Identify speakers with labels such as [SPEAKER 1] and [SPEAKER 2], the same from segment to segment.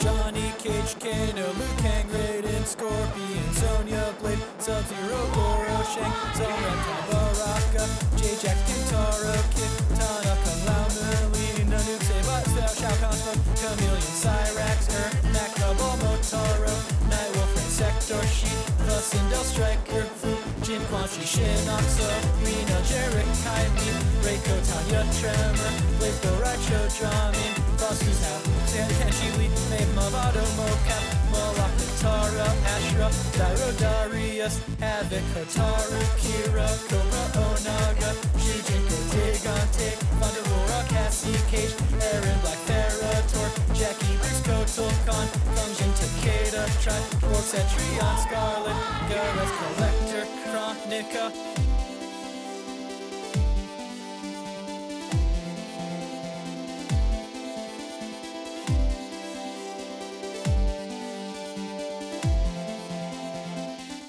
[SPEAKER 1] Johnny Cage, Kano, Liu Kang, Raiden, Scorpion, Sonya Blade, Sub-Zero, Goro, Shang, Zorak, Baraka, J-Jack, Kintaro, Kitana, Kalau, Merlin, Nanook, Sabat, Zhao, Shao Kahn, Smoke, Chameleon, Cyrax, Er, Macabal, Motaro, Nightwolf, and Sector, Sheep, the Sindel, Striker, Fu, Jin, Quan Chi, Shin, Oxo, Reno, Jarek, Kaimi, Reiko, Tanya, Tremor, Blade, Goracho, Dramin, Cross, Who's Now, Tan, Kenshi, Lee, Maeve, Movado, Mocap, Moloch, Natara, Ashra, Dairo, Darius, Havoc, Hotaru, Kira, Cobra, Onaga, Shujin, Digon, Tick, Fondavora, Cassie, Cage, Aaron, Black, Farah, Torque, Jackie, Bruce, Kotal, Khan, Function, Takeda, Tron, Orc, Cetrion, Scarlet, Garrus, Collector, Chronica,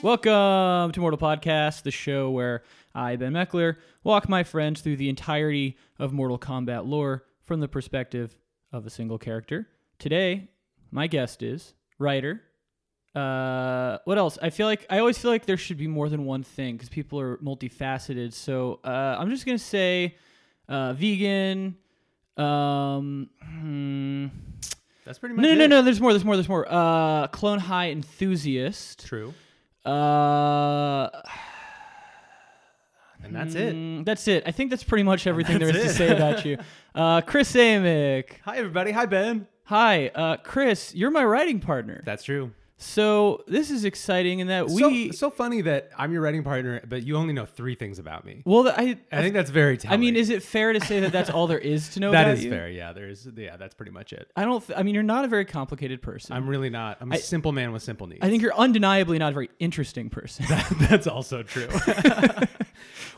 [SPEAKER 2] Welcome to Mortal Podcast, the show where I, Ben Meckler, walk my friends through the entirety of Mortal Kombat lore from the perspective of a single character. Today, my guest is writer. Uh, what else? I feel like I always feel like there should be more than one thing because people are multifaceted. So uh, I'm just gonna say uh, vegan. Um, hmm.
[SPEAKER 3] That's pretty much
[SPEAKER 2] No,
[SPEAKER 3] it.
[SPEAKER 2] no, no. There's more. There's more. There's more. Uh, clone high enthusiast.
[SPEAKER 3] True.
[SPEAKER 2] Uh,
[SPEAKER 3] And that's it.
[SPEAKER 2] mm, that's it. I think that's pretty much everything there is to
[SPEAKER 3] That's
[SPEAKER 2] say
[SPEAKER 3] it.
[SPEAKER 2] about you. Uh, Chris Amick.
[SPEAKER 3] Hi, everybody. Hi, Ben.
[SPEAKER 2] Hi, uh, Chris. You're my writing partner.
[SPEAKER 3] That's true.
[SPEAKER 2] So this is exciting in that we.
[SPEAKER 3] so, so funny that I'm your writing partner, but you only know three things about me.
[SPEAKER 2] well, I.
[SPEAKER 3] I think that's very
[SPEAKER 2] I
[SPEAKER 3] telling.
[SPEAKER 2] mean, is it fair to say that that's all there is to know
[SPEAKER 3] that
[SPEAKER 2] about
[SPEAKER 3] is
[SPEAKER 2] you?
[SPEAKER 3] fair. Yeah, there is. Yeah, that's pretty much it.
[SPEAKER 2] I don't. Th- I mean, you're not a very complicated person.
[SPEAKER 3] I'm really not. I'm a simple man with simple needs.
[SPEAKER 2] I think you're undeniably not a very interesting person.
[SPEAKER 3] that's also true.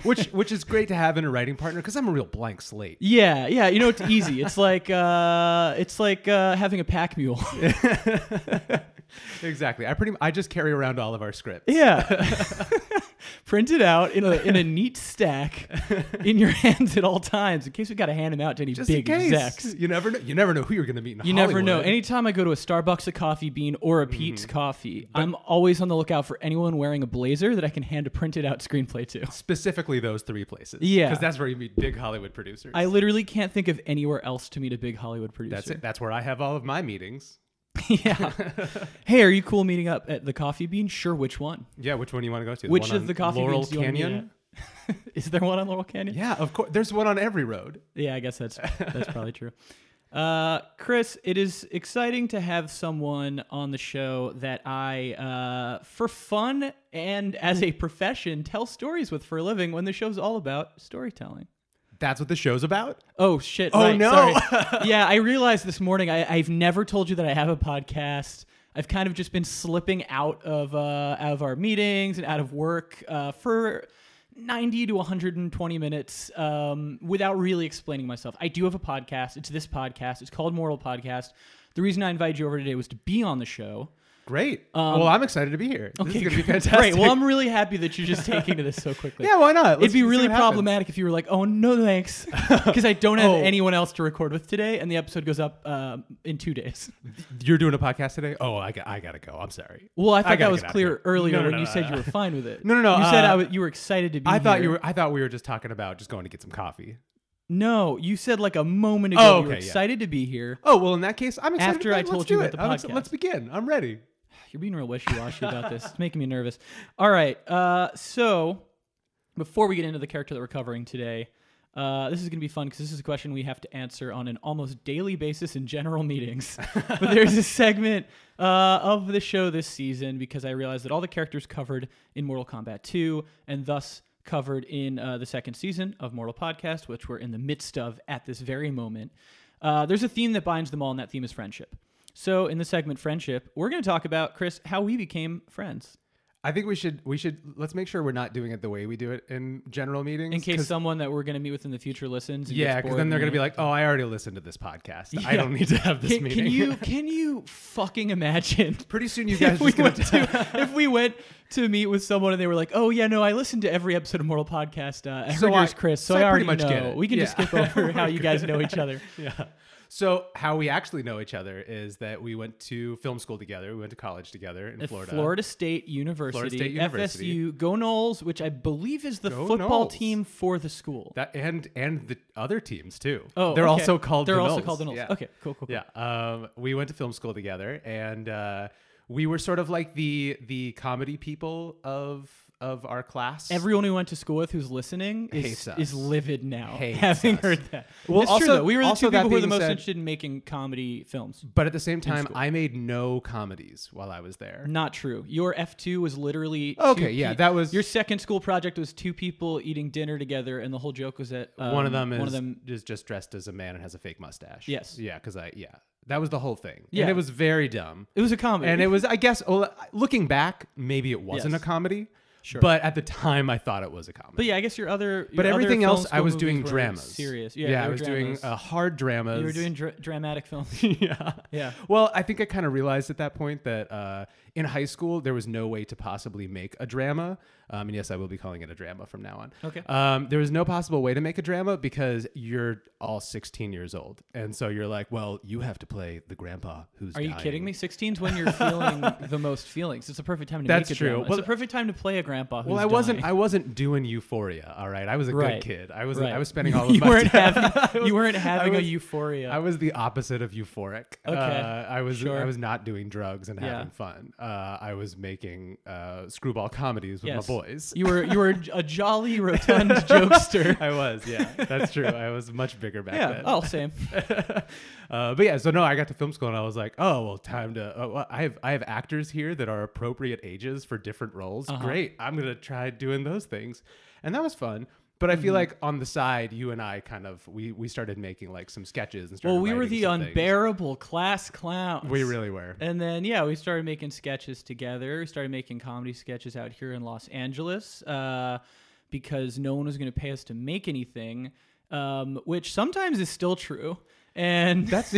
[SPEAKER 3] which which is great to have in a writing partner because I'm a real blank slate.
[SPEAKER 2] yeah, yeah. You know, it's easy. It's like uh, it's like uh, having a pack mule.
[SPEAKER 3] Exactly. I pretty. I just carry around all of our scripts.
[SPEAKER 2] Yeah. Print it out in a, in a neat stack in your hands at all times in case we got to hand them out to any
[SPEAKER 3] just
[SPEAKER 2] big
[SPEAKER 3] in case.
[SPEAKER 2] execs.
[SPEAKER 3] You never know. You never know who you're going to meet. In
[SPEAKER 2] You never know.
[SPEAKER 3] Hollywood. Mm-hmm.
[SPEAKER 2] Anytime I go to a Starbucks, a coffee bean, or a Pete's coffee, I'm always on the lookout for anyone wearing a blazer that I can hand a printed out screenplay to.
[SPEAKER 3] specifically those three places.
[SPEAKER 2] Yeah.
[SPEAKER 3] because that's where you meet big Hollywood producers.
[SPEAKER 2] I literally can't think of anywhere else to meet a big Hollywood producer.
[SPEAKER 3] That's it. That's where I have all of my meetings.
[SPEAKER 2] yeah. hey, are you cool meeting up at the coffee bean? Sure, which one?
[SPEAKER 3] Yeah, which one do you want to go to?
[SPEAKER 2] which
[SPEAKER 3] one
[SPEAKER 2] of
[SPEAKER 3] on
[SPEAKER 2] the coffee
[SPEAKER 3] Laurel
[SPEAKER 2] beans do you wanna meet
[SPEAKER 3] Canyon?
[SPEAKER 2] at? Is there one on Laurel Canyon?
[SPEAKER 3] Yeah, of course. There's one on every road.
[SPEAKER 2] Yeah, I guess that's that's probably true. Uh, Chris, it is exciting to have someone on the show that I, uh, for fun and as a profession, tell stories with for a living. When the show's all about storytelling.
[SPEAKER 3] That's what the show's about.
[SPEAKER 2] Oh shit!
[SPEAKER 3] Oh,
[SPEAKER 2] right,
[SPEAKER 3] no.
[SPEAKER 2] sorry. yeah, I realized this morning I, I've never told you that I have a podcast. I've kind of just been slipping out of uh, out of our meetings and out of work uh, for. 90 to 120 minutes um, without really explaining myself. I do have a podcast. It's this podcast. It's called Mortal Podcast. The reason I invited you over today was to be on the show.
[SPEAKER 3] Great. well, I'm excited to be here. This is going to be fantastic.
[SPEAKER 2] Great. Well, I'm really happy that you're just taking to this so quickly.
[SPEAKER 3] yeah, why not? Let's
[SPEAKER 2] It'd be
[SPEAKER 3] see
[SPEAKER 2] really
[SPEAKER 3] what happens.
[SPEAKER 2] problematic if you were like, "Oh no, thanks," because I don't have
[SPEAKER 3] Oh.
[SPEAKER 2] anyone else to record with today, and the episode goes up um, in two days.
[SPEAKER 3] You're doing a podcast today? Oh, I got, I gotta go. I'm sorry.
[SPEAKER 2] Well, I
[SPEAKER 3] I
[SPEAKER 2] thought
[SPEAKER 3] gotta
[SPEAKER 2] that was
[SPEAKER 3] get out of
[SPEAKER 2] clear
[SPEAKER 3] here.
[SPEAKER 2] earlier
[SPEAKER 3] No, no,
[SPEAKER 2] when
[SPEAKER 3] no,
[SPEAKER 2] you
[SPEAKER 3] no,
[SPEAKER 2] said
[SPEAKER 3] no.
[SPEAKER 2] you were fine with it.
[SPEAKER 3] No, no, no,
[SPEAKER 2] You said I
[SPEAKER 3] uh,
[SPEAKER 2] w- you were excited to be.
[SPEAKER 3] I thought
[SPEAKER 2] here.
[SPEAKER 3] you were. I thought we were just talking about just going to get some coffee.
[SPEAKER 2] No, you said like a moment ago
[SPEAKER 3] Oh,
[SPEAKER 2] you were
[SPEAKER 3] okay, yeah.
[SPEAKER 2] excited to be here.
[SPEAKER 3] Oh well, in that case, I'm excited.
[SPEAKER 2] After
[SPEAKER 3] Let-
[SPEAKER 2] I
[SPEAKER 3] let's
[SPEAKER 2] told
[SPEAKER 3] do
[SPEAKER 2] you
[SPEAKER 3] it.
[SPEAKER 2] about the
[SPEAKER 3] I'm ex-
[SPEAKER 2] podcast.
[SPEAKER 3] let's begin. I'm ready.
[SPEAKER 2] You're being real wishy-washy about this. It's making me nervous. All right. Uh, so before we get into the character that we're covering today, uh, this is going to be fun because this is a question we have to answer on an almost daily basis in general meetings. but there's a segment uh, of the show this season because I realized that all the characters covered in Mortal Kombat 2 and thus covered in uh, the second season of Mortal Podcast, which we're in the midst of at this very moment. Uh, there's a theme that binds them all, and that theme is friendship. So, in the segment Friendship, we're going to talk about, Chris, how we became friends.
[SPEAKER 3] I think we should. We should. Let's make sure we're not doing it the way we do it in general meetings.
[SPEAKER 2] In case
[SPEAKER 3] 'cause-
[SPEAKER 2] someone that we're going to meet with in the future listens. and
[SPEAKER 3] Yeah,
[SPEAKER 2] gets
[SPEAKER 3] because
[SPEAKER 2] bored
[SPEAKER 3] then they're
[SPEAKER 2] and-
[SPEAKER 3] going to be like, oh, I already listened to this podcast. I
[SPEAKER 2] Yeah.
[SPEAKER 3] don't need to have this
[SPEAKER 2] can,
[SPEAKER 3] meeting.
[SPEAKER 2] can you can you fucking imagine?
[SPEAKER 3] Pretty soon you guys
[SPEAKER 2] If
[SPEAKER 3] are
[SPEAKER 2] we,
[SPEAKER 3] just going
[SPEAKER 2] went
[SPEAKER 3] to.
[SPEAKER 2] to, if we went to meet with someone and they were like, "Oh yeah, no, I listened to every episode of Mortal Podcast. Uh, I
[SPEAKER 3] So
[SPEAKER 2] heard yours,
[SPEAKER 3] I-
[SPEAKER 2] Chris, so,
[SPEAKER 3] so
[SPEAKER 2] I
[SPEAKER 3] I
[SPEAKER 2] already
[SPEAKER 3] pretty much
[SPEAKER 2] know.
[SPEAKER 3] get it.
[SPEAKER 2] We can just
[SPEAKER 3] Yeah.
[SPEAKER 2] skip over how you guys know each other."
[SPEAKER 3] Yeah. So how we actually know each other is that we went to film school together. We went to college together in
[SPEAKER 2] At
[SPEAKER 3] Florida.
[SPEAKER 2] Florida State University,
[SPEAKER 3] State University.
[SPEAKER 2] FSU, Go Knowles, which I believe is the
[SPEAKER 3] Go
[SPEAKER 2] football
[SPEAKER 3] Knowles.
[SPEAKER 2] team for the school.
[SPEAKER 3] That and and the other teams too.
[SPEAKER 2] oh,
[SPEAKER 3] they're
[SPEAKER 2] okay.
[SPEAKER 3] also called.
[SPEAKER 2] They're
[SPEAKER 3] the
[SPEAKER 2] also
[SPEAKER 3] Knolls.
[SPEAKER 2] called the Knolls.
[SPEAKER 3] Yeah.
[SPEAKER 2] Okay, cool, cool, cool.
[SPEAKER 3] Yeah. Um, we went to film school together, and uh, we were sort of like the the comedy people of of our class.
[SPEAKER 2] Everyone we went to school with who's listening is,
[SPEAKER 3] Hates us.
[SPEAKER 2] is livid now,
[SPEAKER 3] Hates
[SPEAKER 2] having
[SPEAKER 3] us.
[SPEAKER 2] heard that.
[SPEAKER 3] Well,
[SPEAKER 2] it's
[SPEAKER 3] also-
[SPEAKER 2] true though. We were the
[SPEAKER 3] also
[SPEAKER 2] two
[SPEAKER 3] that
[SPEAKER 2] people who were the
[SPEAKER 3] being
[SPEAKER 2] most
[SPEAKER 3] said-
[SPEAKER 2] interested in making comedy films.
[SPEAKER 3] but at the same time,
[SPEAKER 2] school.
[SPEAKER 3] I made no comedies while I was there.
[SPEAKER 2] Not true. Your F two was literally two
[SPEAKER 3] Okay, yeah,
[SPEAKER 2] pe-
[SPEAKER 3] that was-
[SPEAKER 2] your second school project was two people eating dinner together, and the whole joke was that um,
[SPEAKER 3] one of them is
[SPEAKER 2] one of them
[SPEAKER 3] is just dressed as a man and has a fake mustache.
[SPEAKER 2] Yes.
[SPEAKER 3] Yeah, because I yeah that was the whole thing.
[SPEAKER 2] Yeah.
[SPEAKER 3] and it was very dumb.
[SPEAKER 2] it was a comedy,
[SPEAKER 3] And it was, I guess, well, looking back, maybe it wasn't
[SPEAKER 2] Yes.
[SPEAKER 3] a comedy.
[SPEAKER 2] Sure.
[SPEAKER 3] But at the time, I thought it was a comedy.
[SPEAKER 2] But yeah, I guess your other.
[SPEAKER 3] but
[SPEAKER 2] your other
[SPEAKER 3] everything
[SPEAKER 2] film
[SPEAKER 3] else, I
[SPEAKER 2] school
[SPEAKER 3] was
[SPEAKER 2] movies
[SPEAKER 3] doing
[SPEAKER 2] were
[SPEAKER 3] dramas.
[SPEAKER 2] Serious, yeah.
[SPEAKER 3] yeah,
[SPEAKER 2] they
[SPEAKER 3] I
[SPEAKER 2] were
[SPEAKER 3] was
[SPEAKER 2] dramas.
[SPEAKER 3] doing uh, hard dramas.
[SPEAKER 2] you were doing dra- dramatic films.
[SPEAKER 3] yeah.
[SPEAKER 2] yeah.
[SPEAKER 3] Well, I think I kind of realized at that point that uh, in high school there was no way to possibly make a drama. Um, and yes, I will be calling it a drama from now on.
[SPEAKER 2] Okay.
[SPEAKER 3] Um, there was no possible way to make a drama because you're all 16 years old, and so you're like, well, you have to play the grandpa who's.
[SPEAKER 2] Are you
[SPEAKER 3] dying.
[SPEAKER 2] kidding me? 16's when you're feeling the most feelings. It's a perfect time to
[SPEAKER 3] That's
[SPEAKER 2] make a
[SPEAKER 3] true.
[SPEAKER 2] drama.
[SPEAKER 3] Well,
[SPEAKER 2] it's a perfect time to play a grandpa. Who's
[SPEAKER 3] Well, I wasn't.
[SPEAKER 2] dying.
[SPEAKER 3] I wasn't doing Euphoria. All right, I was a
[SPEAKER 2] Right.
[SPEAKER 3] good kid. I was.
[SPEAKER 2] Right.
[SPEAKER 3] I was spending all of
[SPEAKER 2] you
[SPEAKER 3] my
[SPEAKER 2] weren't
[SPEAKER 3] time.
[SPEAKER 2] having. You weren't having a
[SPEAKER 3] was-
[SPEAKER 2] euphoria.
[SPEAKER 3] I was the opposite of euphoric.
[SPEAKER 2] Okay,
[SPEAKER 3] Uh, I was
[SPEAKER 2] sure.
[SPEAKER 3] I was not doing drugs and
[SPEAKER 2] Yeah.
[SPEAKER 3] having fun. Uh, I was making uh, screwball comedies with
[SPEAKER 2] Yes.
[SPEAKER 3] my boys.
[SPEAKER 2] You were you were a jolly rotund jokester.
[SPEAKER 3] I was, yeah, that's true. I was much bigger back
[SPEAKER 2] Yeah.
[SPEAKER 3] then.
[SPEAKER 2] Oh, same.
[SPEAKER 3] uh, but yeah, so no, I got to film school and I was like, oh well, time to. Oh, well, I have I have actors here that are appropriate ages for different roles.
[SPEAKER 2] Uh-huh.
[SPEAKER 3] Great, I'm gonna try doing those things, and that was fun. But I
[SPEAKER 2] Mm-hmm.
[SPEAKER 3] feel like on the side, you and I kind of we we started making like some sketches and started.
[SPEAKER 2] Well, we were
[SPEAKER 3] writing
[SPEAKER 2] the
[SPEAKER 3] some things.
[SPEAKER 2] unbearable class clowns.
[SPEAKER 3] We really were.
[SPEAKER 2] And then yeah, we started making sketches together. We started making comedy sketches out here in Los Angeles uh, because no one was going to pay us to make anything, um, which sometimes is still true. And
[SPEAKER 3] That's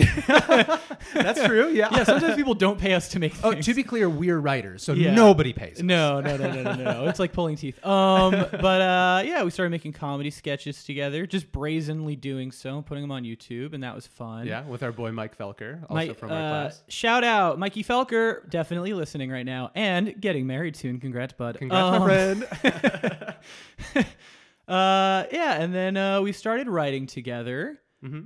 [SPEAKER 3] that's true. Yeah.
[SPEAKER 2] yeah, sometimes people don't pay us to make
[SPEAKER 3] Oh,
[SPEAKER 2] things.
[SPEAKER 3] to be clear, we're writers, so
[SPEAKER 2] Yeah.
[SPEAKER 3] nobody pays. us.
[SPEAKER 2] No, no, no, no, no, no, no. It's like pulling teeth. Um, but uh, yeah, we started making comedy sketches together, just brazenly doing so, putting them on YouTube, and that was fun.
[SPEAKER 3] Yeah, with our boy Mike Felker, also
[SPEAKER 2] Mike,
[SPEAKER 3] from our
[SPEAKER 2] uh,
[SPEAKER 3] class.
[SPEAKER 2] Shout out Mikey Felker, definitely listening right now and getting married soon. Congrats, bud.
[SPEAKER 3] Congrats,
[SPEAKER 2] Um,
[SPEAKER 3] my friend.
[SPEAKER 2] Uh, yeah, and then uh, we started writing together,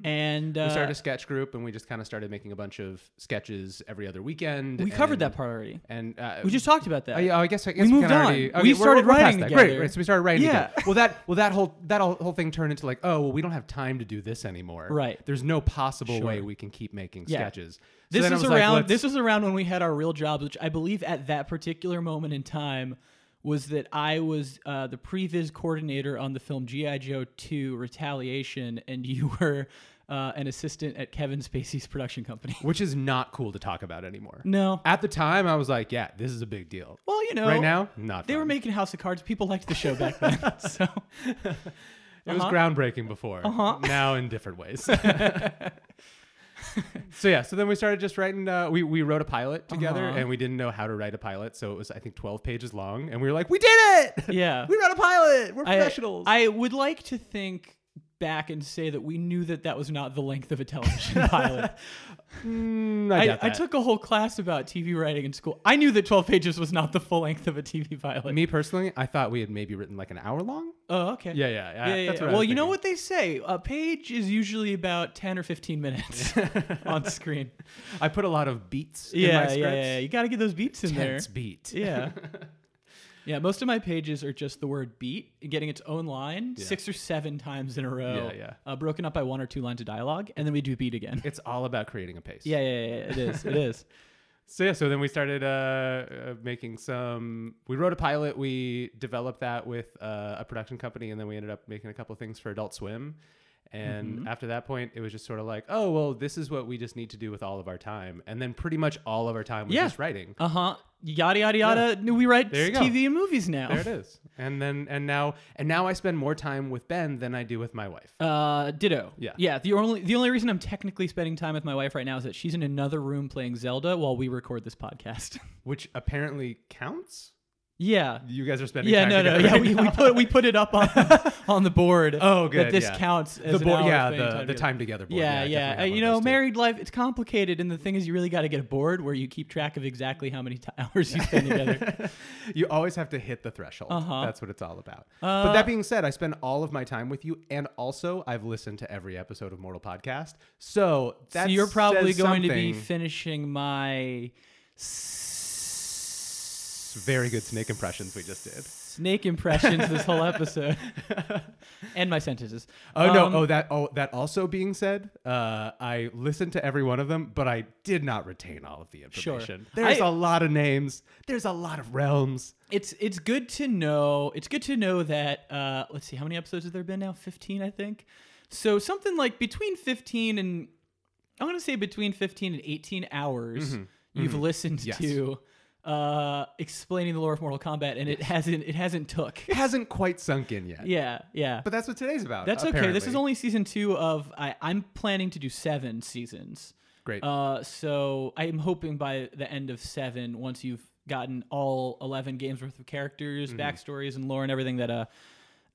[SPEAKER 2] and uh,
[SPEAKER 3] Mm-hmm. we started a sketch group, and we just kind of started making a bunch of sketches every other weekend.
[SPEAKER 2] we covered
[SPEAKER 3] and-
[SPEAKER 2] that part already.
[SPEAKER 3] and uh,
[SPEAKER 2] We just talked about that.
[SPEAKER 3] Oh, yeah, I guess, I guess
[SPEAKER 2] moved
[SPEAKER 3] kinda
[SPEAKER 2] on.
[SPEAKER 3] already-
[SPEAKER 2] We
[SPEAKER 3] we're-
[SPEAKER 2] started
[SPEAKER 3] we're past
[SPEAKER 2] writing
[SPEAKER 3] that. Great,
[SPEAKER 2] together.
[SPEAKER 3] Great, so we started writing
[SPEAKER 2] Yeah.
[SPEAKER 3] together. Well, that well that whole that whole, whole thing turned into like, oh, well, we don't have time to do this anymore.
[SPEAKER 2] Right.
[SPEAKER 3] There's no possible
[SPEAKER 2] Sure.
[SPEAKER 3] way we can keep making
[SPEAKER 2] Yeah.
[SPEAKER 3] sketches. So
[SPEAKER 2] This
[SPEAKER 3] then I
[SPEAKER 2] is
[SPEAKER 3] was like,
[SPEAKER 2] around
[SPEAKER 3] let's-
[SPEAKER 2] this was around when we had our real jobs, which I believe at that particular moment in time was that I was uh, the previs coordinator on the film GI Joe 2 Retaliation, and you were uh, an assistant at Kevin Spacey's production company.
[SPEAKER 3] which is not cool to talk about anymore.
[SPEAKER 2] No,
[SPEAKER 3] At the time, I was like, yeah, this is a big deal.
[SPEAKER 2] well you know
[SPEAKER 3] right now, not.
[SPEAKER 2] they were
[SPEAKER 3] fun.
[SPEAKER 2] making House of Cards. People liked the show back then, so
[SPEAKER 3] It was
[SPEAKER 2] Uh-huh.
[SPEAKER 3] groundbreaking before.
[SPEAKER 2] Uh-huh.
[SPEAKER 3] Now in different ways. so yeah, so then we started just writing. Uh, we we wrote a pilot together,
[SPEAKER 2] Uh-huh.
[SPEAKER 3] and we didn't know how to write a pilot, so it was I think twelve pages long, and we were like, we did it.
[SPEAKER 2] yeah.
[SPEAKER 3] we wrote a pilot. We're
[SPEAKER 2] I,
[SPEAKER 3] professionals.
[SPEAKER 2] I would like to think back and say that we knew that that was not the length of a television pilot.
[SPEAKER 3] Mm, I,
[SPEAKER 2] I,
[SPEAKER 3] doubt
[SPEAKER 2] I
[SPEAKER 3] that.
[SPEAKER 2] took a whole class about TV writing in school. I knew that 12 pages was not the full length of a TV pilot.
[SPEAKER 3] me personally. I thought we had maybe written like an hour long.
[SPEAKER 2] oh, okay.
[SPEAKER 3] Yeah, yeah, yeah.
[SPEAKER 2] Yeah, yeah,
[SPEAKER 3] that's
[SPEAKER 2] yeah.
[SPEAKER 3] What I
[SPEAKER 2] well,
[SPEAKER 3] was
[SPEAKER 2] you know
[SPEAKER 3] thinking.
[SPEAKER 2] what they say. A page is usually about 10 or 15 minutes on screen.
[SPEAKER 3] I put a lot of beats. in
[SPEAKER 2] Yeah,
[SPEAKER 3] my
[SPEAKER 2] yeah,
[SPEAKER 3] scripts.
[SPEAKER 2] yeah, yeah. You got to get those beats in there.
[SPEAKER 3] Tense beat.
[SPEAKER 2] Yeah. Yeah, most of my pages are just the word beat getting its own line six or seven times in a row,
[SPEAKER 3] Yeah, yeah.
[SPEAKER 2] Uh, broken up by one or two lines of dialogue, and then we do beat again.
[SPEAKER 3] It's all about creating a pace.
[SPEAKER 2] Yeah, yeah, yeah, yeah, it is. It is.
[SPEAKER 3] So yeah, so then we started uh, uh, making some. We wrote a pilot. We developed that with uh, a production company, and then we ended up making a couple of things for Adult Swim. And
[SPEAKER 2] Mm-hmm.
[SPEAKER 3] after that point, it was just sort of like, oh well, this is what we just need to do with all of our time. And then pretty much all of our time was
[SPEAKER 2] Yeah.
[SPEAKER 3] just writing.
[SPEAKER 2] Uh huh. Yada yada yada. We write
[SPEAKER 3] There you go.
[SPEAKER 2] TV and movies now.
[SPEAKER 3] There it is. And then and now and now I spend more time with Ben than I do with my wife.
[SPEAKER 2] Uh, ditto.
[SPEAKER 3] Yeah.
[SPEAKER 2] Yeah. The only the only reason I'm technically spending time with my wife right now is that she's in another room playing Zelda while we record this podcast.
[SPEAKER 3] which apparently counts.
[SPEAKER 2] Yeah.
[SPEAKER 3] You guys are spending
[SPEAKER 2] Yeah,
[SPEAKER 3] time
[SPEAKER 2] no, no,
[SPEAKER 3] together
[SPEAKER 2] yeah.
[SPEAKER 3] right
[SPEAKER 2] We,
[SPEAKER 3] now.
[SPEAKER 2] we put we put it up on on the board.
[SPEAKER 3] Oh,
[SPEAKER 2] That
[SPEAKER 3] good,
[SPEAKER 2] this
[SPEAKER 3] yeah.
[SPEAKER 2] counts as
[SPEAKER 3] the
[SPEAKER 2] an
[SPEAKER 3] board,
[SPEAKER 2] hour
[SPEAKER 3] yeah,
[SPEAKER 2] of spending
[SPEAKER 3] the
[SPEAKER 2] time
[SPEAKER 3] the
[SPEAKER 2] together.
[SPEAKER 3] time together board.
[SPEAKER 2] Yeah, yeah.
[SPEAKER 3] I definitely
[SPEAKER 2] Uh,
[SPEAKER 3] have one
[SPEAKER 2] You
[SPEAKER 3] of
[SPEAKER 2] know,
[SPEAKER 3] those, too.
[SPEAKER 2] married life, it's complicated. And the thing is, you really got to get a board where you keep track of exactly how many t- hours you spend together.
[SPEAKER 3] you always have to hit the threshold.
[SPEAKER 2] Uh-huh.
[SPEAKER 3] That's what it's all about.
[SPEAKER 2] Uh,
[SPEAKER 3] but that being said, I spend all of my time with you, and also I've listened to every episode of Mortal Podcast. So
[SPEAKER 2] so
[SPEAKER 3] that's
[SPEAKER 2] you're probably going to be finishing my s-
[SPEAKER 3] very good snake impressions we just did.
[SPEAKER 2] snake impressions this whole episode and my sentences.
[SPEAKER 3] Oh no!
[SPEAKER 2] Um,
[SPEAKER 3] Oh that! Oh that. Also being said, uh, I listened to every one of them, but I did not retain all of the
[SPEAKER 2] Sure.
[SPEAKER 3] information. There's
[SPEAKER 2] I-
[SPEAKER 3] a lot of names. There's a lot of realms.
[SPEAKER 2] it's it's good to know. It's good to know that. Uh, let's see, how many episodes have there been now? Fifteen, I think. So something like between fifteen and I'm gonna say between fifteen and eighteen hours you've listened
[SPEAKER 3] Mm-hmm. Yes.
[SPEAKER 2] to uh, explaining the lore of Mortal Kombat, and it hasn't it hasn't took.
[SPEAKER 3] It hasn't quite sunk in yet.
[SPEAKER 2] yeah, yeah.
[SPEAKER 3] But that's what today's about.
[SPEAKER 2] That's okay. This is
[SPEAKER 3] apparently.
[SPEAKER 2] only season two of. I, I'm planning to do seven seasons.
[SPEAKER 3] great.
[SPEAKER 2] Uh, so I am hoping by the end of seven, once you've gotten all eleven games worth of characters,
[SPEAKER 3] Mm-hmm.
[SPEAKER 2] backstories, and lore and everything, that uh,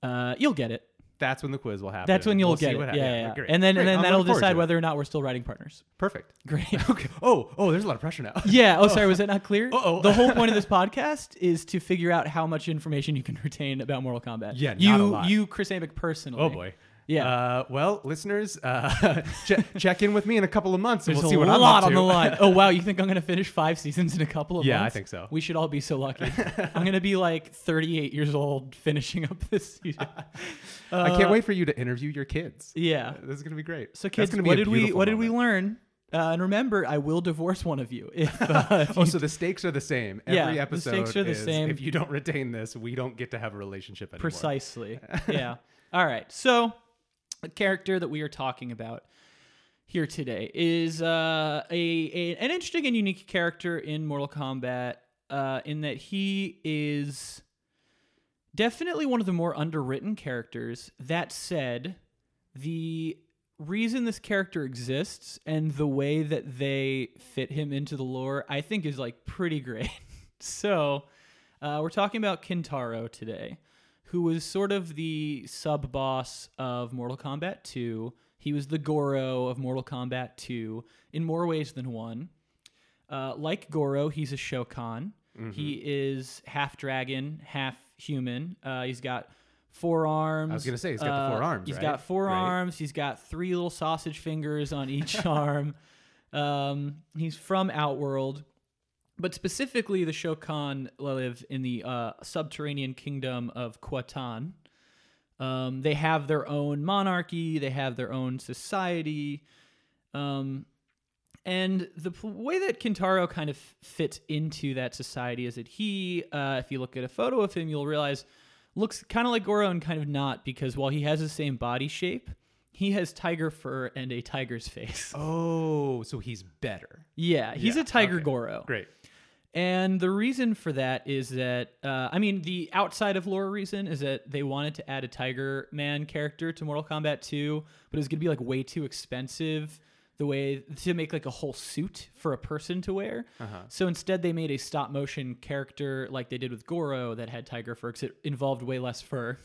[SPEAKER 2] uh, you'll get it.
[SPEAKER 3] that's when the quiz will happen.
[SPEAKER 2] That's when you'll
[SPEAKER 3] We'll
[SPEAKER 2] get
[SPEAKER 3] see
[SPEAKER 2] it.
[SPEAKER 3] what
[SPEAKER 2] Yeah,
[SPEAKER 3] happens.
[SPEAKER 2] yeah, yeah.
[SPEAKER 3] Great.
[SPEAKER 2] And then
[SPEAKER 3] Great.
[SPEAKER 2] and then
[SPEAKER 3] I'm
[SPEAKER 2] that'll
[SPEAKER 3] looking forward
[SPEAKER 2] decide
[SPEAKER 3] to it.
[SPEAKER 2] whether or not we're still writing partners.
[SPEAKER 3] Perfect.
[SPEAKER 2] Great.
[SPEAKER 3] Okay. Oh, oh, there's a lot of pressure now.
[SPEAKER 2] yeah. Oh, sorry. Was that not clear?
[SPEAKER 3] Uh-oh.
[SPEAKER 2] The whole point of this podcast is to figure out how much information you can retain about Mortal Kombat.
[SPEAKER 3] Yeah, not
[SPEAKER 2] You,
[SPEAKER 3] a lot.
[SPEAKER 2] you, Chris Abick personally.
[SPEAKER 3] Oh boy.
[SPEAKER 2] Yeah.
[SPEAKER 3] Uh, well, listeners, uh, che- check in with me in a couple of months, and
[SPEAKER 2] There's
[SPEAKER 3] we'll see
[SPEAKER 2] a
[SPEAKER 3] what I'm
[SPEAKER 2] lot
[SPEAKER 3] up
[SPEAKER 2] on
[SPEAKER 3] to.
[SPEAKER 2] the line. Oh wow, you think I'm gonna finish five seasons in a couple of
[SPEAKER 3] Yeah, I
[SPEAKER 2] months?
[SPEAKER 3] think so.
[SPEAKER 2] We should all be so lucky. I'm gonna be like 38 years old finishing up this season.
[SPEAKER 3] I can't wait for you to interview your kids.
[SPEAKER 2] uh, Yeah.
[SPEAKER 3] This is gonna be great.
[SPEAKER 2] So
[SPEAKER 3] That's
[SPEAKER 2] kids,
[SPEAKER 3] gonna be
[SPEAKER 2] what
[SPEAKER 3] a
[SPEAKER 2] did we
[SPEAKER 3] beautiful
[SPEAKER 2] what did we
[SPEAKER 3] moment.
[SPEAKER 2] learn? Uh, and remember, I will divorce one of you. If, uh, if
[SPEAKER 3] Oh,
[SPEAKER 2] you-
[SPEAKER 3] so the stakes are the same. Every
[SPEAKER 2] Yeah, the
[SPEAKER 3] episode
[SPEAKER 2] stakes are the
[SPEAKER 3] is,
[SPEAKER 2] same.
[SPEAKER 3] If you don't retain this, we don't get to have a relationship anymore.
[SPEAKER 2] precisely. yeah. All right. So the character that we are talking about here today is uh, a, a an interesting and unique character in Mortal Kombat uh, in that he is definitely one of the more underwritten characters. That said, the reason this character exists and the way that they fit him into the lore, I think, is like pretty great. so, uh, we're talking about Kintaro today, who was sort of the sub boss of Mortal Kombat 2. He was the Goro of Mortal Kombat 2 in more ways than one. Uh, like Goro, he's a Shokan.
[SPEAKER 3] Mm-hmm.
[SPEAKER 2] He is half dragon, half human. Uh, he's got four arms. Uh,
[SPEAKER 3] I was gonna say, he's got the four arms,
[SPEAKER 2] He's
[SPEAKER 3] right?
[SPEAKER 2] got four
[SPEAKER 3] Right.
[SPEAKER 2] arms. He's got three little sausage fingers on each arm. Um, he's from Outworld, but specifically the Shokan live in the uh, subterranean kingdom of Khotan. Um, they have their own monarchy. They have their own society. Um, and the p- way that Kintaro kind of fits into that society is that he, uh, if you look at a photo of him, you'll realize looks kind of like Goro and kind of not because while he has the same body shape, he has tiger fur and a tiger's face.
[SPEAKER 3] Oh, so he's better.
[SPEAKER 2] Yeah, he's
[SPEAKER 3] Yeah,
[SPEAKER 2] a tiger
[SPEAKER 3] okay.
[SPEAKER 2] Goro.
[SPEAKER 3] Great.
[SPEAKER 2] And the reason for that is that, uh, I mean, the outside of lore reason is that they wanted to add a Tiger Man character to Mortal Kombat 2, but it was going to be like way too expensive the way to make like a whole suit for a person to wear. So instead, they made a stop motion character like they did with Goro that had tiger fur because it involved way less fur.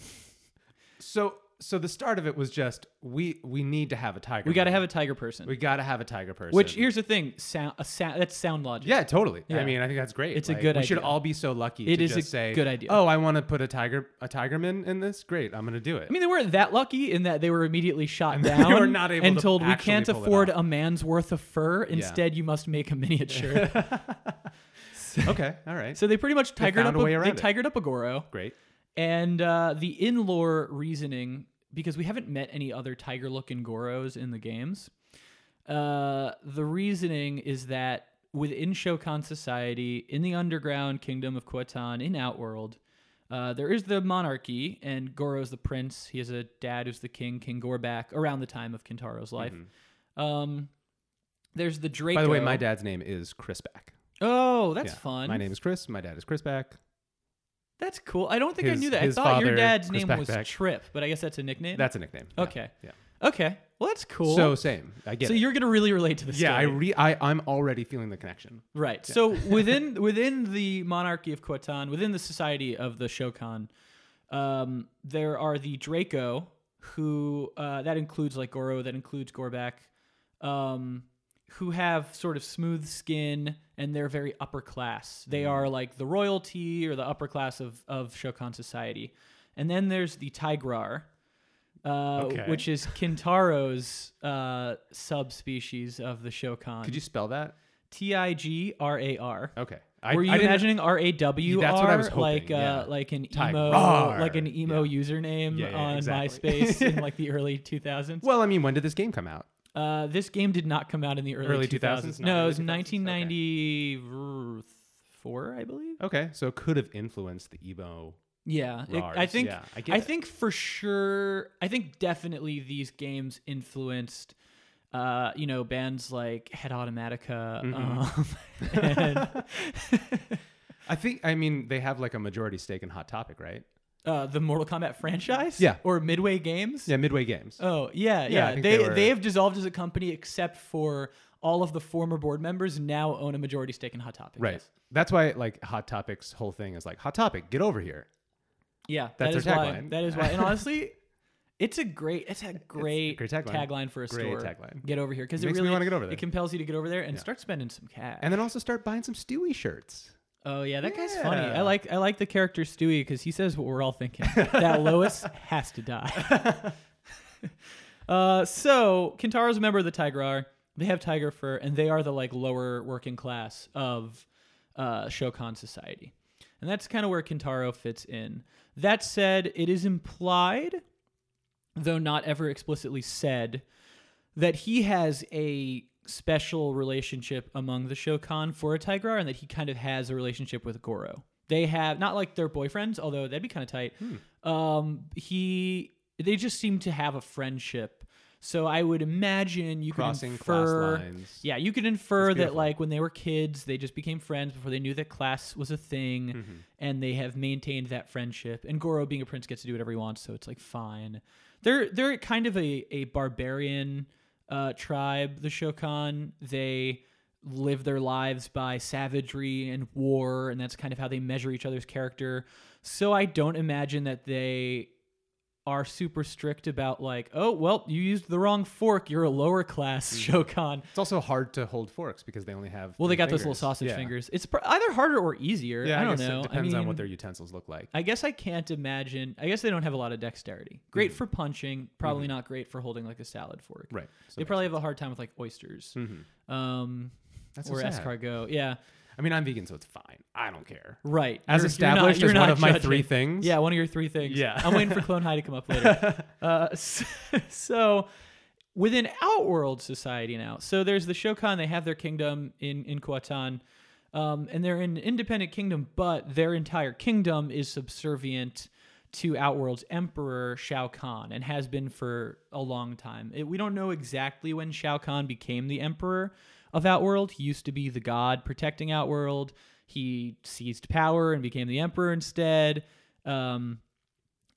[SPEAKER 3] So so the start of it was just we we need to have a tiger.
[SPEAKER 2] We got to
[SPEAKER 3] man.
[SPEAKER 2] have a tiger person.
[SPEAKER 3] we got to have a tiger person.
[SPEAKER 2] which here's the thing, sound, a sound that's sound logic.
[SPEAKER 3] Yeah, totally.
[SPEAKER 2] Yeah.
[SPEAKER 3] I mean, I think that's great.
[SPEAKER 2] It's a good
[SPEAKER 3] We should
[SPEAKER 2] idea.
[SPEAKER 3] all be so lucky.
[SPEAKER 2] It
[SPEAKER 3] to
[SPEAKER 2] is
[SPEAKER 3] just
[SPEAKER 2] a
[SPEAKER 3] say,
[SPEAKER 2] good idea.
[SPEAKER 3] Oh, I want to put a tiger, a tigerman in this. Great, I'm gonna do it.
[SPEAKER 2] I mean, they weren't that lucky in that they were immediately shot
[SPEAKER 3] And they
[SPEAKER 2] down
[SPEAKER 3] were not able
[SPEAKER 2] and
[SPEAKER 3] to
[SPEAKER 2] told we
[SPEAKER 3] actually
[SPEAKER 2] can't
[SPEAKER 3] pull it
[SPEAKER 2] afford
[SPEAKER 3] off."
[SPEAKER 2] a man's worth of fur. Instead, you must make a miniature.
[SPEAKER 3] okay, all right,
[SPEAKER 2] so they pretty much tigered
[SPEAKER 3] found
[SPEAKER 2] up.
[SPEAKER 3] a way
[SPEAKER 2] A, they
[SPEAKER 3] around it.
[SPEAKER 2] tigered up a Goro,
[SPEAKER 3] great.
[SPEAKER 2] and uh, the in lore reasoning because we haven't met any other tiger-looking Goros in the games. Uh, the reasoning is that within Shokan society, in the underground kingdom of Khotan, in Outworld, uh, there is the monarchy, and Goro's the prince. He has a dad who's the king, King Gorback, around the time of Kintaro's life. Um, there's the Draco.
[SPEAKER 3] Mm-hmm. By the way, my dad's name is Chris Back.
[SPEAKER 2] Oh, that's
[SPEAKER 3] Yeah.
[SPEAKER 2] fun.
[SPEAKER 3] My name is Chris. My dad is Chris Back.
[SPEAKER 2] That's cool. I don't think I
[SPEAKER 3] His-
[SPEAKER 2] knew that. I
[SPEAKER 3] his
[SPEAKER 2] thought your
[SPEAKER 3] father,
[SPEAKER 2] dad's
[SPEAKER 3] Chris
[SPEAKER 2] name was
[SPEAKER 3] Backpack.
[SPEAKER 2] Trip, but I guess that's a nickname.
[SPEAKER 3] That's a nickname. Yeah.
[SPEAKER 2] okay.
[SPEAKER 3] Yeah.
[SPEAKER 2] Okay. Well, that's cool.
[SPEAKER 3] So same. I get
[SPEAKER 2] So
[SPEAKER 3] it.
[SPEAKER 2] you're gonna really relate to this.
[SPEAKER 3] Yeah, I
[SPEAKER 2] story.
[SPEAKER 3] re I, I'm already feeling the connection.
[SPEAKER 2] Right. So within within the monarchy of Khotan, within the society of the Shokan, um, there are the Draco, who uh, that includes like Goro, that includes Gorbak, um, who have sort of smooth skin and they're very upper class. They
[SPEAKER 3] Mm.
[SPEAKER 2] are like the royalty or the upper class of of Shokan society. And then there's the Tigrar, uh,
[SPEAKER 3] Okay.
[SPEAKER 2] which is Kintaro's uh, subspecies of the Shokan.
[SPEAKER 3] Could you spell that?
[SPEAKER 2] T I G R A R.
[SPEAKER 3] Okay. Oh, I,
[SPEAKER 2] Were you
[SPEAKER 3] I didn't-
[SPEAKER 2] imagining R A W
[SPEAKER 3] That's what I
[SPEAKER 2] R
[SPEAKER 3] was
[SPEAKER 2] like
[SPEAKER 3] hoping, yeah.
[SPEAKER 2] uh, like an
[SPEAKER 3] Tiger.
[SPEAKER 2] emo
[SPEAKER 3] Rar.
[SPEAKER 2] like an emo username
[SPEAKER 3] Yeah, yeah,
[SPEAKER 2] on
[SPEAKER 3] exactly.
[SPEAKER 2] MySpace in like the early 2000s?
[SPEAKER 3] Well, I mean, when did this game come out?
[SPEAKER 2] Uh, this game did not come out in the early,
[SPEAKER 3] Early
[SPEAKER 2] 2000s.
[SPEAKER 3] 2000s?
[SPEAKER 2] No,
[SPEAKER 3] Not
[SPEAKER 2] it was
[SPEAKER 3] early 2000s? Okay.
[SPEAKER 2] 1994, I believe.
[SPEAKER 3] Okay, so it could have influenced the Ebo.
[SPEAKER 2] Yeah, it- I
[SPEAKER 3] Rars,
[SPEAKER 2] think
[SPEAKER 3] yeah, I get
[SPEAKER 2] I,
[SPEAKER 3] it.
[SPEAKER 2] think for sure. I think definitely these games influenced, uh, you know, bands like Head Automatica. Um,
[SPEAKER 3] Mm-hmm.
[SPEAKER 2] and,
[SPEAKER 3] I think. I mean, they have like a majority stake in Hot Topic, right?
[SPEAKER 2] uh, the Mortal Kombat franchise.
[SPEAKER 3] Yeah.
[SPEAKER 2] or Midway Games.
[SPEAKER 3] Yeah, Midway Games.
[SPEAKER 2] Oh yeah,
[SPEAKER 3] Yeah, I
[SPEAKER 2] yeah.
[SPEAKER 3] think
[SPEAKER 2] They
[SPEAKER 3] they
[SPEAKER 2] they,
[SPEAKER 3] were-
[SPEAKER 2] have dissolved as a company except for all of the former board members now own a majority stake in Hot Topic.
[SPEAKER 3] right.
[SPEAKER 2] yes.
[SPEAKER 3] That's why like Hot Topic's whole thing is like Hot Topic, get over here.
[SPEAKER 2] Yeah,
[SPEAKER 3] That's
[SPEAKER 2] that is
[SPEAKER 3] their
[SPEAKER 2] why.
[SPEAKER 3] tagline.
[SPEAKER 2] That is why. And honestly, it's a great, it's a great,
[SPEAKER 3] great
[SPEAKER 2] tagline.
[SPEAKER 3] tagline.
[SPEAKER 2] for a store.
[SPEAKER 3] Great tagline.
[SPEAKER 2] Get over here because it
[SPEAKER 3] Makes me
[SPEAKER 2] really
[SPEAKER 3] wanna get over there.
[SPEAKER 2] It compels you to get over there and start spending some cash.
[SPEAKER 3] And then also start buying some Stewie shirts.
[SPEAKER 2] oh yeah, that guy's funny. I
[SPEAKER 3] Yeah.
[SPEAKER 2] like I like the character Stewie because he says what we're all thinking. that Lois has to die. uh, so Kintaro's a member of the Tigrar. They have tiger fur, and they are the like lower working class of uh, Shokan society, and that's kind of where Kintaro fits in. That said, it is implied though not ever explicitly said, that he has a special relationship among the Shokan for a Tigrar and that he kind of has a relationship with Goro. They have not like they're boyfriends, although that'd be kind of tight.
[SPEAKER 3] Hmm.
[SPEAKER 2] Um, he they just seem to have a friendship. So I would imagine you
[SPEAKER 3] Crossing
[SPEAKER 2] could
[SPEAKER 3] class
[SPEAKER 2] infer,
[SPEAKER 3] lines.
[SPEAKER 2] yeah, you could infer that
[SPEAKER 3] beautiful.
[SPEAKER 2] like when they were kids, they just became friends before they knew that class was a thing, and they have maintained that friendship. And Goro, being a prince, gets to do whatever he wants, so it's like fine. They're they're kind of a a barbarian uh, tribe, the Shokan. They live their lives by savagery and war, and that's kind of how they measure each other's character. So I don't imagine that they are super strict about like, oh well, you used the wrong fork. You're a lower class Shokan.
[SPEAKER 3] It's also hard to hold forks because they only have.
[SPEAKER 2] Well, they
[SPEAKER 3] three
[SPEAKER 2] got those little
[SPEAKER 3] fingers.
[SPEAKER 2] sausage
[SPEAKER 3] Yeah.
[SPEAKER 2] fingers. It's pr- either harder or easier.
[SPEAKER 3] Yeah,
[SPEAKER 2] I don't
[SPEAKER 3] guess
[SPEAKER 2] know.
[SPEAKER 3] It depends
[SPEAKER 2] I
[SPEAKER 3] on what
[SPEAKER 2] mean,
[SPEAKER 3] their utensils look like.
[SPEAKER 2] I guess I can't imagine. I guess they don't have a lot of dexterity. Great for punching, probably not great for holding like a salad fork.
[SPEAKER 3] Mm-hmm. Right. So
[SPEAKER 2] they
[SPEAKER 3] makes
[SPEAKER 2] probably have a hard time with like oysters, um,
[SPEAKER 3] That's so
[SPEAKER 2] or
[SPEAKER 3] sad.
[SPEAKER 2] escargot. Yeah,
[SPEAKER 3] I mean, I'm vegan, so it's fine. I don't care.
[SPEAKER 2] right.
[SPEAKER 3] As established as one of my three
[SPEAKER 2] judging.
[SPEAKER 3] things.
[SPEAKER 2] Yeah, one of your three things.
[SPEAKER 3] Yeah.
[SPEAKER 2] I'm waiting for Clone High to come up later. Uh, so, so within Outworld society now, so there's the Shokan. They have their kingdom in in Kuatan, um, and they're an independent kingdom, but their entire kingdom is subservient to Outworld's emperor Shao Kahn and has been for a long time. It, we don't know exactly when Shao Kahn became the emperor of Outworld. He used to be the god protecting Outworld. He seized power and became the emperor instead. Um,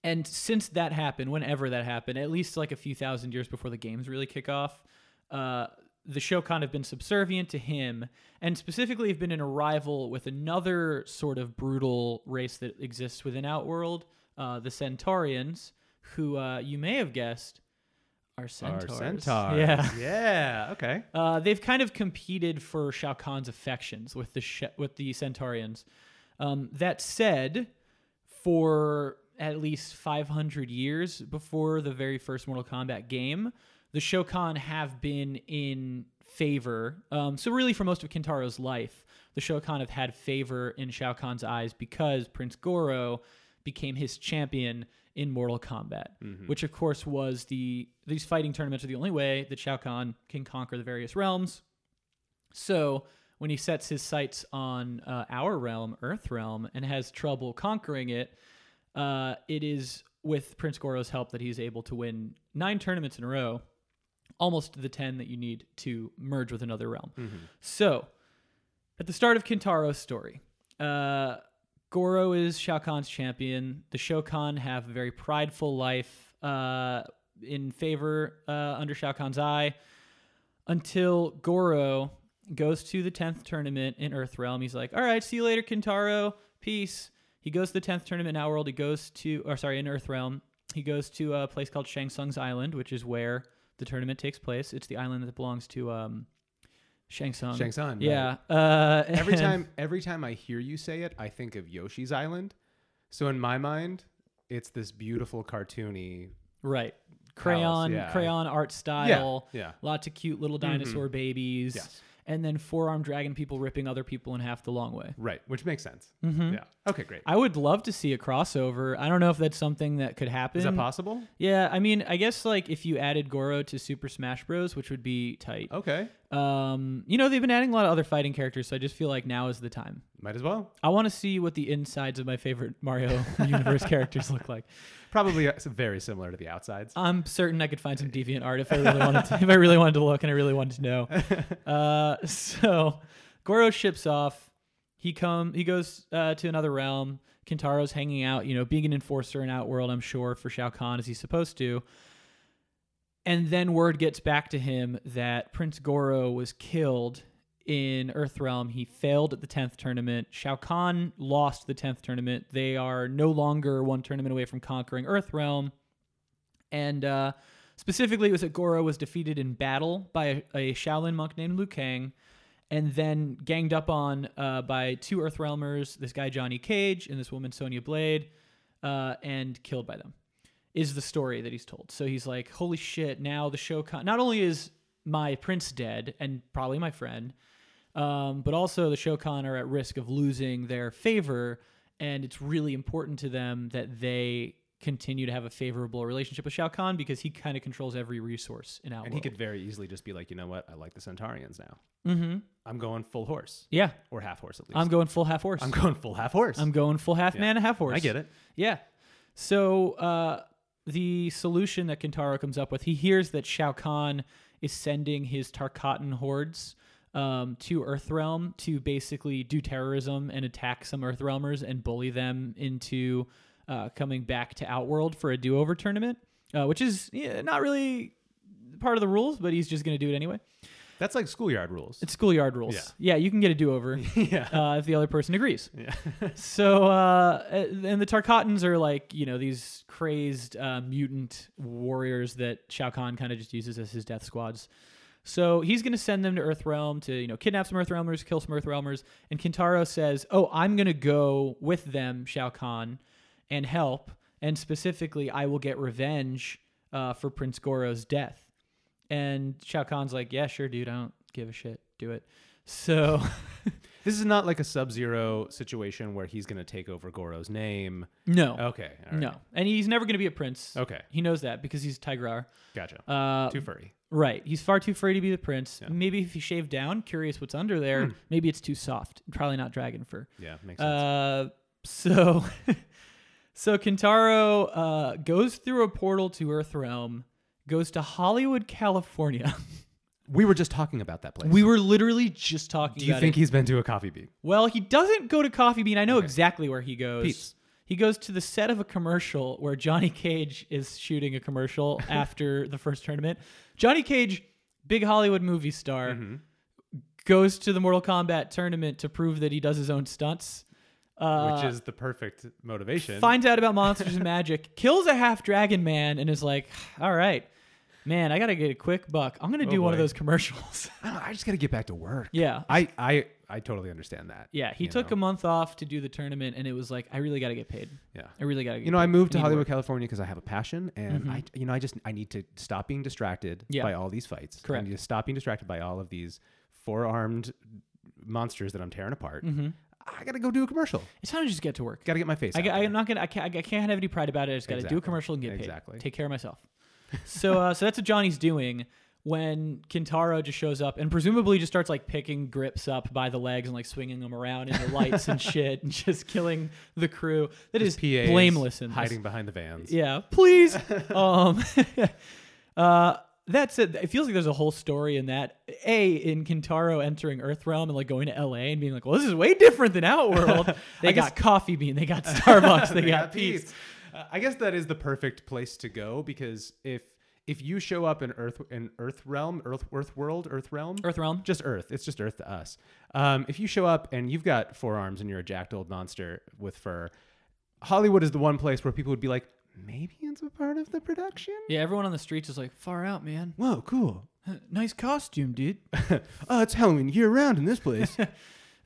[SPEAKER 2] and since that happened, whenever that happened, at least like a few thousand years before the games really kick off, uh, the Shokan have been subservient to him, and specifically have been in a rival with another sort of brutal race that exists within Outworld, uh, the Centaurians, who uh, you may have guessed are
[SPEAKER 3] Our
[SPEAKER 2] centaurs.
[SPEAKER 3] centaurs.
[SPEAKER 2] Yeah.
[SPEAKER 3] Yeah. Okay.
[SPEAKER 2] Uh, they've kind of competed for Shao Kahn's affections with the Sh- with the Centaurians. Um, that said, for at least 500 years before the very first Mortal Kombat game, the Shokan have been in favor. Um, so really, for most of Kintaro's life, the Shokan have had favor in Shao Kahn's eyes because Prince Goro became his champion in Mortal Kombat, which of course was the these fighting tournaments are the only way that Shao Kahn can conquer the various realms. So when he sets his sights on uh, our realm, Earth realm, and has trouble conquering it, uh, it is with Prince Goro's help that he's able to win nine tournaments in a row, almost the ten that you need to merge with another realm. So at the start of Kintaro's story, uh, Goro is Shao Kahn's champion. The Shokan have a very prideful life. Uh, in favor uh, under Shao Kahn's eye until Goro goes to the 10th tournament in Earthrealm. He's like, all right, see you later, Kintaro. Peace. He goes to the 10th tournament in Outworld. He goes to, or sorry, in Earthrealm. He goes to a place called Shang Tsung's Island, which is where the tournament takes place. It's the island that belongs to um, Shang Tsung.
[SPEAKER 3] Shang Tsung, right.
[SPEAKER 2] Yeah. Uh,
[SPEAKER 3] Every
[SPEAKER 2] and-
[SPEAKER 3] time, every time I hear you say it, I think of Yoshi's Island. So in my mind, it's this beautiful cartoony.
[SPEAKER 2] Right. Crayon,
[SPEAKER 3] yeah.
[SPEAKER 2] crayon art style.
[SPEAKER 3] yeah. Mm-hmm.
[SPEAKER 2] Lots of cute little dinosaur babies.
[SPEAKER 3] Yes.
[SPEAKER 2] And then forearm dragon people ripping other people in half the long way.
[SPEAKER 3] Right, which makes sense. Yeah. Okay, great.
[SPEAKER 2] Mm-hmm. I would love to see a crossover. I don't know if that's something that could happen.
[SPEAKER 3] Is that possible?
[SPEAKER 2] Yeah, I mean, I guess like if you added Goro to Super Smash Bros, which would be tight.
[SPEAKER 3] Okay,
[SPEAKER 2] Um, you know, they've been adding a lot of other fighting characters, so I just feel like now is the time.
[SPEAKER 3] might as well.
[SPEAKER 2] I want to see what the insides of my favorite Mario universe characters look like.
[SPEAKER 3] Probably uh, s- very similar to the outsides.
[SPEAKER 2] I'm certain I could find some deviant art if I really wanted to, if I really wanted to look and I really wanted to know. Uh, so Goro ships off. He come he goes uh, to another realm. Kintaro's hanging out, you know, being an enforcer in Outworld, I'm sure, for Shao Kahn as he's supposed to. And then word gets back to him that Prince Goro was killed in Earthrealm. He failed at the 10th tournament. Shao Kahn lost the 10th tournament. They are no longer one tournament away from conquering Earthrealm. And uh, specifically, it was that Goro was defeated in battle by a, a Shaolin monk named Liu Kang, and then ganged up on uh, by two Earthrealmers, this guy Johnny Cage and this woman Sonya Blade, uh, and killed by them. Is the story that he's told. So he's like, "Holy shit! Now the show. Con- not only is my prince dead, and probably my friend." um, but also the Shokan are at risk of losing their favor, and it's really important to them that they continue to have a favorable relationship with Shao Kahn because he kind of controls every resource in Outworld.
[SPEAKER 3] And he could very easily just be like, you know what? I like the Centaurians now.
[SPEAKER 2] mm-hmm.
[SPEAKER 3] I'm going full horse
[SPEAKER 2] yeah,
[SPEAKER 3] or half horse at least.
[SPEAKER 2] I'm going full half horse.
[SPEAKER 3] I'm going full half horse.
[SPEAKER 2] I'm going full half man, half horse.
[SPEAKER 3] I get it.
[SPEAKER 2] Yeah. So uh, the solution that Kintaro comes up with, he hears that Shao Kahn is sending his Tarkatan hordes um, to Earthrealm to basically do terrorism and attack some Earthrealmers and bully them into uh, coming back to Outworld for a do-over tournament, uh, which is yeah, not really part of the rules, but he's just going to do it anyway.
[SPEAKER 3] That's like schoolyard rules.
[SPEAKER 2] It's schoolyard rules. Yeah, you can get a do-over
[SPEAKER 3] yeah.
[SPEAKER 2] uh, if the other person agrees. so, uh, and the Tarkatans are like, you know, these crazed uh, mutant warriors that Shao Kahn kind of just uses as his death squads. So he's going to send them to Earthrealm to, you know, kidnap some Earthrealmers, kill some Earthrealmers. And Kintaro says, oh, I'm going to go with them, Shao Kahn, and help. And specifically, I will get revenge uh, for Prince Goro's death. And Shao Kahn's like, yeah, sure, dude. I don't give a shit. Do it. So,
[SPEAKER 3] This is not like a Sub Zero situation where he's going to take over Goro's name.
[SPEAKER 2] no.
[SPEAKER 3] Okay. all right.
[SPEAKER 2] No, and he's never going to be a prince.
[SPEAKER 3] Okay.
[SPEAKER 2] He knows that because he's Tigrar.
[SPEAKER 3] Gotcha.
[SPEAKER 2] Uh,
[SPEAKER 3] Too furry.
[SPEAKER 2] right. He's far too furry to be the prince. Maybe if he shaved down, curious what's under there. Maybe it's too soft. Probably not dragon fur.
[SPEAKER 3] Yeah, Hmm. makes sense.
[SPEAKER 2] Uh, so, so Kintaro uh, goes through a portal to Earthrealm, goes to Hollywood, California.
[SPEAKER 3] we were just talking about that place.
[SPEAKER 2] we were literally just talking.
[SPEAKER 3] Do you
[SPEAKER 2] about
[SPEAKER 3] think
[SPEAKER 2] it.
[SPEAKER 3] he's been to a coffee bean?
[SPEAKER 2] Well, he doesn't go to Coffee Bean. I know exactly where he goes.
[SPEAKER 3] Pete's.
[SPEAKER 2] He goes to the set of a commercial where Johnny Cage is shooting a commercial after the first tournament. Johnny Cage, big Hollywood movie star,
[SPEAKER 3] Mm-hmm.
[SPEAKER 2] goes to the Mortal Kombat tournament to prove that he does his own stunts. Uh,
[SPEAKER 3] Which is the perfect motivation.
[SPEAKER 2] finds out about monsters and magic, kills a half dragon man, and is like, "All right, man, I gotta get a quick buck. I'm gonna do one of
[SPEAKER 3] Oh, boy.
[SPEAKER 2] those commercials."
[SPEAKER 3] I, don't know, I just got to get back to work.
[SPEAKER 2] yeah,
[SPEAKER 3] I, I, I totally understand that.
[SPEAKER 2] Yeah, he
[SPEAKER 3] you
[SPEAKER 2] took
[SPEAKER 3] know?
[SPEAKER 2] a month off to do the tournament, and it was like, I really got to get paid.
[SPEAKER 3] Yeah.
[SPEAKER 2] I really got to.
[SPEAKER 3] You know, I moved to
[SPEAKER 2] Need to
[SPEAKER 3] Hollywood,
[SPEAKER 2] work. Mm-hmm.
[SPEAKER 3] California because I have a passion, and I, you know, I just I need to stop being distracted
[SPEAKER 2] Yeah.
[SPEAKER 3] by all these fights.
[SPEAKER 2] Correct.
[SPEAKER 3] I need to stop being distracted by all of these four armed monsters that I'm tearing apart. I gotta go do a commercial.
[SPEAKER 2] it's time to just get to work.
[SPEAKER 3] Gotta get my face.
[SPEAKER 2] Mm-hmm. I,
[SPEAKER 3] out there.
[SPEAKER 2] am not gonna. I can't. I can't have any pride about it. I just got to do
[SPEAKER 3] Exactly.
[SPEAKER 2] a commercial and get paid.
[SPEAKER 3] Exactly.
[SPEAKER 2] Take care of myself. So, uh, so that's what Johnny's doing when Kintaro just shows up and presumably just starts like picking grips up by the legs and like swinging them around in the lights and shit and just killing the crew. That is
[SPEAKER 3] PAs
[SPEAKER 2] blameless in this.
[SPEAKER 3] hiding behind the vans.
[SPEAKER 2] Yeah, please. um, uh, that's it. It feels like there's a whole story in that. A in Kintaro entering Earthrealm and like going to L.A. and being like, "Well, this is way different than Outworld. They got Coffee Bean, they got Starbucks, they, got, Peace."
[SPEAKER 3] Uh, I guess that is the perfect place to go because if if you show up in Earth in Earth realm, Earth Earth world, Earth realm,
[SPEAKER 2] Earthrealm.
[SPEAKER 3] just Earth. It's just Earth to us. Um, if you show up and you've got four arms and you're a jacked old monster with fur, Hollywood is the one place where people would be like, maybe it's a part of the production.
[SPEAKER 2] Yeah, everyone on the streets is like, far out, man.
[SPEAKER 3] Whoa, cool.
[SPEAKER 2] Nice costume, dude.
[SPEAKER 3] Oh, it's Halloween year round in this place.
[SPEAKER 2] Uh,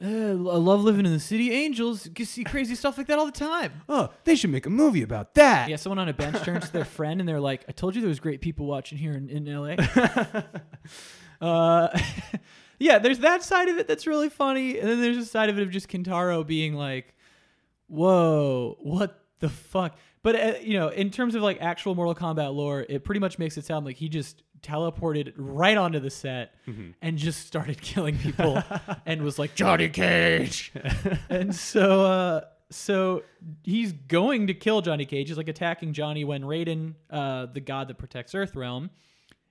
[SPEAKER 2] I love living in the city. Angels you see crazy stuff like that all the time.
[SPEAKER 3] oh, they should make a movie about that.
[SPEAKER 2] Yeah, someone on a bench turns to their friend and they're like, I told you there was great people watching here in, in LA. uh, yeah, there's that side of it that's really funny. And then there's a side of it of just Kintaro being like, whoa, what the fuck? But, uh, you know, in terms of like actual Mortal Kombat lore, it pretty much makes it sound like he just teleported right onto the set and just started killing people and was like, Johnny Cage. and so, uh, so he's going to kill Johnny Cage. He's like attacking Johnny when Raiden, uh, the god that protects Earthrealm,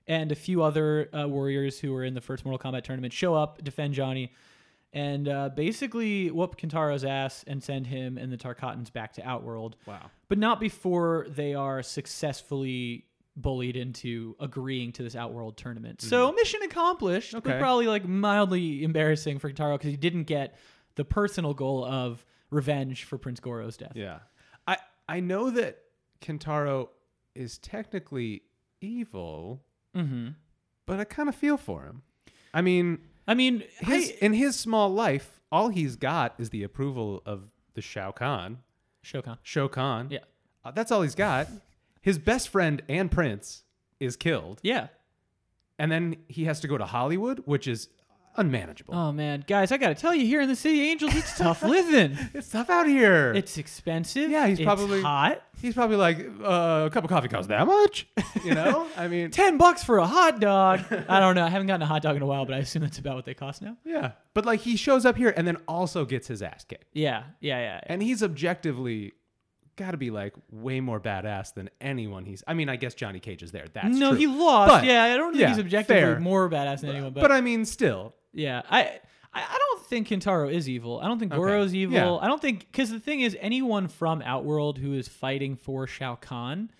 [SPEAKER 2] and a few other uh, warriors who were in the first Mortal Kombat tournament show up, defend Johnny, and uh, basically whoop Kintaro's ass and send him and the Tarkatans back to Outworld.
[SPEAKER 3] Wow.
[SPEAKER 2] But not before they are successfully bullied into agreeing to this Outworld tournament. So mission accomplished, but
[SPEAKER 3] Okay.
[SPEAKER 2] probably like mildly embarrassing for Kintaro because he didn't get the personal goal of revenge for Prince Goro's death.
[SPEAKER 3] Yeah. I I know that Kentaro is technically evil, Mm-hmm.
[SPEAKER 2] hmm
[SPEAKER 3] but I kind of feel for him. I mean,
[SPEAKER 2] I mean,
[SPEAKER 3] his,
[SPEAKER 2] hey,
[SPEAKER 3] in his small life, all he's got is the approval of the Shao Kahn.
[SPEAKER 2] Shokan.
[SPEAKER 3] Shao Kahn.
[SPEAKER 2] Yeah.
[SPEAKER 3] Uh, that's all he's got. His best friend and prince is killed,
[SPEAKER 2] Yeah.
[SPEAKER 3] and then he has to go to Hollywood, which is unmanageable.
[SPEAKER 2] Oh man, guys, I gotta tell you, here in the City Angels, it's tough living.
[SPEAKER 3] It's tough out here.
[SPEAKER 2] It's expensive.
[SPEAKER 3] Yeah, he's
[SPEAKER 2] it's
[SPEAKER 3] probably-
[SPEAKER 2] hot.
[SPEAKER 3] he's probably like uh, a cup of coffee costs that much, you know? I mean,
[SPEAKER 2] Ten bucks for a hot dog. I don't know. I haven't gotten a hot dog in a while, but I assume that's about what they cost now.
[SPEAKER 3] Yeah. But like he shows up here and then also gets his ass kicked.
[SPEAKER 2] Yeah, yeah, yeah. yeah.
[SPEAKER 3] And he's objectively got to be like way more badass than anyone he's I mean, I guess Johnny Cage is there. That's
[SPEAKER 2] no,
[SPEAKER 3] true.
[SPEAKER 2] he lost.
[SPEAKER 3] But-
[SPEAKER 2] yeah, I don't think
[SPEAKER 3] yeah,
[SPEAKER 2] he's objectively
[SPEAKER 3] fair.
[SPEAKER 2] more badass than anyone,
[SPEAKER 3] but,
[SPEAKER 2] but,
[SPEAKER 3] I mean still.
[SPEAKER 2] yeah, I. I I don't think Kintaro is evil. I don't think Goro's evil.
[SPEAKER 3] yeah.
[SPEAKER 2] I don't think because the thing is, anyone from Outworld who is fighting for Shao Kahn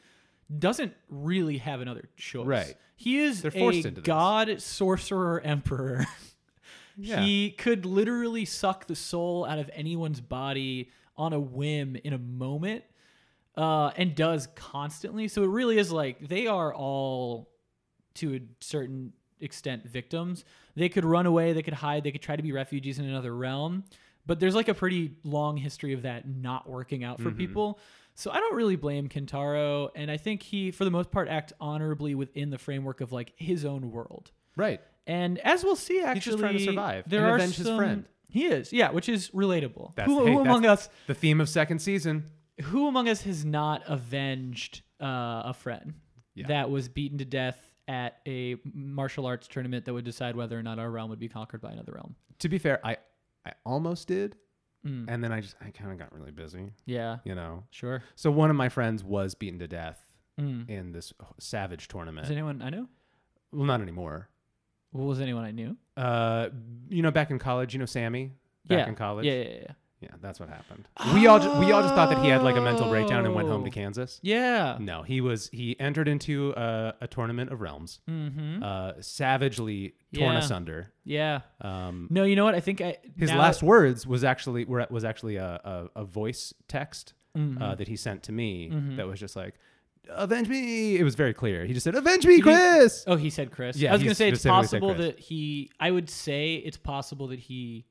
[SPEAKER 2] doesn't really have another choice.
[SPEAKER 3] Right.
[SPEAKER 2] He is
[SPEAKER 3] They're forced
[SPEAKER 2] a
[SPEAKER 3] into this.
[SPEAKER 2] god, sorcerer, emperor.
[SPEAKER 3] Yeah.
[SPEAKER 2] He could literally suck the soul out of anyone's body on a whim in a moment, uh, and does constantly. So it really is like they are all, to a certain extent, victims. They could run away, they could hide, they could try to be refugees in another realm. But there's like a pretty long history of that not working out for people. So I don't really blame Kentaro, and I think he, for the most part, acts honorably within the framework of like his own world.
[SPEAKER 3] Right.
[SPEAKER 2] And as we'll see, actually,
[SPEAKER 3] just trying to survive
[SPEAKER 2] There
[SPEAKER 3] and
[SPEAKER 2] are
[SPEAKER 3] avenge his
[SPEAKER 2] some-
[SPEAKER 3] friend.
[SPEAKER 2] He is, yeah, which is relatable.
[SPEAKER 3] That's,
[SPEAKER 2] who
[SPEAKER 3] hey,
[SPEAKER 2] who
[SPEAKER 3] that's
[SPEAKER 2] among us?
[SPEAKER 3] The theme of second season.
[SPEAKER 2] Who among us has not avenged uh, a friend
[SPEAKER 3] Yeah.
[SPEAKER 2] that was beaten to death at a martial arts tournament that would decide whether or not our realm would be conquered by another realm? Mm,
[SPEAKER 3] To be fair, I I almost did. And then I just I kind of got really busy,
[SPEAKER 2] Yeah,
[SPEAKER 3] you know.
[SPEAKER 2] sure.
[SPEAKER 3] So one of my friends was beaten to death
[SPEAKER 2] Mm.
[SPEAKER 3] in this savage tournament.
[SPEAKER 2] Is anyone I know?
[SPEAKER 3] well, not anymore.
[SPEAKER 2] Well, was anyone I knew?
[SPEAKER 3] Uh, you know, back in college, you know Sammy. Back
[SPEAKER 2] yeah.
[SPEAKER 3] in college.
[SPEAKER 2] Yeah, yeah, yeah, yeah.
[SPEAKER 3] Yeah, that's what happened. We all just, we all just thought that he had like a mental breakdown and went home
[SPEAKER 2] Oh.
[SPEAKER 3] to Kansas.
[SPEAKER 2] Yeah.
[SPEAKER 3] No, he was he entered into a, a tournament of realms,
[SPEAKER 2] Mm-hmm.
[SPEAKER 3] uh, savagely torn
[SPEAKER 2] Yeah.
[SPEAKER 3] asunder.
[SPEAKER 2] Yeah.
[SPEAKER 3] Um,
[SPEAKER 2] No, you know what? I think I
[SPEAKER 3] his
[SPEAKER 2] now-
[SPEAKER 3] last words was actually were was actually a, a, a voice text
[SPEAKER 2] Mm-hmm.
[SPEAKER 3] uh, that he sent to me that was just like, "Avenge me!" It was very clear. He just said, "Avenge
[SPEAKER 2] Did
[SPEAKER 3] me,
[SPEAKER 2] he-
[SPEAKER 3] Chris."
[SPEAKER 2] Oh, he said Chris.
[SPEAKER 3] Yeah,
[SPEAKER 2] I was
[SPEAKER 3] he
[SPEAKER 2] gonna say it's
[SPEAKER 3] specifically said
[SPEAKER 2] possible
[SPEAKER 3] Chris.
[SPEAKER 2] that he. I would say it's possible that he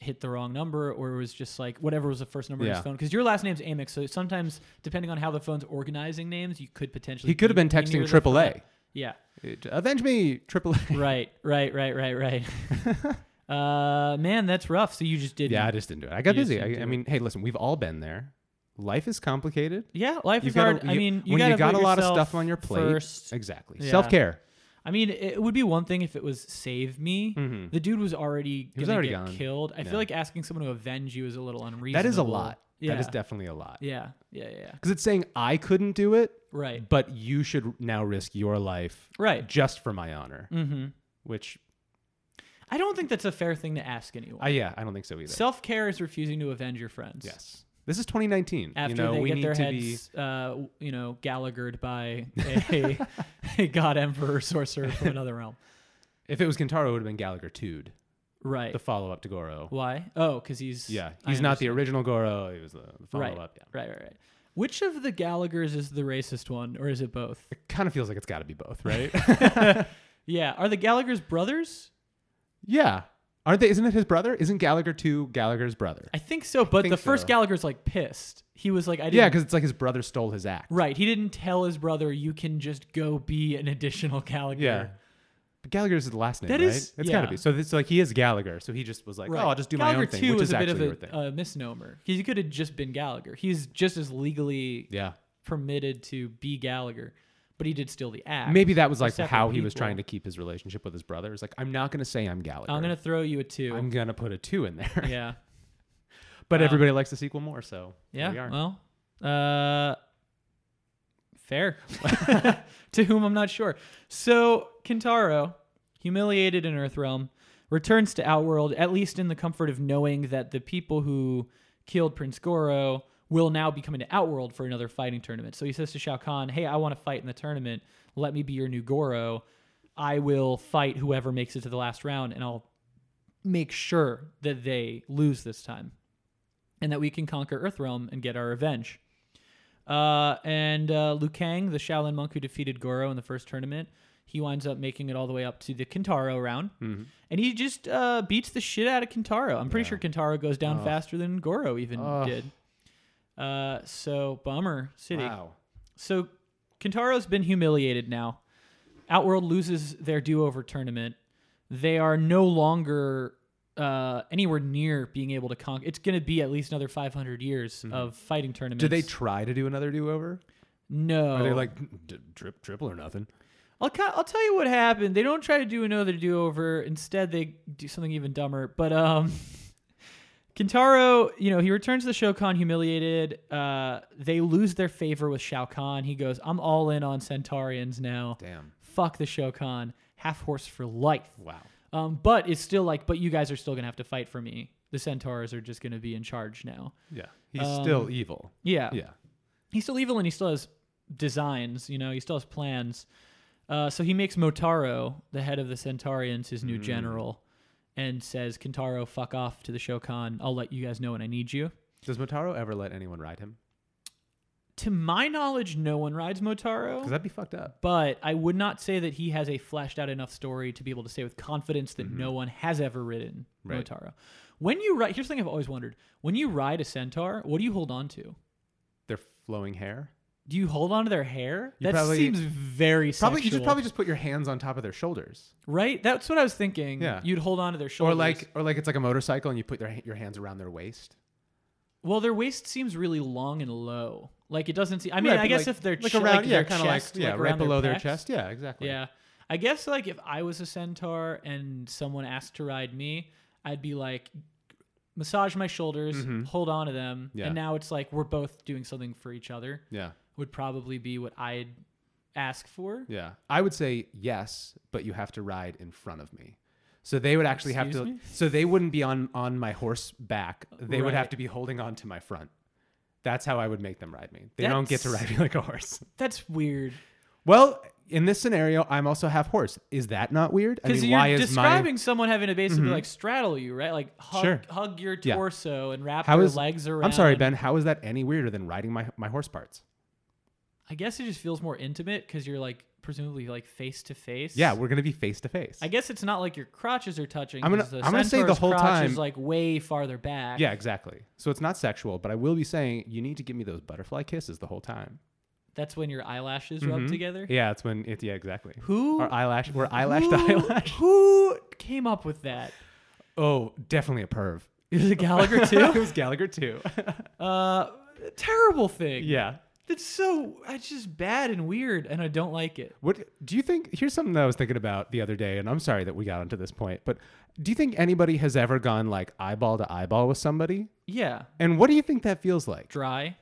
[SPEAKER 2] hit the wrong number, or it was just like whatever was the first number on
[SPEAKER 3] Yeah.
[SPEAKER 2] his phone. Because your last name's Amex, so sometimes depending on how the phone's organizing names, you could potentially.
[SPEAKER 3] he could have
[SPEAKER 2] be-
[SPEAKER 3] been
[SPEAKER 2] be near
[SPEAKER 3] texting
[SPEAKER 2] the
[SPEAKER 3] triple
[SPEAKER 2] front.
[SPEAKER 3] A.
[SPEAKER 2] Yeah.
[SPEAKER 3] Avenge me, triple A.
[SPEAKER 2] Right. Right. Right. Right. Right. uh, man, that's rough. So you just did.
[SPEAKER 3] Yeah, I just didn't do it. I got
[SPEAKER 2] You just
[SPEAKER 3] busy.
[SPEAKER 2] didn't
[SPEAKER 3] I,
[SPEAKER 2] do
[SPEAKER 3] I
[SPEAKER 2] it.
[SPEAKER 3] mean, hey, listen, we've all been there. Life is complicated.
[SPEAKER 2] Yeah, life is
[SPEAKER 3] gotta-
[SPEAKER 2] hard. I mean, you
[SPEAKER 3] when
[SPEAKER 2] gotta
[SPEAKER 3] you got
[SPEAKER 2] put
[SPEAKER 3] a lot of
[SPEAKER 2] yourself
[SPEAKER 3] stuff on your plate,
[SPEAKER 2] first.
[SPEAKER 3] exactly.
[SPEAKER 2] Yeah.
[SPEAKER 3] Self care.
[SPEAKER 2] I mean, it would be one thing if it was save me. The dude was already
[SPEAKER 3] Mm-hmm. was
[SPEAKER 2] gonna
[SPEAKER 3] already
[SPEAKER 2] get
[SPEAKER 3] gone.
[SPEAKER 2] killed. I feel
[SPEAKER 3] Yeah.
[SPEAKER 2] like asking someone to avenge you is a little unreasonable.
[SPEAKER 3] That is a lot.
[SPEAKER 2] Yeah.
[SPEAKER 3] That is definitely a lot.
[SPEAKER 2] yeah. Yeah. Yeah. yeah.
[SPEAKER 3] Because it's saying I couldn't do it,
[SPEAKER 2] Right.
[SPEAKER 3] but you should now risk your life,
[SPEAKER 2] Right.
[SPEAKER 3] just for my honor.
[SPEAKER 2] Mm-hmm.
[SPEAKER 3] Which,
[SPEAKER 2] I don't think that's a fair thing to ask anyone.
[SPEAKER 3] I yeah, I don't think so either.
[SPEAKER 2] Self care is refusing to avenge your friends.
[SPEAKER 3] yes, this is 2019.
[SPEAKER 2] After
[SPEAKER 3] you know,
[SPEAKER 2] they
[SPEAKER 3] we
[SPEAKER 2] get
[SPEAKER 3] need
[SPEAKER 2] their
[SPEAKER 3] to
[SPEAKER 2] heads, uh, you know, Gallaghered by a a god emperor sorcerer from another realm.
[SPEAKER 3] If it was Kintaro, it would have been Gallagher Tude,
[SPEAKER 2] Right.
[SPEAKER 3] the follow up to Goro.
[SPEAKER 2] Why? Oh, because he's
[SPEAKER 3] yeah,
[SPEAKER 2] I
[SPEAKER 3] he's not the
[SPEAKER 2] understand.
[SPEAKER 3] original Goro. He was the follow
[SPEAKER 2] right.
[SPEAKER 3] up. Yeah,
[SPEAKER 2] Right, right, right. Which of the Gallagher's is the racist one, or is it both?
[SPEAKER 3] it kind of feels like it's got to be both, right?
[SPEAKER 2] Yeah. Are the Gallagher's brothers?
[SPEAKER 3] yeah, aren't they? Isn't it his brother? Isn't Gallagher two Gallagher's brother?
[SPEAKER 2] I think so, but
[SPEAKER 3] think
[SPEAKER 2] the first
[SPEAKER 3] so.
[SPEAKER 2] Gallagher's like pissed. He was like, I didn't.
[SPEAKER 3] Yeah, because it's like his brother stole his act.
[SPEAKER 2] Right. He didn't tell his brother, you can just go be an additional Gallagher.
[SPEAKER 3] Yeah. But Gallagher's is the last name,
[SPEAKER 2] That
[SPEAKER 3] right?
[SPEAKER 2] is-
[SPEAKER 3] it's got to
[SPEAKER 2] yeah.
[SPEAKER 3] be. So it's like he is Gallagher. So he just was like,
[SPEAKER 2] Right.
[SPEAKER 3] oh, I'll just do
[SPEAKER 2] Gallagher
[SPEAKER 3] my own thing,
[SPEAKER 2] too
[SPEAKER 3] which
[SPEAKER 2] is,
[SPEAKER 3] is
[SPEAKER 2] a bit of
[SPEAKER 3] actually your thing.
[SPEAKER 2] a, a misnomer. He could have just been Gallagher. He's just as legally
[SPEAKER 3] yeah.
[SPEAKER 2] permitted to be Gallagher, but he did steal the act.
[SPEAKER 3] Maybe that was like
[SPEAKER 2] separate
[SPEAKER 3] how he was
[SPEAKER 2] people.
[SPEAKER 3] trying to keep his relationship with his brother. It's like I'm not going to say I'm Gallagher.
[SPEAKER 2] I'm gonna throw you a 2
[SPEAKER 3] I'm gonna put a two in there.
[SPEAKER 2] yeah.
[SPEAKER 3] but
[SPEAKER 2] Wow.
[SPEAKER 3] everybody likes the sequel more, so here we
[SPEAKER 2] Yeah.
[SPEAKER 3] are.
[SPEAKER 2] Well, uh, fair. to whom I'm not sure. So Kintaro, humiliated in Earthrealm, returns to Outworld, at least in the comfort of knowing that the people who killed Prince Goro will now be coming to Outworld for another fighting tournament. So he says to Shao Kahn, "Hey, I want to fight in the tournament. Let me be your new Goro. I will fight whoever makes it to the last round, and I'll." Make sure that they lose this time and that we can conquer Earthrealm and get our revenge. Uh, and uh, Liu Kang, the Shaolin monk who defeated Goro in the first tournament, he winds up making it all the way up to the Kintaro round,
[SPEAKER 3] Mm-hmm.
[SPEAKER 2] and he just uh, beats the shit out of Kintaro. I'm pretty sure Kintaro goes down faster than Goro even
[SPEAKER 3] Ugh.
[SPEAKER 2] did. Uh, so bummer city.
[SPEAKER 3] Wow.
[SPEAKER 2] So Kintaro's been humiliated now. Outworld loses their do-over tournament. They are no longer uh, anywhere near being able to conquer. It's going to be at least another 500 years of fighting tournaments.
[SPEAKER 3] Did they try to Mm-hmm. do another do over?
[SPEAKER 2] no.
[SPEAKER 3] Are they like d- drip triple or nothing?
[SPEAKER 2] I'll ki- I'll tell you what happened. They don't try to do another do-over. Instead, they do something even dumber. But um, Kintaro, you know, he returns to the Shokan humiliated. Uh, they lose their favor with Shao Kahn. He goes, "I'm all in on Centaurians now."
[SPEAKER 3] Damn.
[SPEAKER 2] fuck the Shokan, half horse for life.
[SPEAKER 3] Wow.
[SPEAKER 2] Um, but it's still like, but you guys are still gonna have to fight for me. The centaurs are just gonna be in charge now.
[SPEAKER 3] Yeah. He's
[SPEAKER 2] Um,
[SPEAKER 3] still evil.
[SPEAKER 2] Yeah.
[SPEAKER 3] Yeah.
[SPEAKER 2] He's still evil and he still has designs, you know, he still has plans. Uh, so he makes Motaro, the head of the Centaurians, his
[SPEAKER 3] Mm.
[SPEAKER 2] new general, and says, Kintaro, fuck off to the Shokan. I'll let you guys know when I need you.
[SPEAKER 3] Does Motaro ever let anyone ride him?
[SPEAKER 2] To my knowledge, no one rides Motaro.
[SPEAKER 3] Because that'd be fucked up.
[SPEAKER 2] but I would not say that he has a fleshed out enough story to be able to say with confidence that no one has ever ridden
[SPEAKER 3] Mm-hmm. Right.
[SPEAKER 2] Motaro. When you ride, here's the thing I've always wondered: when you ride a centaur, what do you hold on to?
[SPEAKER 3] Their flowing hair.
[SPEAKER 2] Do you hold on to their hair?
[SPEAKER 3] You
[SPEAKER 2] that
[SPEAKER 3] probably-
[SPEAKER 2] seems very
[SPEAKER 3] Probably you
[SPEAKER 2] sexual,
[SPEAKER 3] should probably just put your hands on top of their shoulders,
[SPEAKER 2] right. That's what I was thinking.
[SPEAKER 3] Yeah.
[SPEAKER 2] you'd hold on to their shoulders,
[SPEAKER 3] or like, or like it's like a motorcycle, and you put their, your hands around their waist.
[SPEAKER 2] well, their waist seems really long and low. Like it doesn't seem. I mean,
[SPEAKER 3] Right,
[SPEAKER 2] I
[SPEAKER 3] but
[SPEAKER 2] guess
[SPEAKER 3] like-
[SPEAKER 2] if they're
[SPEAKER 3] like
[SPEAKER 2] ch-
[SPEAKER 3] around,
[SPEAKER 2] like
[SPEAKER 3] yeah,
[SPEAKER 2] their
[SPEAKER 3] kind of like,
[SPEAKER 2] chest,
[SPEAKER 3] yeah,
[SPEAKER 2] like,
[SPEAKER 3] right
[SPEAKER 2] around
[SPEAKER 3] below their
[SPEAKER 2] pecs.
[SPEAKER 3] chest. Yeah, exactly.
[SPEAKER 2] Yeah. I guess like if I was a centaur and someone asked to ride me, I'd be like massage my shoulders, hold on to them.
[SPEAKER 3] Mm-hmm. Yeah.
[SPEAKER 2] And now it's like we're both doing something for each other.
[SPEAKER 3] yeah,
[SPEAKER 2] Would probably be what I'd ask for.
[SPEAKER 3] yeah. I would say yes, but you have to ride in front of me. So they would actually have
[SPEAKER 2] Excuse
[SPEAKER 3] to.
[SPEAKER 2] me?
[SPEAKER 3] So they wouldn't be on on my horse back. They would
[SPEAKER 2] Right.
[SPEAKER 3] have to be holding on to my front. That's how I would make them ride me. They don't get to
[SPEAKER 2] That's-
[SPEAKER 3] ride me like a horse.
[SPEAKER 2] That's weird.
[SPEAKER 3] Well, in this scenario, I'm also half horse. Is that not weird? I
[SPEAKER 2] Because
[SPEAKER 3] mean,
[SPEAKER 2] you're
[SPEAKER 3] why is my
[SPEAKER 2] describing someone having to basically like straddle you, right? Like hug,
[SPEAKER 3] Sure.
[SPEAKER 2] hug your
[SPEAKER 3] Yeah.
[SPEAKER 2] torso and wrap
[SPEAKER 3] how
[SPEAKER 2] your
[SPEAKER 3] is
[SPEAKER 2] legs around.
[SPEAKER 3] I'm sorry, Ben. How is that any weirder than riding my my horse parts?
[SPEAKER 2] I guess it just feels more intimate because you're like presumably like face to face.
[SPEAKER 3] Yeah, we're gonna be face to face.
[SPEAKER 2] I guess it's not like your crotches are touching.
[SPEAKER 3] I'm gonna-
[SPEAKER 2] 'cause the
[SPEAKER 3] I'm gonna say the
[SPEAKER 2] centaur's
[SPEAKER 3] whole
[SPEAKER 2] crotch is
[SPEAKER 3] time-
[SPEAKER 2] like way farther back.
[SPEAKER 3] Yeah, exactly. So it's not sexual, but I will be saying you need to give me those butterfly kisses the whole time.
[SPEAKER 2] that's when your eyelashes rub together.
[SPEAKER 3] Mm-hmm. Yeah, it's when it's yeah, exactly.
[SPEAKER 2] Who?
[SPEAKER 3] Or eyelash we're eyelash to
[SPEAKER 2] who-
[SPEAKER 3] eyelash.
[SPEAKER 2] Who came up with that?
[SPEAKER 3] Oh, definitely a perv.
[SPEAKER 2] Is it Gallagher
[SPEAKER 3] it
[SPEAKER 2] too?
[SPEAKER 3] was Gallagher too.
[SPEAKER 2] uh, terrible thing.
[SPEAKER 3] yeah.
[SPEAKER 2] That's so. uh, It's just bad and weird, and I don't like it.
[SPEAKER 3] What do you think? Here's something that I was thinking about the other day, and I'm sorry that we got onto this point, but do you think anybody has ever gone like eyeball to eyeball with somebody?
[SPEAKER 2] Yeah.
[SPEAKER 3] And what do you think that feels like?
[SPEAKER 2] Dry.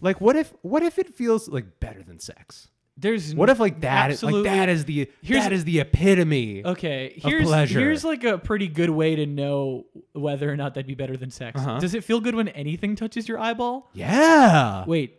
[SPEAKER 3] Like, what if what if it feels like better than sex?
[SPEAKER 2] There's.
[SPEAKER 3] What if like that is
[SPEAKER 2] absolutely.
[SPEAKER 3] like that is the
[SPEAKER 2] Here's-
[SPEAKER 3] that is the epitome?
[SPEAKER 2] Okay, here's
[SPEAKER 3] pleasure.
[SPEAKER 2] here's like a pretty good way to know whether or not that'd be better than sex.
[SPEAKER 3] Uh-huh.
[SPEAKER 2] Does it feel good when anything touches your eyeball?
[SPEAKER 3] Yeah.
[SPEAKER 2] Wait,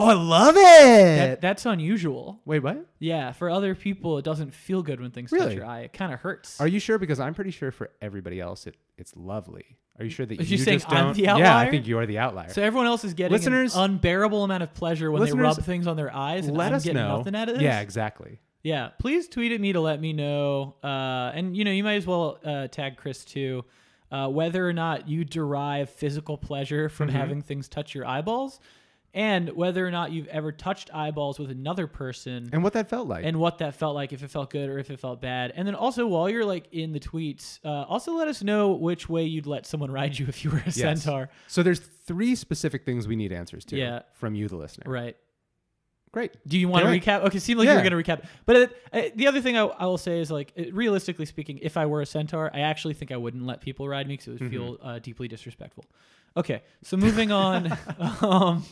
[SPEAKER 4] Oh, I love it.
[SPEAKER 2] That, that's unusual.
[SPEAKER 3] Wait, what?
[SPEAKER 2] Yeah, for other people, it doesn't feel good when things touch
[SPEAKER 3] Really?
[SPEAKER 2] your eye. It kind of hurts.
[SPEAKER 3] Are you sure? Because I'm pretty sure for everybody else, it, it's lovely. Are you sure that
[SPEAKER 2] Are you
[SPEAKER 3] you
[SPEAKER 2] saying
[SPEAKER 3] just
[SPEAKER 2] I'm
[SPEAKER 3] don't?
[SPEAKER 2] the
[SPEAKER 3] Yeah, I
[SPEAKER 2] outlier?
[SPEAKER 3] think you are the outlier.
[SPEAKER 2] so everyone else is getting
[SPEAKER 3] Listeners-
[SPEAKER 2] an unbearable amount of pleasure when they
[SPEAKER 3] Listeners,
[SPEAKER 2] rub things on their eyes, and
[SPEAKER 3] Let
[SPEAKER 2] I'm
[SPEAKER 3] us
[SPEAKER 2] getting
[SPEAKER 3] know.
[SPEAKER 2] nothing out of this.
[SPEAKER 3] Yeah, exactly.
[SPEAKER 2] Yeah, please tweet at me to let me know. Uh, and you know, you might as well uh, tag Chris too. Uh, whether or not you derive physical pleasure from
[SPEAKER 3] Mm-hmm.
[SPEAKER 2] having things touch your eyeballs, and whether or not you've ever touched eyeballs with another person,
[SPEAKER 3] And what that felt like.
[SPEAKER 2] and what that felt like, if it felt good or if it felt bad. And then also, while you're like in the tweets, uh, also let us know which way you'd let someone ride you if you were a
[SPEAKER 3] Yes.
[SPEAKER 2] centaur.
[SPEAKER 3] So there's three specific things we need answers to
[SPEAKER 2] Yeah.
[SPEAKER 3] from you, the listener.
[SPEAKER 2] Right.
[SPEAKER 3] Great.
[SPEAKER 2] Do you want to
[SPEAKER 3] Great.
[SPEAKER 2] recap? Okay, seemed like you
[SPEAKER 3] Yeah.
[SPEAKER 2] were going to recap. But it, uh, the other thing I, I will say is like, it, realistically speaking, if I were a centaur, I actually think I wouldn't let people ride me because it
[SPEAKER 3] Mm-hmm.
[SPEAKER 2] would feel uh, deeply disrespectful. Okay, so moving on. um,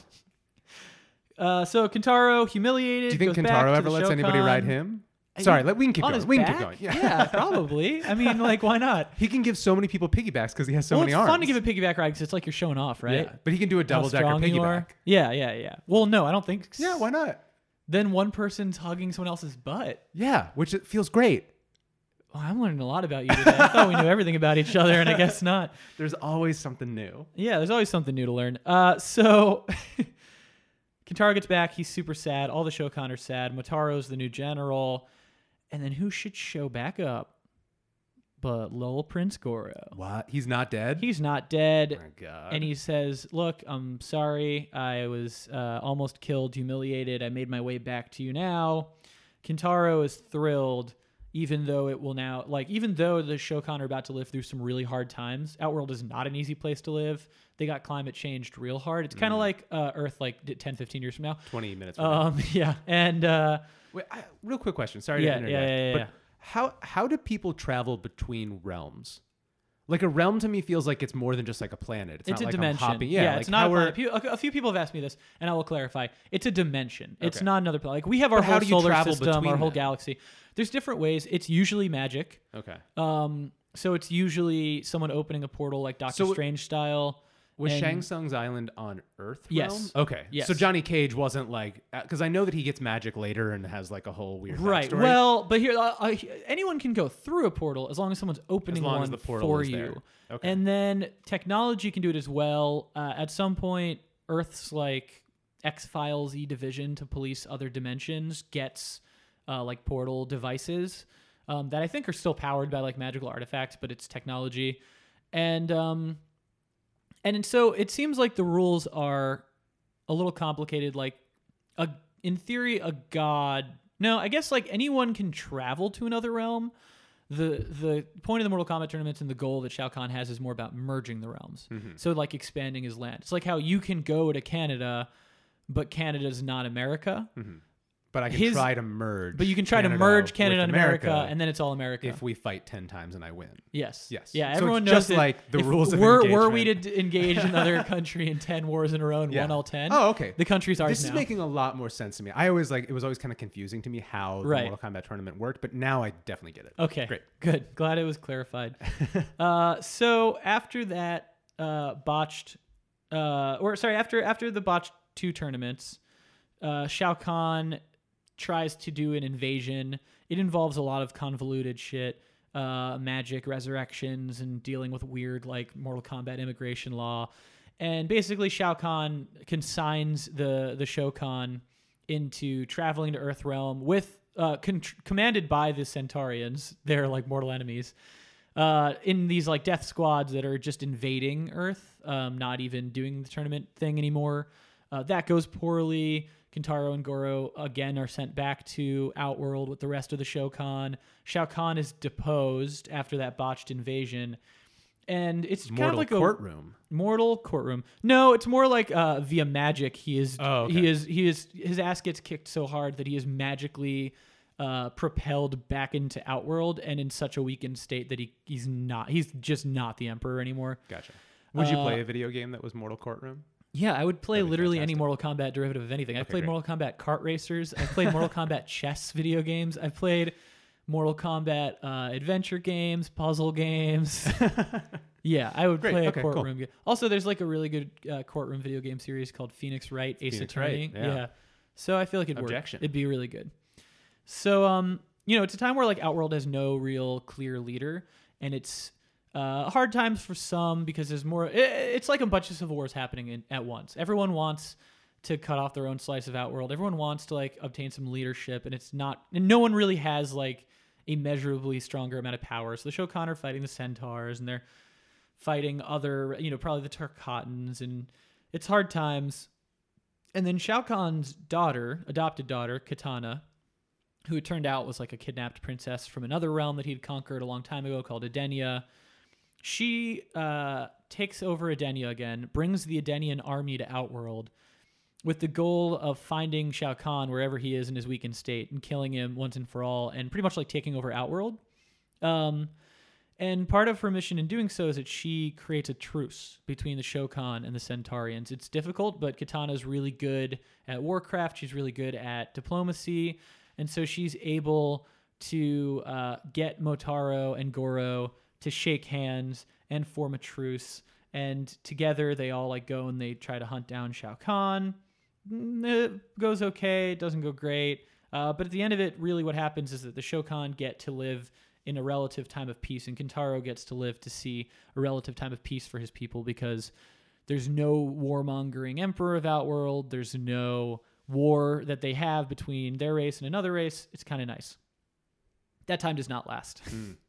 [SPEAKER 2] uh, so Kentaro humiliated.
[SPEAKER 3] Do you think
[SPEAKER 2] goes back to
[SPEAKER 3] Kentaro
[SPEAKER 2] the
[SPEAKER 3] ever lets anybody
[SPEAKER 2] Shokan.
[SPEAKER 3] ride him? Sorry, let, we can keep
[SPEAKER 2] On
[SPEAKER 3] going.
[SPEAKER 2] his
[SPEAKER 3] We can
[SPEAKER 2] back?
[SPEAKER 3] keep going.
[SPEAKER 2] Yeah.
[SPEAKER 3] Yeah.
[SPEAKER 2] probably. I mean, like, why not?
[SPEAKER 3] He can give so many people piggybacks because he has so
[SPEAKER 2] well,
[SPEAKER 3] many
[SPEAKER 2] it's
[SPEAKER 3] arms.
[SPEAKER 2] fun to give a piggyback ride because it's like you're showing off, right?
[SPEAKER 3] Yeah. But he can do a
[SPEAKER 2] How
[SPEAKER 3] double decker
[SPEAKER 2] strong you are.
[SPEAKER 3] piggyback.
[SPEAKER 2] Yeah, yeah, yeah. Well, no, I don't think. s-
[SPEAKER 3] Yeah, why not?
[SPEAKER 2] Then one person's hugging someone else's butt.
[SPEAKER 3] Yeah, which it feels great.
[SPEAKER 2] Well, I'm learning a lot about you today. I thought we knew everything about each other, and I guess not.
[SPEAKER 3] There's always something new.
[SPEAKER 2] Yeah, there's always something new to learn. Uh, so, Kentaro gets back. He's super sad. All the Shokan are sad. Motaro's the new general. And then who should show back up but Lowell Prince Goro?
[SPEAKER 3] What? He's not dead?
[SPEAKER 2] He's not dead.
[SPEAKER 3] oh my God.
[SPEAKER 2] And he says, Look, I'm sorry. I was uh, almost killed, humiliated. I made my way back to you now. Kintaro is thrilled, even though it will now, like, even though the Shokan are about to live through some really hard times, Outworld is not an easy place to live. They got climate changed real hard. It's kind of like uh, Earth, like d- 10, 15 years from now.
[SPEAKER 3] 20 minutes. from now.
[SPEAKER 2] Um, yeah. And uh,
[SPEAKER 3] Uh, Wait, I, real quick question. Sorry
[SPEAKER 2] Yeah,
[SPEAKER 3] to interject.
[SPEAKER 2] yeah, yeah, yeah,
[SPEAKER 3] but
[SPEAKER 2] yeah.
[SPEAKER 3] how how do people travel between realms? Like a realm to me feels like it's more than just like a planet.
[SPEAKER 2] it's,
[SPEAKER 3] It's, not
[SPEAKER 2] a
[SPEAKER 3] like I'm
[SPEAKER 2] dimension.
[SPEAKER 3] hopping-
[SPEAKER 2] Yeah,
[SPEAKER 3] like
[SPEAKER 2] it's not
[SPEAKER 3] how
[SPEAKER 2] a
[SPEAKER 3] are-
[SPEAKER 2] planet. Pew- A, a few people have asked me this, and I will clarify. It's a dimension. It's
[SPEAKER 3] Okay.
[SPEAKER 2] not another planet. Like we have our
[SPEAKER 3] But
[SPEAKER 2] whole
[SPEAKER 3] how do you
[SPEAKER 2] solar
[SPEAKER 3] travel
[SPEAKER 2] system, our
[SPEAKER 3] between
[SPEAKER 2] whole
[SPEAKER 3] them?
[SPEAKER 2] galaxy. There's different ways. It's usually magic.
[SPEAKER 3] Okay.
[SPEAKER 2] Um, so it's usually someone opening a portal, like Doctor
[SPEAKER 3] So-
[SPEAKER 2] Strange style.
[SPEAKER 3] Was
[SPEAKER 2] and-
[SPEAKER 3] Shang Tsung's island on Earth?
[SPEAKER 2] Yes.
[SPEAKER 3] Realm? Okay.
[SPEAKER 2] Yes.
[SPEAKER 3] So Johnny Cage wasn't like because I know that he gets magic later and has like a whole weird
[SPEAKER 2] Right.
[SPEAKER 3] backstory.
[SPEAKER 2] Well, but here, uh, uh, anyone can go through a portal as long as someone's opening
[SPEAKER 3] long as
[SPEAKER 2] one
[SPEAKER 3] the portal
[SPEAKER 2] for
[SPEAKER 3] is there.
[SPEAKER 2] you.
[SPEAKER 3] Okay.
[SPEAKER 2] And then technology can do it as well. Uh, at some point, Earth's like X Files E division to police other dimensions gets uh, like portal devices um, that I think are still powered by like magical artifacts, but it's technology. And um, and so it seems like the rules are a little complicated. Like, a in theory, a god. No, I guess like anyone can travel to another realm. The the point of the Mortal Kombat tournaments and the goal that Shao Kahn has is more about merging the realms.
[SPEAKER 3] Mm-hmm.
[SPEAKER 2] So like expanding his land. It's like how you can go to Canada, but Canada's not America.
[SPEAKER 3] Mm-hmm. but I can
[SPEAKER 2] his-
[SPEAKER 3] try to merge.
[SPEAKER 2] But you can try to merge Canada and America, and then it's all America.
[SPEAKER 3] if we fight ten times and I win,
[SPEAKER 2] Yes.
[SPEAKER 3] Yes.
[SPEAKER 2] Yeah.
[SPEAKER 3] So it's
[SPEAKER 2] Everyone knows
[SPEAKER 3] just
[SPEAKER 2] that
[SPEAKER 3] like the
[SPEAKER 2] if
[SPEAKER 3] rules of
[SPEAKER 2] were, Were we to
[SPEAKER 3] engagement.
[SPEAKER 2] d- engage another country in ten wars in a row and
[SPEAKER 3] Yeah.
[SPEAKER 2] won all ten?
[SPEAKER 3] Oh, okay.
[SPEAKER 2] The country's ours
[SPEAKER 3] this
[SPEAKER 2] now.
[SPEAKER 3] is making a lot more sense to me. I always like it was always kind of confusing to me how the
[SPEAKER 2] Right.
[SPEAKER 3] Mortal Kombat tournament worked, but now I definitely get it.
[SPEAKER 2] okay.
[SPEAKER 3] Great.
[SPEAKER 2] Good. Glad it was clarified. uh, so after that uh, botched, uh, or sorry, after after the botched two tournaments, uh, Shao Kahn tries to do an invasion. It involves a lot of convoluted shit, uh, magic, resurrections, and dealing with weird like Mortal Kombat immigration law. And basically, Shao Kahn consigns the the Shokan into traveling to Earthrealm with uh, con- commanded by the Centaurians, their like mortal enemies, uh, in these like death squads that are just invading Earth, um, not even doing the tournament thing anymore. Uh, that goes poorly. Kintaro and Goro again are sent back to Outworld with the rest of the Shokan. Shao Kahn is deposed after that botched invasion. And it's kind of
[SPEAKER 3] Mortal
[SPEAKER 2] like a
[SPEAKER 3] courtroom.
[SPEAKER 2] mortal courtroom. No, it's more like uh, via magic. He is
[SPEAKER 3] Oh, okay.
[SPEAKER 2] he is he is his ass gets kicked so hard that he is magically uh, propelled back into outworld and in such a weakened state that he he's not he's just not the emperor anymore.
[SPEAKER 3] Gotcha. Would you
[SPEAKER 2] Uh,
[SPEAKER 3] play a video game that was Mortal Courtroom?
[SPEAKER 2] Yeah, I would play
[SPEAKER 3] That'd be
[SPEAKER 2] literally any
[SPEAKER 3] fantastic.
[SPEAKER 2] Mortal Kombat derivative of anything. I've played
[SPEAKER 3] great.
[SPEAKER 2] Mortal Kombat kart racers. I've played Mortal Kombat chess video games. I've played Mortal Kombat uh, adventure games, puzzle games. Yeah, I would
[SPEAKER 3] Great,
[SPEAKER 2] play a
[SPEAKER 3] okay, cool.
[SPEAKER 2] courtroom game. Also, there's like a really good uh, courtroom video game series called Phoenix Wright Ace
[SPEAKER 3] Phoenix
[SPEAKER 2] Attorney.
[SPEAKER 3] Wright, yeah.
[SPEAKER 2] So I feel like it'd
[SPEAKER 3] Objection.
[SPEAKER 2] work. It'd be really good. So um, you know, it's a time where like Outworld has no real clear leader, and it's uh, hard times for some because there's more. i- i it's like a bunch of civil wars happening in, at once. Everyone wants to cut off their own slice of Outworld. Everyone wants to like obtain some leadership, and it's not. And no one really has like a measurably stronger amount of power. So the Shokan are fighting the Centaurs, and they're fighting other, you know, probably the Turkotans, and it's hard times. And then Shao Kahn's daughter, adopted daughter, Katana, who it turned out was like a kidnapped princess from another realm that he'd conquered a long time ago called Edenia. She uh, takes over Edenia again, brings the Edenian army to Outworld with the goal of finding Shao Kahn wherever he is in his weakened state and killing him once and for all and pretty much like taking over Outworld. Um, and part of her mission in doing so is that she creates a truce between the Shokan and the Centaurians. It's difficult, but Katana's really good at warcraft. She's really good at diplomacy. And so she's able to uh, get Motaro and Goro to shake hands and form a truce. And together they all like go and they try to hunt down Shao Kahn. Mm, It goes okay, it doesn't go great. Uh, but at the end of it, really what happens is that the Shokan get to live in a relative time of peace, and Kintaro gets to live to see a relative time of peace for his people because there's no warmongering emperor of Outworld. There's no war that they have between their race and another race. It's kind of nice. That time does not last.
[SPEAKER 3] Hmm.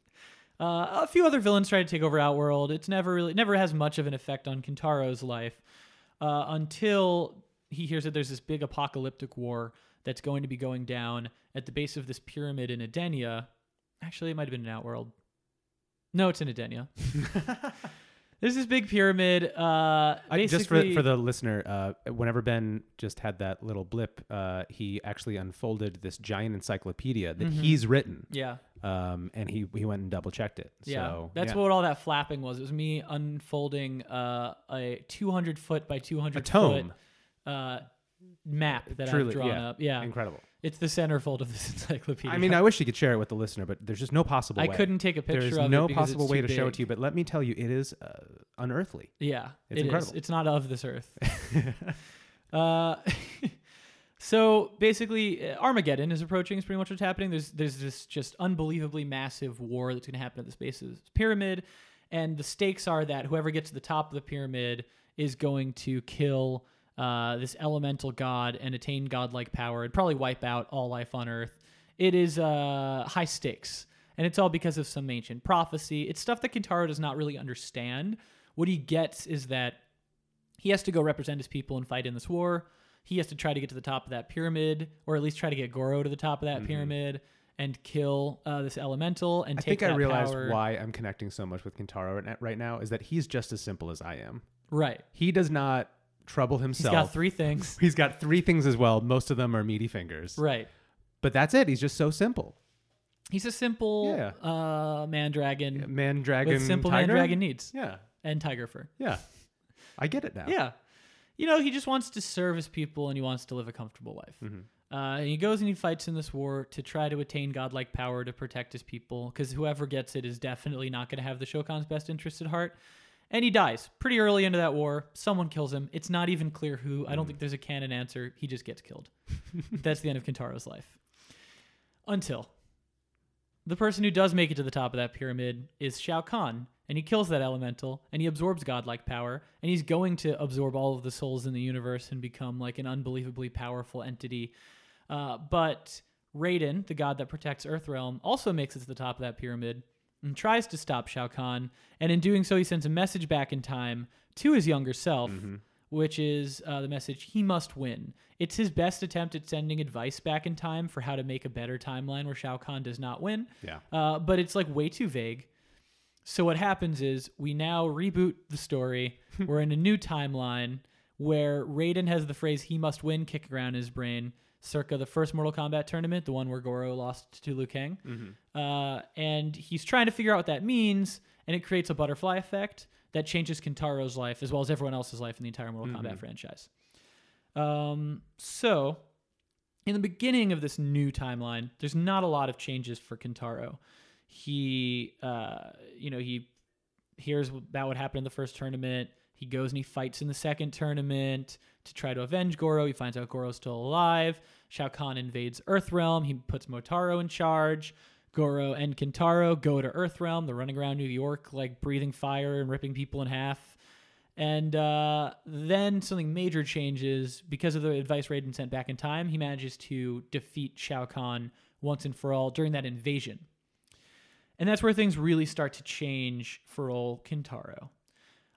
[SPEAKER 2] Uh, a few other villains try to take over Outworld. It's never really never has much of an effect on Kintaro's life uh, until he hears that there's this big apocalyptic war that's going to be going down at the base of this pyramid in Edenia. Actually, it might have been in Outworld. No, it's in Edenia. there's this big pyramid. Uh,
[SPEAKER 3] I, just for,
[SPEAKER 2] basically-
[SPEAKER 3] for the listener, uh, whenever Ben just had that little blip, uh, he actually unfolded this giant encyclopedia that
[SPEAKER 2] Mm-hmm.
[SPEAKER 3] he's written,
[SPEAKER 2] yeah.
[SPEAKER 3] um, and he, he went and double checked it.
[SPEAKER 2] Yeah,
[SPEAKER 3] so,
[SPEAKER 2] that's what all that flapping was. It was me unfolding uh, a 200 foot by 200
[SPEAKER 3] A tome.
[SPEAKER 2] foot uh, map that
[SPEAKER 3] truly
[SPEAKER 2] I've drawn
[SPEAKER 3] yeah,
[SPEAKER 2] up. Yeah,
[SPEAKER 3] incredible.
[SPEAKER 2] it's the centerfold of this encyclopedia.
[SPEAKER 3] I mean, I wish you could share it with the listener, but there's just no possible.
[SPEAKER 2] I
[SPEAKER 3] way.
[SPEAKER 2] couldn't take a picture
[SPEAKER 3] There's
[SPEAKER 2] of it
[SPEAKER 3] no
[SPEAKER 2] because
[SPEAKER 3] possible
[SPEAKER 2] it's
[SPEAKER 3] way
[SPEAKER 2] too
[SPEAKER 3] to show it
[SPEAKER 2] big.
[SPEAKER 3] to you. But let me tell you, it is uh, unearthly.
[SPEAKER 2] Yeah, it
[SPEAKER 3] It's
[SPEAKER 2] is.
[SPEAKER 3] incredible.
[SPEAKER 2] It's not of this earth. uh, so basically, uh, Armageddon is approaching. Is pretty much what's happening. There's there's this just unbelievably massive war that's going to happen at this base of this pyramid, and the stakes are that whoever gets to the top of the pyramid is going to kill. Uh, this elemental god and attain godlike power and probably wipe out all life on earth. It is uh, high stakes, and it's all because of some ancient prophecy. It's stuff that Kintaro does not really understand. What he gets is that he has to go represent his people and fight in this war. He has to try to get to the top of that pyramid, or at least try to get Goro to the top of that pyramid and kill uh, this elemental and
[SPEAKER 3] Mm-hmm. I
[SPEAKER 2] take
[SPEAKER 3] think I
[SPEAKER 2] that
[SPEAKER 3] realize
[SPEAKER 2] power.
[SPEAKER 3] why I'm connecting so much with Kintaro right now- right now is that he's just as simple as I am.
[SPEAKER 2] Right.
[SPEAKER 3] He does not trouble
[SPEAKER 2] He's
[SPEAKER 3] himself.
[SPEAKER 2] got three things.
[SPEAKER 3] He's got three things as well. Most of them are meaty fingers.
[SPEAKER 2] Right.
[SPEAKER 3] But that's it. He's just so simple.
[SPEAKER 2] He's a simple
[SPEAKER 3] Yeah.
[SPEAKER 2] uh, man dragon
[SPEAKER 3] Man, dragon,
[SPEAKER 2] with simple
[SPEAKER 3] tiger?
[SPEAKER 2] man dragon needs
[SPEAKER 3] Yeah,
[SPEAKER 2] and tiger fur.
[SPEAKER 3] yeah. I get it now.
[SPEAKER 2] Yeah. You know, he just wants to serve his people and he wants to live a comfortable life. Uh, and he goes and he fights in this war to try to attain godlike power to protect his people because whoever gets it is definitely not going to have the Shokan's best interest at heart. And he dies pretty early into that war. Someone kills him. It's not even clear who. I don't think there's a canon answer. He just gets killed. That's the end of Kintaro's life. Until the person who does make it to the top of that pyramid is Shao Kahn, and he kills that elemental, and he absorbs godlike power, and he's going to absorb all of the souls in the universe and become like an unbelievably powerful entity. Uh, but Raiden, the god that protects Earthrealm, also makes it to the top of that pyramid and tries to stop Shao Kahn, and in doing so, he sends a message back in time to his younger self. Which is uh, the message he must win. It's his best attempt at sending advice back in time for how to make a better timeline where Shao Kahn does not win.
[SPEAKER 3] Yeah.
[SPEAKER 2] Uh, but it's like way too vague. So what happens is we now reboot the story. We're in a new timeline where Raiden has the phrase "he must win" kick around in his brain, circa the first Mortal Kombat tournament, the one where Goro lost to Liu Kang, uh, and he's trying to figure out what that means, and it creates a butterfly effect that changes Kintaro's life as well as everyone else's life in the entire Mortal Kombat franchise. Um, so in the beginning of this new timeline, there's not a lot of changes for Kintaro. He, uh, you know, he here's what- that would happen in the first tournament. He goes and he fights in the second tournament to try to avenge Goro. He finds out Goro's still alive. Shao Kahn invades Earthrealm. He puts Motaro in charge. Goro and Kintaro go to Earthrealm. They're running around New York like breathing fire and ripping people in half. And uh, then something major changes because of the advice Raiden sent back in time. He manages to defeat Shao Kahn once and for all during that invasion. And that's where things really start to change for old Kintaro.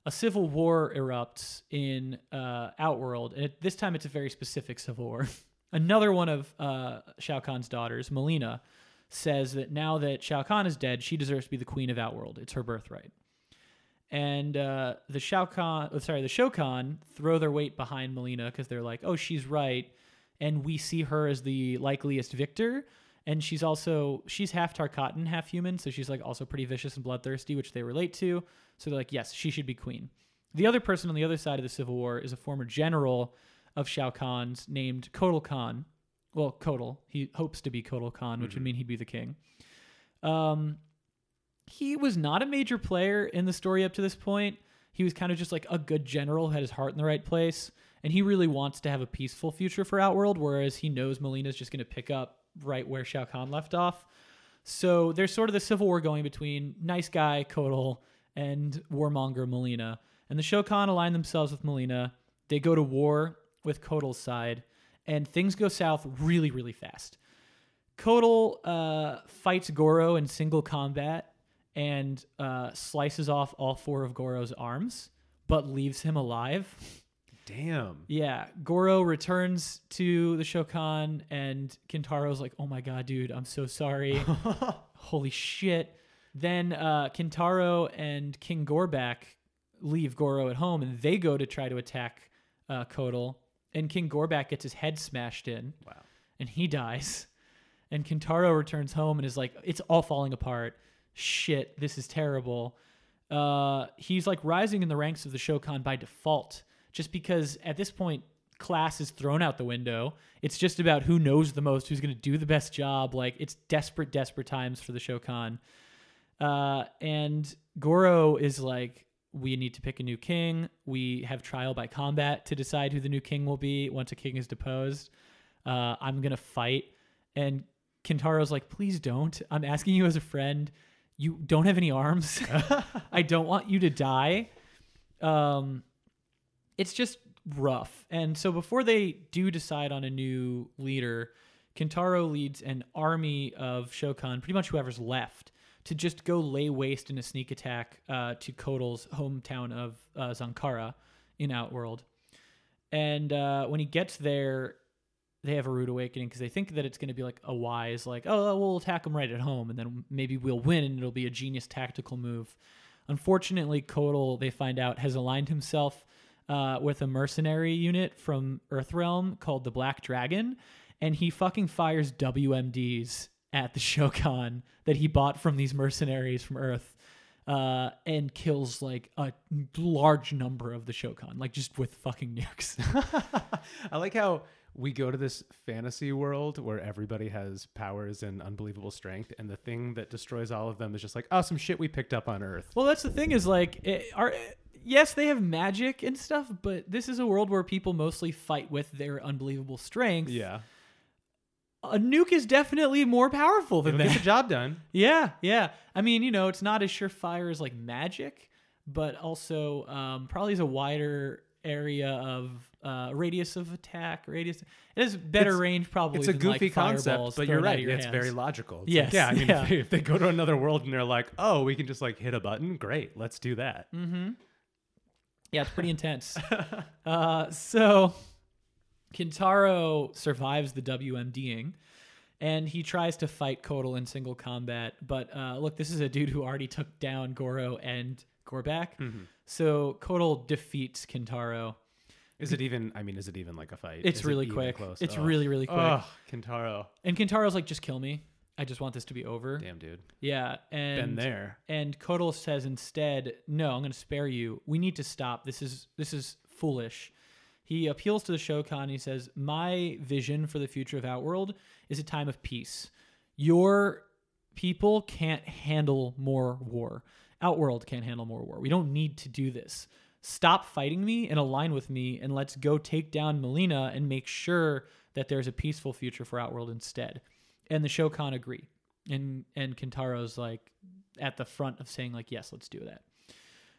[SPEAKER 2] A civil war erupts in uh, Outworld, and at this time it's a very specific civil war. Another one of uh, Shao Kahn's daughters, Melina, says that now that Shao Kahn is dead, she deserves to be the queen of Outworld. It's her birthright. And uh, the Shao Kahn, oh, sorry, the Shokan throw their weight behind Melina because they're like, oh, she's right, and we see her as the likeliest victor. And she's also she's half Tarkatan, half human, so she's like also pretty vicious and bloodthirsty, which they relate to. So they're like, yes, she should be queen. The other person on the other side of the civil war is a former general of Shao Kahn's named Kotal Khan. Well, Kotal. He hopes to be Kotal Khan, which would mean he'd be the king. Um, he was not a major player in the story up to this point. He was kind of just like a good general who had his heart in the right place. And he really wants to have a peaceful future for Outworld, whereas he knows Molina's just going to pick up right where Shao Kahn left off. So there's sort of the civil war going between nice guy Kotal and warmonger Molina. And the Shokan align themselves with Molina. They go to war with Kotal's side, and things go south really, really fast. Kotal uh, fights Goro in single combat and uh, slices off all four of Goro's arms, but leaves him alive.
[SPEAKER 3] Damn.
[SPEAKER 2] Yeah, Goro returns to the Shokan, and Kintaro's like, "Oh my god, dude, I'm so sorry. Holy shit." Then uh, Kintaro and King Gorback leave Goro at home, and they go to try to attack uh, Kotal, and King Gorback gets his head smashed in
[SPEAKER 3] Wow.
[SPEAKER 2] and he dies. And Kintaro returns home and is like, it's all falling apart. Shit, this is terrible. Uh, he's like rising in the ranks of the Shokan by default, just because at this point, class is thrown out the window. It's just about who knows the most, who's going to do the best job. Like, it's desperate, desperate times for the Shokan. Uh, and Goro is like, we need to pick a new king. We have trial by combat to decide who the new king will be once a king is deposed. Uh, I'm going to fight. And Kintaro's like, please don't. I'm asking you as a friend. You don't have any arms. I don't want you to die. Um, it's just rough. And so before they do decide on a new leader, Kintaro leads an army of Shokan, pretty much whoever's left, to just go lay waste in a sneak attack uh, to Kotal's hometown of uh, Zankara in Outworld. And uh, when he gets there, they have a rude awakening because they think that it's going to be like a wise, like, oh, we'll attack them right at home and then maybe we'll win and it'll be a genius tactical move. Unfortunately, Kotal, they find out, has aligned himself uh, with a mercenary unit from Earthrealm called the Black Dragon, and he fucking fires WMDs at the Shokan that he bought from these mercenaries from Earth uh, and kills like a large number of the Shokan, like just with fucking nukes.
[SPEAKER 3] I like how we go to this fantasy world where everybody has powers and unbelievable strength, and the thing that destroys all of them is just like, oh, some shit we picked up on Earth.
[SPEAKER 2] Well, that's the thing is like, it, are yes, they have magic and stuff, but this is a world where people mostly fight with their unbelievable strength.
[SPEAKER 3] Yeah.
[SPEAKER 2] a nuke is definitely more powerful than
[SPEAKER 3] It'll get the
[SPEAKER 2] that.
[SPEAKER 3] job done.
[SPEAKER 2] yeah, yeah. I mean, you know, it's not as surefire as like magic, but also um, probably is a wider area of uh, radius of attack. Radius. It has better
[SPEAKER 3] It's-
[SPEAKER 2] range probably.
[SPEAKER 3] It's a
[SPEAKER 2] than, like,
[SPEAKER 3] goofy
[SPEAKER 2] fireballs
[SPEAKER 3] concept, but
[SPEAKER 2] thrown
[SPEAKER 3] you're
[SPEAKER 2] out of
[SPEAKER 3] right.
[SPEAKER 2] your
[SPEAKER 3] it's
[SPEAKER 2] hands.
[SPEAKER 3] very logical. It's
[SPEAKER 2] Yes,
[SPEAKER 3] like, yeah. I mean,
[SPEAKER 2] yeah.
[SPEAKER 3] If, they, if they go to another world and they're like, oh, we can just like hit a button, great, let's do that.
[SPEAKER 2] Mm. Yeah, it's pretty intense. uh, so Kintaro survives the WMDing and he tries to fight Kotal in single combat. But uh, look, this is a dude who already took down Goro and Gorback.
[SPEAKER 3] Mm-hmm.
[SPEAKER 2] So Kotal defeats Kintaro.
[SPEAKER 3] Is it even? I mean, is it even like a fight?
[SPEAKER 2] It's
[SPEAKER 3] Is it
[SPEAKER 2] really
[SPEAKER 3] even
[SPEAKER 2] quick.
[SPEAKER 3] close?
[SPEAKER 2] It's
[SPEAKER 3] Ugh.
[SPEAKER 2] really, really quick.
[SPEAKER 3] Ugh, Kintaro,
[SPEAKER 2] And Kintaro's like, just kill me. I just want this to be over.
[SPEAKER 3] damn dude,
[SPEAKER 2] Yeah. And
[SPEAKER 3] been there.
[SPEAKER 2] And Kotal says instead, "No, I'm going to spare you. We need to stop. This is this is foolish." He appeals to the Shokan. He says, "My vision for the future of Outworld is a time of peace. Your people can't handle more war. Outworld can't handle more war. We don't need to do this. Stop fighting me and align with me, and let's go take down Melina and make sure that there's a peaceful future for Outworld instead. And the Shokan agree, and and Kintaro's like at the front of saying like, yes, let's do that.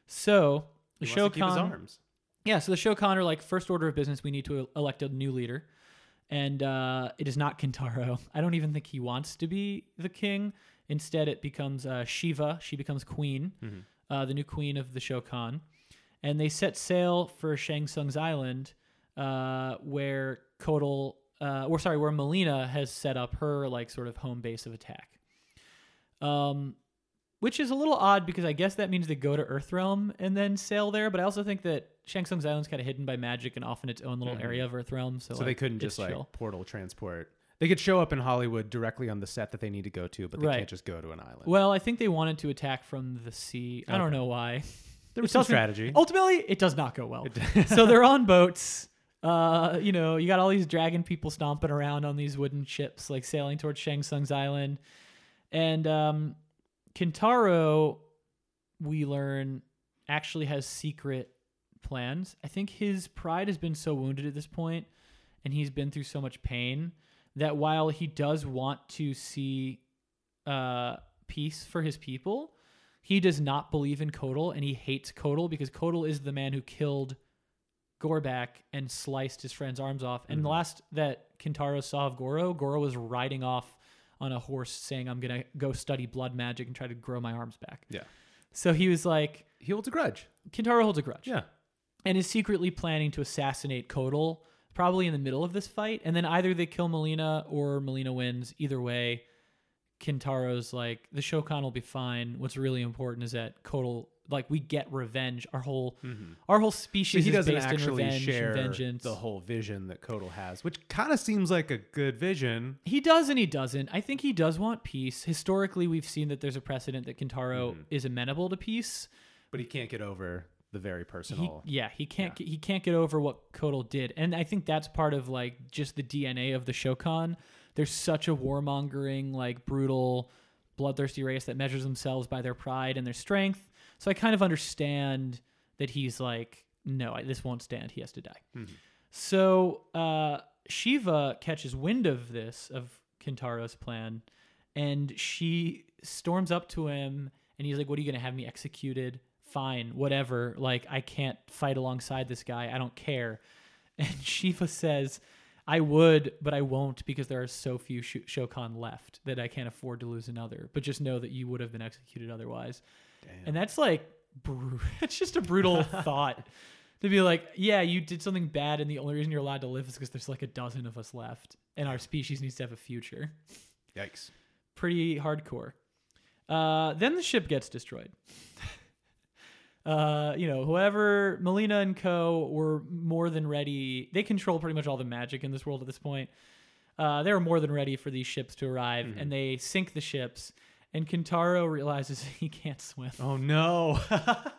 [SPEAKER 2] So the
[SPEAKER 3] He wants to keep his
[SPEAKER 2] Shokan
[SPEAKER 3] arms.
[SPEAKER 2] yeah, so the Shokan are like first order of business. We need to elect a new leader, and uh, it is not Kintaro. I don't even think he wants to be the king. Instead, it becomes uh, Shiva. She becomes queen, uh, the new queen of the Shokan, and they set sail for Shang Tsung's island, uh, where Kotal, uh, or sorry, where Melina has set up her like sort of home base of attack. Um, which is a little odd because I guess that means they go to Earthrealm and then sail there. But I also think that Shang Tsung's island's kind of hidden by magic and off in its own little area of Earthrealm. So,
[SPEAKER 3] Mm-hmm. So
[SPEAKER 2] like,
[SPEAKER 3] they couldn't
[SPEAKER 2] it's
[SPEAKER 3] just like
[SPEAKER 2] chill.
[SPEAKER 3] portal transport. They could show up in Hollywood directly on the set that they need to go to, but they
[SPEAKER 2] Right.
[SPEAKER 3] can't just go to an island.
[SPEAKER 2] Well, I think they wanted to attack from the sea. I don't know why. It
[SPEAKER 3] there was some
[SPEAKER 2] doesn't-
[SPEAKER 3] strategy.
[SPEAKER 2] Ultimately, it does not go well. Oh! so they're on boats. Uh, you know, you got all these dragon people stomping around on these wooden ships, like sailing towards Shang Tsung's island. And um, Kintaro, we learn, actually has secret plans. I think his pride has been so wounded at this point, and he's been through so much pain that while he does want to see uh, peace for his people, he does not believe in Kotal and he hates Kotal because Kotal is the man who killed Gorback and sliced his friend's arms off. And the last that Kintaro saw of Goro, Goro was riding off on a horse saying, I'm going to go study blood magic and try to grow my arms back.
[SPEAKER 3] yeah.
[SPEAKER 2] So he was like,
[SPEAKER 3] He holds a grudge.
[SPEAKER 2] Kintaro holds a grudge
[SPEAKER 3] Yeah.
[SPEAKER 2] and is secretly planning to assassinate Kotal probably in the middle of this fight. And then either they kill Melina or Melina wins. Either way, Kintaro's like, the Shokan will be fine. What's really important is that Kotal, like, we get revenge. Our whole, our whole
[SPEAKER 3] So
[SPEAKER 2] species
[SPEAKER 3] Mm-hmm.
[SPEAKER 2] is
[SPEAKER 3] he doesn't
[SPEAKER 2] based in
[SPEAKER 3] actually
[SPEAKER 2] revenge
[SPEAKER 3] share
[SPEAKER 2] and vengeance.
[SPEAKER 3] the whole vision that Kotal has, which kind of seems like a good vision.
[SPEAKER 2] He does and he doesn't. I think he does want peace. Historically, we've seen that there's a precedent that Kintaro
[SPEAKER 3] Mm-hmm.
[SPEAKER 2] is amenable to peace.
[SPEAKER 3] but he can't get over the very
[SPEAKER 2] he,
[SPEAKER 3] personal.
[SPEAKER 2] yeah, he can't Get, he can't get over what Kotal did, and I think that's part of like just the DNA of the Shokan. There's such a warmongering, like brutal, bloodthirsty race that measures themselves by their pride and their strength. So I kind of understand that he's like, no, I, this won't stand. He has to die. So uh, Shiva catches wind of this of Kintaro's plan, and she storms up to him, and he's like, "What are you gonna have me executed? Fine, whatever. Like I can't fight alongside this guy. I don't care." And Shiva says, "I would, but I won't because there are so few Sh- Shokan left that I can't afford to lose another. But just know that you would have been executed otherwise." And that's like, bru- it's just a brutal thought to be like, yeah, you did something bad, and the only reason you're allowed to live is because there's like a dozen of us left, and our species needs to have a future.
[SPEAKER 3] Yikes!
[SPEAKER 2] Pretty hardcore. Uh, then the ship gets destroyed. uh, you know, whoever Melina and Co were more than ready. They control pretty much all the magic in this world at this point. Uh, they were more than ready for these ships to arrive, and they sink the ships. And Kintaro realizes he can't swim,
[SPEAKER 3] Oh no!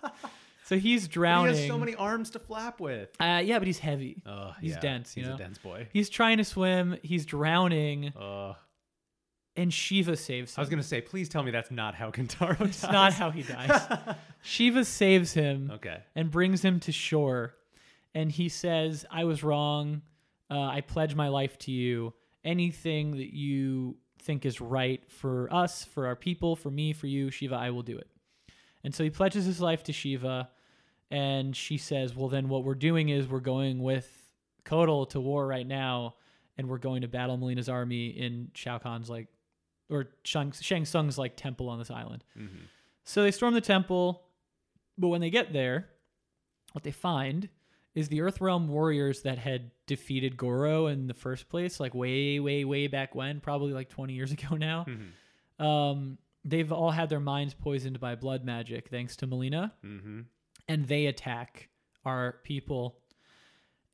[SPEAKER 2] so he's
[SPEAKER 3] he
[SPEAKER 2] drowning.
[SPEAKER 3] has so many arms to flap with.
[SPEAKER 2] Uh, yeah, but he's heavy.
[SPEAKER 3] Oh,
[SPEAKER 2] He's dense, you
[SPEAKER 3] He's
[SPEAKER 2] know?
[SPEAKER 3] a dense boy.
[SPEAKER 2] He's trying to swim. He's drowning,
[SPEAKER 3] Uh,
[SPEAKER 2] and Shiva saves him.
[SPEAKER 3] I was gonna say, please tell me that's not how Kintaro. Dies.
[SPEAKER 2] it's not how he dies. Shiva saves him
[SPEAKER 3] okay.
[SPEAKER 2] and brings him to shore, and he says, "I was wrong. Uh, I pledge my life to you. Anything that you think is right for us, for our people, for me, for you, Shiva, I will do it." And so he pledges his life to Shiva, and she says, "Well, then what we're doing is we're going with Kotal to war right now, and we're going to battle Melina's army in Shao Kahn's like, or Shang, Shang Tsung's like temple on this island." So they storm the temple, but when they get there, what they find is the Earthrealm warriors that had defeated Goro in the first place, like way, way, way back when, probably like 20 years ago now. Um, they've all had their minds poisoned by blood magic, thanks to Melina
[SPEAKER 3] Mm-hmm.
[SPEAKER 2] and they attack our people.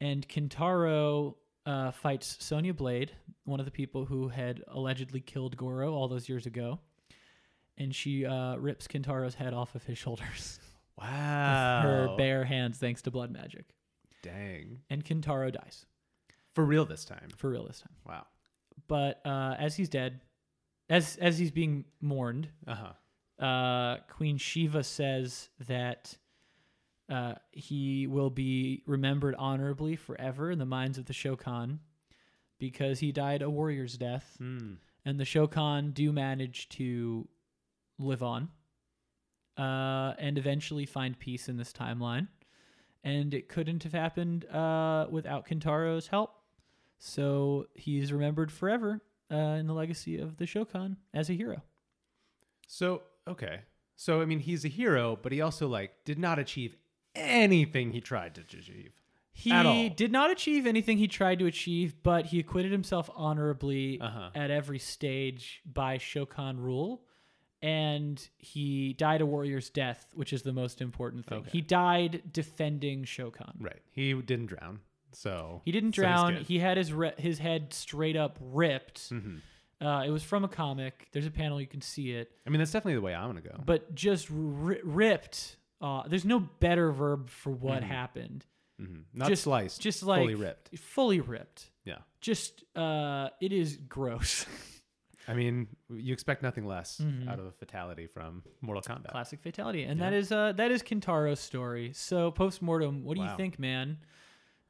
[SPEAKER 2] And Kintaro uh, fights Sonya Blade, one of the people who had allegedly killed Goro all those years ago. And she uh, rips Kintaro's head off of his shoulders
[SPEAKER 3] Wow.
[SPEAKER 2] her bare hands, thanks to blood magic.
[SPEAKER 3] Dang.
[SPEAKER 2] And Kintaro dies
[SPEAKER 3] For real this time.
[SPEAKER 2] for real this time.
[SPEAKER 3] Wow.
[SPEAKER 2] But uh, as he's dead, as as he's being mourned,
[SPEAKER 3] Uh huh.
[SPEAKER 2] uh, Queen Shiva says that uh, he will be remembered honorably forever in the minds of the Shokan because he died a warrior's death,
[SPEAKER 3] Hmm.
[SPEAKER 2] and the Shokan do manage to live on uh, and eventually find peace in this timeline. And it couldn't have happened uh, without Kintaro's help. So he's remembered forever uh, in the legacy of the Shokan as a hero.
[SPEAKER 3] So okay. So I mean, he's a hero, but he also like did not achieve anything he tried to achieve.
[SPEAKER 2] He
[SPEAKER 3] at all.
[SPEAKER 2] did not achieve anything he tried to achieve, but he acquitted himself honorably
[SPEAKER 3] Uh-huh.
[SPEAKER 2] at every stage by Shokan rule. And he died a warrior's death, which is the most important thing.
[SPEAKER 3] Okay.
[SPEAKER 2] He died defending Shokan.
[SPEAKER 3] Right. He didn't drown. So
[SPEAKER 2] He didn't
[SPEAKER 3] so he's
[SPEAKER 2] drown.
[SPEAKER 3] good.
[SPEAKER 2] he had his re- his head straight up ripped.
[SPEAKER 3] Mm-hmm.
[SPEAKER 2] Uh, it was from a comic. There's a panel you can see it,
[SPEAKER 3] I mean, that's definitely the way I want to go.
[SPEAKER 2] but just ri- ripped. Uh, there's no better verb for what happened.
[SPEAKER 3] Mhm. Mm-hmm. Not
[SPEAKER 2] just
[SPEAKER 3] sliced.
[SPEAKER 2] just like
[SPEAKER 3] fully ripped.
[SPEAKER 2] fully ripped.
[SPEAKER 3] Yeah.
[SPEAKER 2] Just uh, it is gross.
[SPEAKER 3] I mean, you expect nothing less
[SPEAKER 2] Mm-hmm.
[SPEAKER 3] out of a fatality from Mortal Kombat.
[SPEAKER 2] Classic fatality, and that is uh, that is Kintaro's story. So post mortem, what do
[SPEAKER 3] Wow.
[SPEAKER 2] you think, man?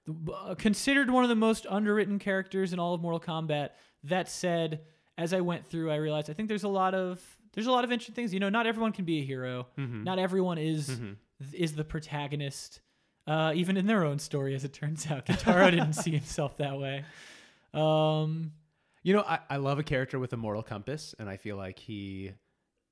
[SPEAKER 2] The- uh, Considered one of the most underwritten characters in all of Mortal Kombat. That said, as I went through, I realized I think there's a lot of there's a lot of interesting things. You know, not everyone can be a hero. Not everyone is th- is the protagonist, uh, even in their own story. As it turns out, Kintaro didn't see himself that way. Um,
[SPEAKER 3] You know, I, I love a character with a moral compass, and I feel like he,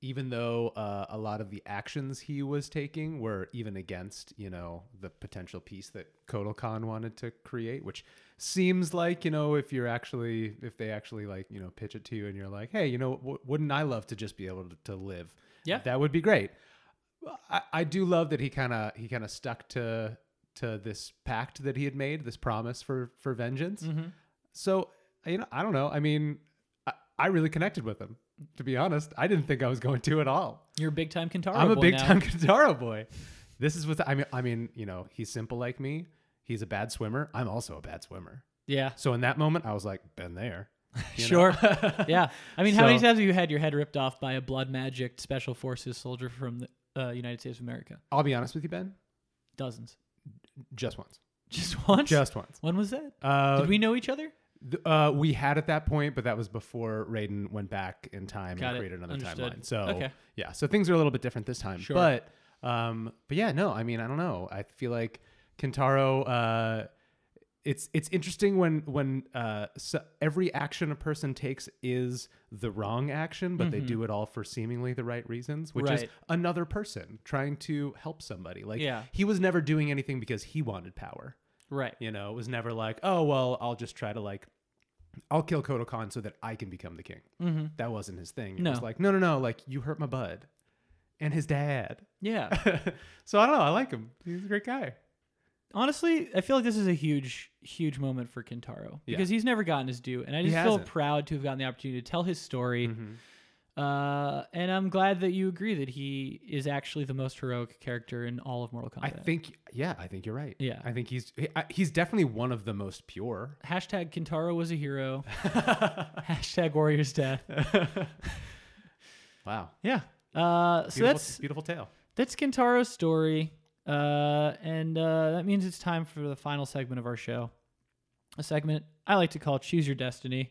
[SPEAKER 3] even though uh, a lot of the actions he was taking were even against, you know, the potential peace that Kotal Khan wanted to create, which seems like, you know, if you're actually, if they actually like, you know, pitch it to you and you're like, hey, you know, w- wouldn't I love to just be able to, to live?
[SPEAKER 2] Yeah.
[SPEAKER 3] That would be great. I, I do love that he kind of he kind of stuck to to this pact that he had made, this promise for for vengeance. So you know, I don't know. I mean, I, I really connected with him. To be honest, I didn't think I was going to at all.
[SPEAKER 2] you're a big time Kintaro.
[SPEAKER 3] I'm a
[SPEAKER 2] boy
[SPEAKER 3] big
[SPEAKER 2] now.
[SPEAKER 3] time Kintaro boy. This is what I mean. I mean, you know, he's simple like me. He's a bad swimmer. I'm also a bad swimmer.
[SPEAKER 2] Yeah.
[SPEAKER 3] So in that moment, I was like, been there. you know?
[SPEAKER 2] Sure. yeah. I mean, how many
[SPEAKER 3] So-
[SPEAKER 2] times have you had your head ripped off by a blood magic special forces soldier from the uh, United States of America?
[SPEAKER 3] I'll be honest with you, Ben.
[SPEAKER 2] Dozens.
[SPEAKER 3] Just once.
[SPEAKER 2] Just once.
[SPEAKER 3] Just once.
[SPEAKER 2] when was that?
[SPEAKER 3] Uh,
[SPEAKER 2] Did we know each other?
[SPEAKER 3] Th- Uh, we had at that point, but that was before Raiden went back in time
[SPEAKER 2] Got
[SPEAKER 3] and
[SPEAKER 2] it.
[SPEAKER 3] created another
[SPEAKER 2] Understood.
[SPEAKER 3] timeline. So
[SPEAKER 2] Okay.
[SPEAKER 3] yeah, so things are a little bit different this time.
[SPEAKER 2] Sure.
[SPEAKER 3] But um, but yeah, no, I mean, I don't know. I feel like Kintaro. Uh, it's it's interesting when when uh, so every action a person takes is the wrong action, but they do it all for seemingly the right reasons, which is
[SPEAKER 2] Mm-hmm. Right.
[SPEAKER 3] another person trying to help somebody. Like
[SPEAKER 2] Yeah.
[SPEAKER 3] he was never doing anything because he wanted power.
[SPEAKER 2] Right.
[SPEAKER 3] You know, it was never like, oh well, I'll just try to like, I'll kill Kotal Khan so that I can become the king. That wasn't his thing. It
[SPEAKER 2] Mm-hmm. No.
[SPEAKER 3] was like, no, no, no, like you hurt my bud, and his dad.
[SPEAKER 2] Yeah.
[SPEAKER 3] so I don't know. I like him. He's a great guy.
[SPEAKER 2] Honestly, I feel like this is a huge, huge moment for Kintaro
[SPEAKER 3] Yeah.
[SPEAKER 2] because he's never gotten his due, and I just feel
[SPEAKER 3] hasn't. Mm-hmm.
[SPEAKER 2] proud to have gotten the opportunity to tell his story. Uh, and I'm glad that you agree that he is actually the most heroic character in all of Mortal Kombat.
[SPEAKER 3] I think, yeah, I think you're right.
[SPEAKER 2] Yeah.
[SPEAKER 3] I think he's he, I, he's definitely one of the most pure.
[SPEAKER 2] Hashtag Kintaro was a hero. Hashtag Warrior's Death.
[SPEAKER 3] Wow. Yeah.
[SPEAKER 2] Uh, so
[SPEAKER 3] Beautiful,
[SPEAKER 2] that's
[SPEAKER 3] beautiful tale.
[SPEAKER 2] that's Kintaro's story, uh, and uh, that means it's time for the final segment of our show, a segment I like to call "Choose Your Destiny,"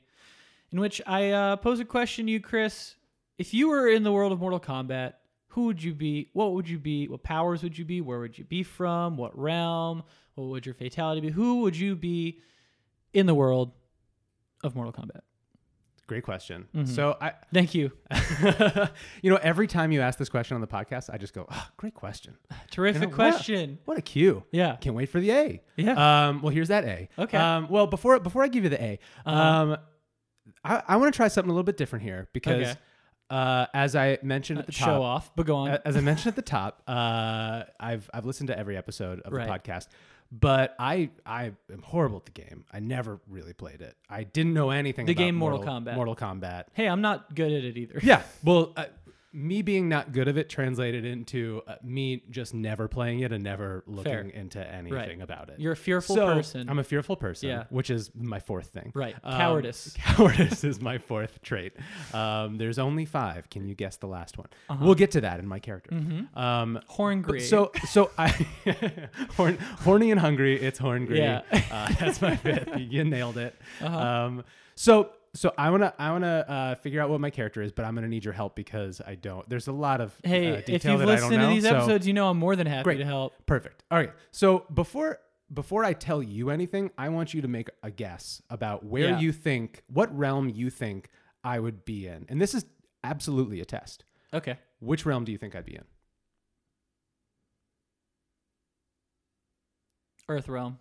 [SPEAKER 2] in which I uh, pose a question to you, Chris. If you were in the world of Mortal Kombat, who would you be? What would you be? What powers would you be? Where would you be from? What realm? What would your fatality be? Who would you be in the world of Mortal Kombat?
[SPEAKER 3] Great question.
[SPEAKER 2] Mm-hmm.
[SPEAKER 3] So I,
[SPEAKER 2] Thank you.
[SPEAKER 3] you know, every time you ask this question on the podcast, I just go, oh, great question.
[SPEAKER 2] Terrific
[SPEAKER 3] You know, what a-
[SPEAKER 2] question.
[SPEAKER 3] What a cue.
[SPEAKER 2] Yeah. Uh,
[SPEAKER 3] Can't wait for the A.
[SPEAKER 2] Yeah.
[SPEAKER 3] Um, well, here's that A.
[SPEAKER 2] Okay. Uh-huh.
[SPEAKER 3] Um, well, before before I give you the A, um, I, I want to try something a little bit different here because,
[SPEAKER 2] Okay.
[SPEAKER 3] uh, as I mentioned at the top,
[SPEAKER 2] Show off, but go on.
[SPEAKER 3] a- As I mentioned at the top, uh, I've I've listened to every episode of
[SPEAKER 2] Right.
[SPEAKER 3] the podcast, but I I am horrible at the game. I never really played it. I didn't know anything.
[SPEAKER 2] The
[SPEAKER 3] about
[SPEAKER 2] game Mortal Kombat.
[SPEAKER 3] Mortal Kombat.
[SPEAKER 2] hey, I'm not good at it either.
[SPEAKER 3] Yeah. Well, uh, me being not good of it translated into uh, me just never playing it and never looking into anything about it.
[SPEAKER 2] You're a fearful
[SPEAKER 3] So,
[SPEAKER 2] person.
[SPEAKER 3] I'm a fearful person,
[SPEAKER 2] Yeah.
[SPEAKER 3] which is my fourth thing.
[SPEAKER 2] Right.
[SPEAKER 3] Um,
[SPEAKER 2] Cowardice.
[SPEAKER 3] cowardice is my fourth trait. Um, there's only five. Can you guess the last one?
[SPEAKER 2] Uh-huh.
[SPEAKER 3] We'll get to that in my character.
[SPEAKER 2] Mm-hmm.
[SPEAKER 3] Um,
[SPEAKER 2] Horn
[SPEAKER 3] but
[SPEAKER 2] grade.
[SPEAKER 3] So, so I horn, horny and hungry. It's horn green.
[SPEAKER 2] Yeah. Uh-huh.
[SPEAKER 3] Uh, that's my fifth. You nailed it. Um, so, so I wanna, I wanna uh, figure out what my character is, but I'm gonna need your help because I don't. There's a lot of
[SPEAKER 2] hey,
[SPEAKER 3] uh, detail
[SPEAKER 2] if you've
[SPEAKER 3] that I
[SPEAKER 2] listened
[SPEAKER 3] don't
[SPEAKER 2] to
[SPEAKER 3] know,
[SPEAKER 2] these
[SPEAKER 3] so-
[SPEAKER 2] episodes, you know I'm more than happy
[SPEAKER 3] Great.
[SPEAKER 2] to help.
[SPEAKER 3] Perfect. All right. So before before I tell you anything, I want you to make a guess about where
[SPEAKER 2] Yeah.
[SPEAKER 3] you think, what realm you think I would be in, and this is absolutely a test.
[SPEAKER 2] Okay.
[SPEAKER 3] Which realm do you think I'd be in?
[SPEAKER 2] Earth realm.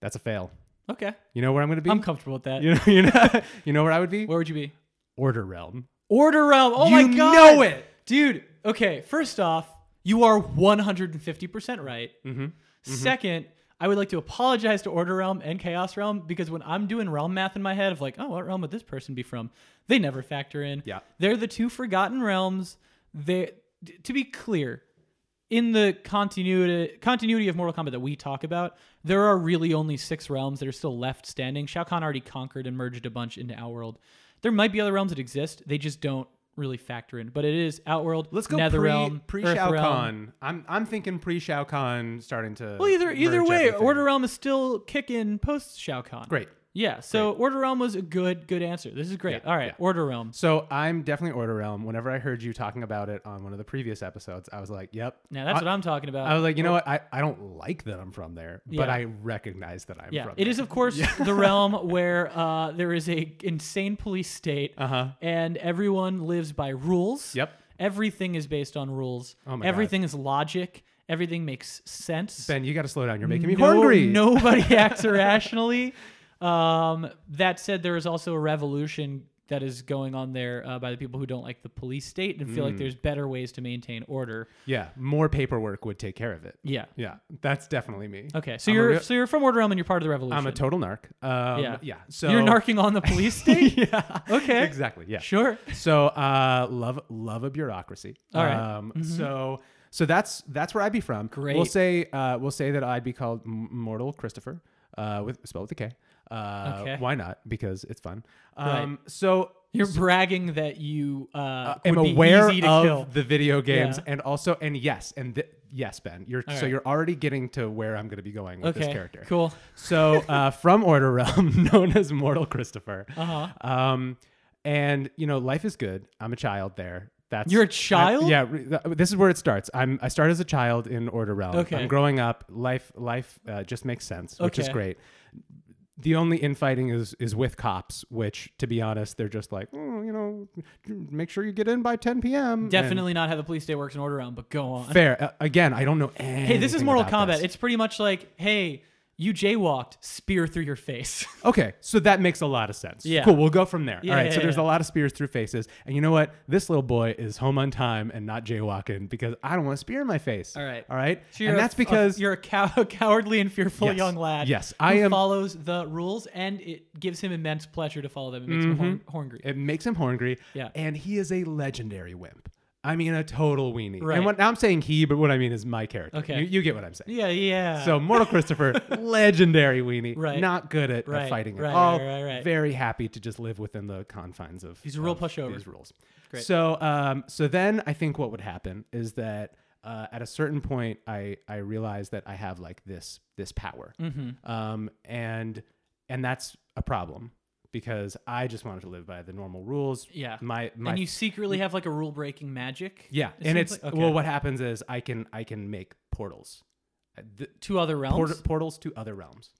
[SPEAKER 3] That's a fail.
[SPEAKER 2] Okay.
[SPEAKER 3] You know where I'm going to be.
[SPEAKER 2] I'm comfortable with that.
[SPEAKER 3] you know, you know, you know where I would be.
[SPEAKER 2] Where would you be?
[SPEAKER 3] Order realm.
[SPEAKER 2] Order realm. Oh
[SPEAKER 3] You
[SPEAKER 2] my god.
[SPEAKER 3] know it.
[SPEAKER 2] Dude, okay. First off, you are 150% right.
[SPEAKER 3] Mm-hmm.
[SPEAKER 2] Second, I would like to apologize to Order Realm and Chaos Realm because when I'm doing realm math in my head of like, oh, what realm would this person be from? They never factor in.
[SPEAKER 3] Yeah.
[SPEAKER 2] They're the two forgotten realms. They d- to be clear, in the continuity continuity of Mortal Kombat that we talk about, there are really only six realms that are still left standing. Shao Kahn already conquered and merged a bunch into Outworld. There might be other realms that exist. They just don't really factor in. But it is Outworld.
[SPEAKER 3] Let's go
[SPEAKER 2] Nether Realm,
[SPEAKER 3] pre
[SPEAKER 2] Earth
[SPEAKER 3] Shao
[SPEAKER 2] Realm.
[SPEAKER 3] Kahn. uh, I'm I'm thinking pre Shao Kahn starting to.
[SPEAKER 2] Well, either either
[SPEAKER 3] merge
[SPEAKER 2] way,
[SPEAKER 3] everything.
[SPEAKER 2] Order Realm is still kicking post Shao Kahn.
[SPEAKER 3] Great.
[SPEAKER 2] Yeah. So Order Realm was a good good answer. This is great.
[SPEAKER 3] Yeah,
[SPEAKER 2] All right,
[SPEAKER 3] yeah.
[SPEAKER 2] Order Realm.
[SPEAKER 3] So I'm definitely Order Realm. Whenever I heard you talking about it on one of the previous episodes, I was like, "Yep."
[SPEAKER 2] Now that's
[SPEAKER 3] I,
[SPEAKER 2] what I'm talking about.
[SPEAKER 3] I was like, you know what? I, I don't like that I'm from there, but
[SPEAKER 2] Uh, oh. Yeah.
[SPEAKER 3] I recognize that I'm
[SPEAKER 2] yeah,
[SPEAKER 3] from
[SPEAKER 2] it
[SPEAKER 3] there.
[SPEAKER 2] is of course the realm where uh, there is a insane police state,
[SPEAKER 3] Uh-huh.
[SPEAKER 2] and everyone lives by rules.
[SPEAKER 3] Yep.
[SPEAKER 2] Everything is based on rules.
[SPEAKER 3] Oh my God.
[SPEAKER 2] Everything is logic. Everything makes sense.
[SPEAKER 3] Ben, you got to slow down. You're making me
[SPEAKER 2] No-
[SPEAKER 3] hungry.
[SPEAKER 2] Nobody acts irrationally. Um, that said, there is also a revolution that is going on there uh, by the people who don't like the police state and
[SPEAKER 3] Mm.
[SPEAKER 2] feel like there's better ways to maintain order.
[SPEAKER 3] Yeah, more paperwork would take care of it.
[SPEAKER 2] Yeah.
[SPEAKER 3] Yeah, that's definitely me.
[SPEAKER 2] Okay. So
[SPEAKER 3] I'm a
[SPEAKER 2] you're
[SPEAKER 3] real-
[SPEAKER 2] so you're from Order Realm and you're part of the revolution.
[SPEAKER 3] I'm a total narc. Um,
[SPEAKER 2] yeah.
[SPEAKER 3] yeah. So
[SPEAKER 2] you're narking on the police state.
[SPEAKER 3] yeah.
[SPEAKER 2] Okay.
[SPEAKER 3] Exactly. Yeah.
[SPEAKER 2] Sure.
[SPEAKER 3] So uh, love love a bureaucracy.
[SPEAKER 2] All right. Mm-hmm.
[SPEAKER 3] Um, So so that's that's where I'd be from. We'll
[SPEAKER 2] Great.
[SPEAKER 3] say uh, we'll say that I'd be called M- Mortal Christopher, uh, with spelled with a K. Uh,
[SPEAKER 2] Okay.
[SPEAKER 3] Why not? Because it's fun.
[SPEAKER 2] Right.
[SPEAKER 3] Um, So
[SPEAKER 2] You're bragging that you uh,
[SPEAKER 3] am
[SPEAKER 2] would be
[SPEAKER 3] aware
[SPEAKER 2] easy to
[SPEAKER 3] of
[SPEAKER 2] kill.
[SPEAKER 3] the video games
[SPEAKER 2] Yeah.
[SPEAKER 3] and also and yes and th- yes Ben you're so
[SPEAKER 2] right.
[SPEAKER 3] you're already getting to where I'm going to be going with
[SPEAKER 2] Okay.
[SPEAKER 3] this character
[SPEAKER 2] Cool.
[SPEAKER 3] so uh, from Order Realm known as Mortal Christopher
[SPEAKER 2] Uh-huh.
[SPEAKER 3] um and you know life is good I'm a child there that's
[SPEAKER 2] You're a
[SPEAKER 3] I-
[SPEAKER 2] child?
[SPEAKER 3] yeah re- th- this is where it starts I'm I start as a child in Order Realm
[SPEAKER 2] Okay.
[SPEAKER 3] I'm growing up life life uh, just makes sense which is
[SPEAKER 2] Okay.
[SPEAKER 3] great the only infighting is is with cops, which to be honest, they're just like, "Mm, you know, make sure you get in by 10 p.m. and-
[SPEAKER 2] Definitely not how the police state works in Order Realm, but go on.
[SPEAKER 3] fair. Uh, again, I don't know. Anything
[SPEAKER 2] Hey, this is Mortal
[SPEAKER 3] about
[SPEAKER 2] Kombat.
[SPEAKER 3] this.
[SPEAKER 2] It's pretty much like, hey, you jaywalked, spear through your face.
[SPEAKER 3] okay, so that makes a lot of sense.
[SPEAKER 2] Yeah.
[SPEAKER 3] cool. We'll go from there.
[SPEAKER 2] Yeah,
[SPEAKER 3] All right.
[SPEAKER 2] yeah,
[SPEAKER 3] so there's
[SPEAKER 2] yeah.
[SPEAKER 3] a lot of spears through faces, and you know what? This little boy is home on time and not jaywalking because I don't want a spear in my face.
[SPEAKER 2] All right.
[SPEAKER 3] All right.
[SPEAKER 2] So
[SPEAKER 3] and
[SPEAKER 2] a-
[SPEAKER 3] that's
[SPEAKER 2] a-
[SPEAKER 3] because
[SPEAKER 2] you're a, cow- a cowardly and fearful
[SPEAKER 3] Yes.
[SPEAKER 2] young lad.
[SPEAKER 3] Yes,
[SPEAKER 2] who
[SPEAKER 3] I am-
[SPEAKER 2] Follows the rules, and it gives him immense pleasure to follow them. It makes him him
[SPEAKER 3] Mm-hmm.
[SPEAKER 2] hungry.
[SPEAKER 3] It makes him hungry.
[SPEAKER 2] Yeah.
[SPEAKER 3] And he is a legendary wimp. I mean, a total weenie.
[SPEAKER 2] Right.
[SPEAKER 3] And what, I'm saying he, but what I mean is my character.
[SPEAKER 2] Okay.
[SPEAKER 3] You, you get what I'm saying.
[SPEAKER 2] yeah, yeah.
[SPEAKER 3] So Mortal Christopher, legendary weenie,
[SPEAKER 2] Right.
[SPEAKER 3] not good at, at
[SPEAKER 2] Right,
[SPEAKER 3] fighting
[SPEAKER 2] right,
[SPEAKER 3] at all.
[SPEAKER 2] right, right, right.
[SPEAKER 3] Very happy to just live within the confines of
[SPEAKER 2] He's a real
[SPEAKER 3] of
[SPEAKER 2] pushover.
[SPEAKER 3] These rules.
[SPEAKER 2] Great.
[SPEAKER 3] So, um, so then I think what would happen is that uh, at a certain point, I I realize that I have like this this power,
[SPEAKER 2] Mm-hmm.
[SPEAKER 3] um, and and that's a problem because I just wanted to live by the normal rules.
[SPEAKER 2] Yeah.
[SPEAKER 3] My my
[SPEAKER 2] and you secretly have like a rule breaking magic.
[SPEAKER 3] yeah,
[SPEAKER 2] it
[SPEAKER 3] and
[SPEAKER 2] seems
[SPEAKER 3] it's
[SPEAKER 2] like? Okay.
[SPEAKER 3] well, what happens is I can I can make portals. Uh, The,
[SPEAKER 2] two other realms.
[SPEAKER 3] Port- portals to other realms.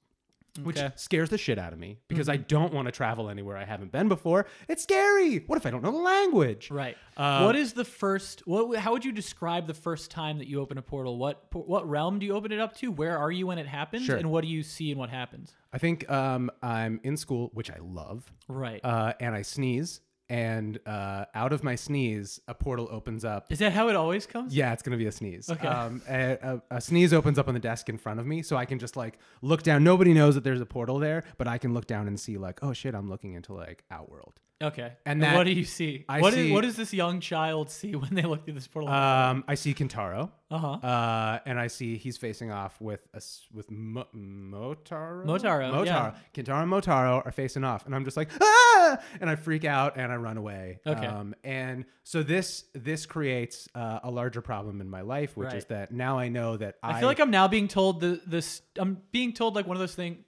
[SPEAKER 3] Which
[SPEAKER 2] Okay. Mm-hmm.
[SPEAKER 3] scares the shit out of me because I don't want to travel anywhere I haven't been before. It's scary. What if I don't know the language?
[SPEAKER 2] Right.
[SPEAKER 3] Um,
[SPEAKER 2] what is the first? What? How would you describe the first time that you open a portal? What? por- What realm do you open it up to? Where are you when it happens?
[SPEAKER 3] Sure.
[SPEAKER 2] And what do you see and what happens?
[SPEAKER 3] I think um, I'm in school, which I love,
[SPEAKER 2] Right.
[SPEAKER 3] uh, and I sneeze, and uh, out of my sneeze, a portal opens up.
[SPEAKER 2] Is that how it always comes?
[SPEAKER 3] Yeah, it's gonna be a sneeze.
[SPEAKER 2] Okay.
[SPEAKER 3] Um, a, a, a sneeze opens up on the desk in front of me, so I can just like look down. Nobody knows that there's a portal there, but I can look down and see like, oh shit, I'm looking into like Outworld.
[SPEAKER 2] Okay.
[SPEAKER 3] And that-
[SPEAKER 2] what do you see?
[SPEAKER 3] I
[SPEAKER 2] What is-
[SPEAKER 3] see-
[SPEAKER 2] what does this young child see when they look through this portal? Uh-huh. Uh
[SPEAKER 3] Um, I see Kintaro,
[SPEAKER 2] huh.
[SPEAKER 3] uh, and I see he's facing off with a s with Mo- Motaro.
[SPEAKER 2] Motaro,
[SPEAKER 3] Motaro.
[SPEAKER 2] yeah.
[SPEAKER 3] Kintaro and Motaro are facing off, and I'm just like ah, and I freak out and I run away.
[SPEAKER 2] Okay.
[SPEAKER 3] Um, and so this this creates uh, a larger problem in my life, which is
[SPEAKER 2] Right.
[SPEAKER 3] that now I know that I,
[SPEAKER 2] I feel like I'm now being told the this. I'm being told like one of those things.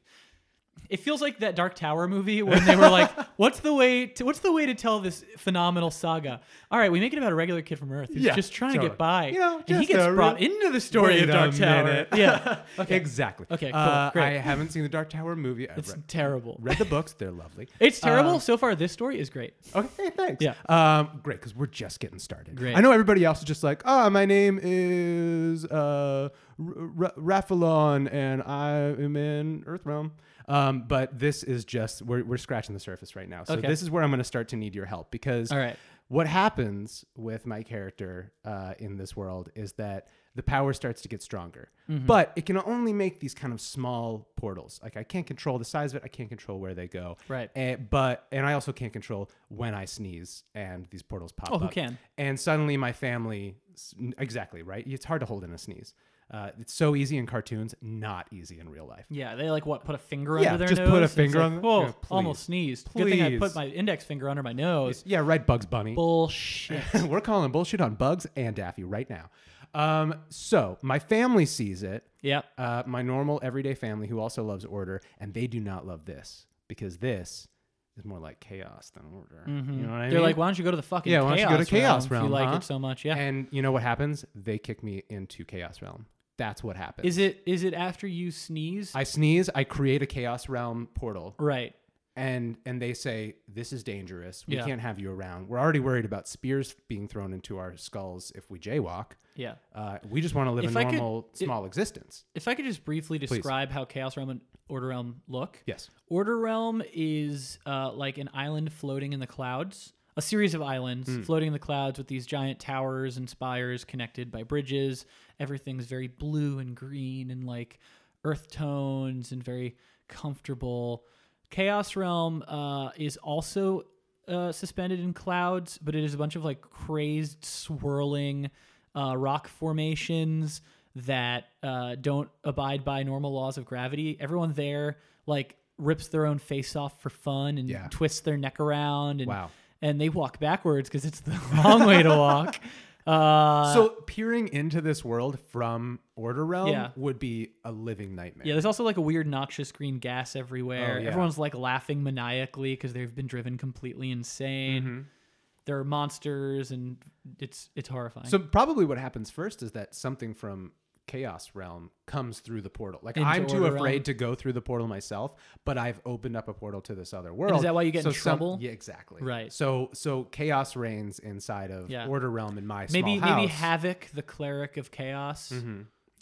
[SPEAKER 2] It feels like that Dark Tower movie when they were like, "What's the way? To, what's the way to tell this phenomenal saga?" All right, we make it about a regular kid from Earth who's
[SPEAKER 3] Yeah,
[SPEAKER 2] just trying to
[SPEAKER 3] totally.
[SPEAKER 2] get by,
[SPEAKER 3] You know,
[SPEAKER 2] and he
[SPEAKER 3] just
[SPEAKER 2] gets
[SPEAKER 3] a re-
[SPEAKER 2] brought into the story of
[SPEAKER 3] Wait a
[SPEAKER 2] Dark Tower.
[SPEAKER 3] minute.
[SPEAKER 2] Yeah, okay,
[SPEAKER 3] exactly.
[SPEAKER 2] Okay, cool,
[SPEAKER 3] Uh,
[SPEAKER 2] great.
[SPEAKER 3] I haven't seen the Dark Tower movie. I've
[SPEAKER 2] it's
[SPEAKER 3] read,
[SPEAKER 2] terrible.
[SPEAKER 3] read the books; they're lovely.
[SPEAKER 2] It's terrible
[SPEAKER 3] Um,
[SPEAKER 2] so far. This story is great.
[SPEAKER 3] Okay, thanks.
[SPEAKER 2] Yeah.
[SPEAKER 3] Um, great, because we're just getting started.
[SPEAKER 2] Great.
[SPEAKER 3] I know everybody else is just like, oh, my name is uh, R- Raffalon, and I am in Earthrealm. Um, but this is just, we're, we're scratching the surface right now. So
[SPEAKER 2] Okay.
[SPEAKER 3] this is where I'm going to start to need your help because
[SPEAKER 2] All right.
[SPEAKER 3] what happens with my character uh, in this world is that the power starts to get stronger,
[SPEAKER 2] Mm-hmm.
[SPEAKER 3] but it can only make these kind of small portals. Like I can't control the size of it. I can't control where they go.
[SPEAKER 2] Right.
[SPEAKER 3] Eh, but and I also can't control when I sneeze and these portals pop
[SPEAKER 2] Oh,
[SPEAKER 3] up.
[SPEAKER 2] who can?
[SPEAKER 3] And suddenly my family, s- exactly right. It's hard to hold in a sneeze. Uh, it's so easy in cartoons, not easy in real life.
[SPEAKER 2] Yeah, they like what put a finger
[SPEAKER 3] Yeah,
[SPEAKER 2] under their
[SPEAKER 3] just
[SPEAKER 2] nose.
[SPEAKER 3] put a
[SPEAKER 2] and it's
[SPEAKER 3] finger
[SPEAKER 2] like,
[SPEAKER 3] on the-
[SPEAKER 2] Whoa,
[SPEAKER 3] yeah, please.
[SPEAKER 2] almost sneezed. Good thing I put
[SPEAKER 3] Please.
[SPEAKER 2] my index finger under my nose.
[SPEAKER 3] Yeah, right, Bugs Bunny.
[SPEAKER 2] Bullshit.
[SPEAKER 3] We're calling bullshit on Bugs and Daffy right now. Um, so my family sees it.
[SPEAKER 2] yep.
[SPEAKER 3] Uh, my normal everyday family who also loves order, and they do not love this because this is more like chaos than order. You know what I mean?
[SPEAKER 2] Mm-hmm. They're like, why don't you go to the fucking
[SPEAKER 3] Yeah,
[SPEAKER 2] chaos
[SPEAKER 3] why don't you go to Chaos
[SPEAKER 2] realm if
[SPEAKER 3] Realm,
[SPEAKER 2] you like
[SPEAKER 3] huh?
[SPEAKER 2] it so much? Yeah.
[SPEAKER 3] And you know what happens? They kick me into Chaos Realm. That's what happens.
[SPEAKER 2] is it is it after you sneeze?
[SPEAKER 3] I sneeze, I create a Chaos Realm portal,
[SPEAKER 2] right.
[SPEAKER 3] and and they say this is dangerous. We
[SPEAKER 2] Yeah.
[SPEAKER 3] can't have you around. We're already worried about spears being thrown into our skulls if we jaywalk.
[SPEAKER 2] Yeah.
[SPEAKER 3] Uh, we just want to live
[SPEAKER 2] If
[SPEAKER 3] a
[SPEAKER 2] I could-
[SPEAKER 3] normal, small existence.
[SPEAKER 2] If I could just briefly describe how Chaos Realm and Order Realm look.
[SPEAKER 3] Yes.
[SPEAKER 2] Order Realm is uh, like an island floating in the clouds, a series of islands
[SPEAKER 3] Hmm.
[SPEAKER 2] floating in the clouds with these giant towers and spires connected by bridges. Everything's very blue and green and like earth tones and very comfortable. Chaos Realm uh, is also uh, suspended in clouds, but it is a bunch of like crazed, swirling uh, rock formations that uh, don't abide by normal laws of gravity. Everyone there like rips their own face off for fun and
[SPEAKER 3] Yeah.
[SPEAKER 2] twists their neck around and
[SPEAKER 3] Wow.
[SPEAKER 2] and they walk backwards because it's the long way to walk. Uh,
[SPEAKER 3] so peering into this world from Order Realm
[SPEAKER 2] Yeah.
[SPEAKER 3] would be a living nightmare.
[SPEAKER 2] yeah, there's also like a weird noxious green gas everywhere.
[SPEAKER 3] Oh, yeah.
[SPEAKER 2] Everyone's like laughing maniacally because they've been driven completely insane.
[SPEAKER 3] Mm-hmm.
[SPEAKER 2] There are monsters and it's it's horrifying.
[SPEAKER 3] So probably what happens first is that something from Chaos Realm comes through the portal. Like
[SPEAKER 2] Into
[SPEAKER 3] I'm too
[SPEAKER 2] Order
[SPEAKER 3] afraid
[SPEAKER 2] Realm.
[SPEAKER 3] to go through the portal myself, but I've opened up a portal to this other world.
[SPEAKER 2] that why you get in
[SPEAKER 3] some-
[SPEAKER 2] trouble?
[SPEAKER 3] yeah, exactly.
[SPEAKER 2] Right.
[SPEAKER 3] So so chaos reigns inside of
[SPEAKER 2] Yeah.
[SPEAKER 3] Order Realm in my
[SPEAKER 2] maybe
[SPEAKER 3] small house.
[SPEAKER 2] maybe Havoc, the cleric of chaos.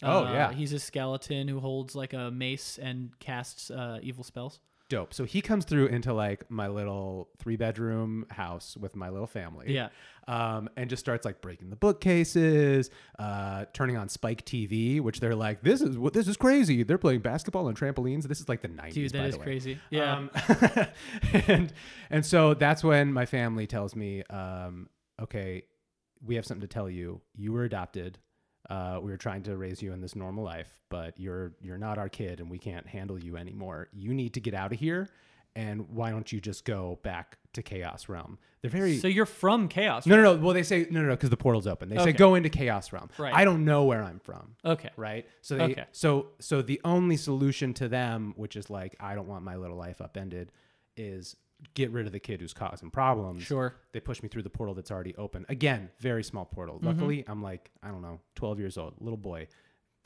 [SPEAKER 3] Oh,
[SPEAKER 2] Uh,
[SPEAKER 3] yeah.
[SPEAKER 2] he's a skeleton who holds like a mace and casts uh, evil spells.
[SPEAKER 3] dope. So he comes through into like my little three bedroom house with my little family.
[SPEAKER 2] Yeah.
[SPEAKER 3] Um, and just starts like breaking the bookcases, uh, turning on Spike TV, which they're like, this is what this is crazy. They're playing basketball on trampolines. This is like the 90s.
[SPEAKER 2] Dude, that
[SPEAKER 3] by
[SPEAKER 2] is
[SPEAKER 3] the way.
[SPEAKER 2] crazy. Yeah.
[SPEAKER 3] Um, and and so that's when my family tells me, um, okay, we have something to tell you. You were adopted. Uh, we were trying to raise you in this normal life, but you're you're not our kid, and we can't handle you anymore. You need to get out of here. And why don't you just go back to Chaos Realm? They're very
[SPEAKER 2] so you're from chaos.
[SPEAKER 3] no no no. Well, they say no no no because the portal's open. They say
[SPEAKER 2] Okay.
[SPEAKER 3] go into Chaos Realm.
[SPEAKER 2] Right.
[SPEAKER 3] I don't know where I'm from
[SPEAKER 2] Okay.
[SPEAKER 3] right? So they,
[SPEAKER 2] Okay.
[SPEAKER 3] so so the only solution to them, which is like I don't want my little life upended, is get rid of the kid who's causing problems.
[SPEAKER 2] Sure.
[SPEAKER 3] They push me through the portal that's already open. Again, very small portal.
[SPEAKER 2] Mm-hmm.
[SPEAKER 3] Luckily, I'm like I don't know, 12 years old, little boy,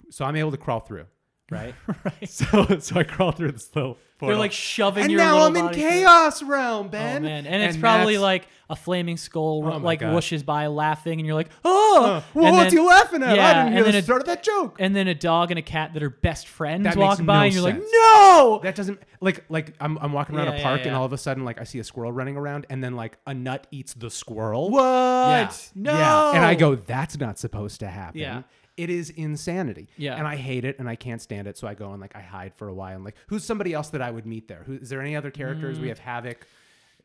[SPEAKER 3] so I'm able to crawl through. Right.
[SPEAKER 2] Right.
[SPEAKER 3] So so I crawl through this little portal.
[SPEAKER 2] They're like shoving
[SPEAKER 3] and
[SPEAKER 2] your
[SPEAKER 3] now
[SPEAKER 2] little
[SPEAKER 3] I'm in
[SPEAKER 2] body through-
[SPEAKER 3] chaos realm,
[SPEAKER 2] Oh
[SPEAKER 3] Ben.
[SPEAKER 2] man, and it's probably
[SPEAKER 3] that's-
[SPEAKER 2] like a flaming skull
[SPEAKER 3] Oh, my
[SPEAKER 2] like
[SPEAKER 3] God.
[SPEAKER 2] whooshes by laughing, and you're like, oh,
[SPEAKER 3] Uh, well,
[SPEAKER 2] and
[SPEAKER 3] what's
[SPEAKER 2] then-
[SPEAKER 3] he laughing at?
[SPEAKER 2] Yeah,
[SPEAKER 3] I didn't
[SPEAKER 2] and
[SPEAKER 3] hear
[SPEAKER 2] then
[SPEAKER 3] the
[SPEAKER 2] a-
[SPEAKER 3] start of that joke.
[SPEAKER 2] And then a dog and a cat that are best friends
[SPEAKER 3] That
[SPEAKER 2] walk
[SPEAKER 3] makes
[SPEAKER 2] by,
[SPEAKER 3] no
[SPEAKER 2] and you're like,
[SPEAKER 3] sense.
[SPEAKER 2] no.
[SPEAKER 3] That doesn't like like I'm I'm walking around
[SPEAKER 2] Yeah,
[SPEAKER 3] a
[SPEAKER 2] yeah,
[SPEAKER 3] park and
[SPEAKER 2] yeah.
[SPEAKER 3] all of a sudden like I see a squirrel running around and then like a nut eats the squirrel.
[SPEAKER 2] What?
[SPEAKER 3] Yeah.
[SPEAKER 2] No.
[SPEAKER 3] Yeah. And I go, that's not supposed to happen.
[SPEAKER 2] Yeah.
[SPEAKER 3] It is insanity.
[SPEAKER 2] Yeah.
[SPEAKER 3] And I hate it and I can't stand it. So I go
[SPEAKER 2] Mm.
[SPEAKER 3] and like I hide for a while and like who's somebody else that I would meet there? Who is there any other characters? We have Havoc.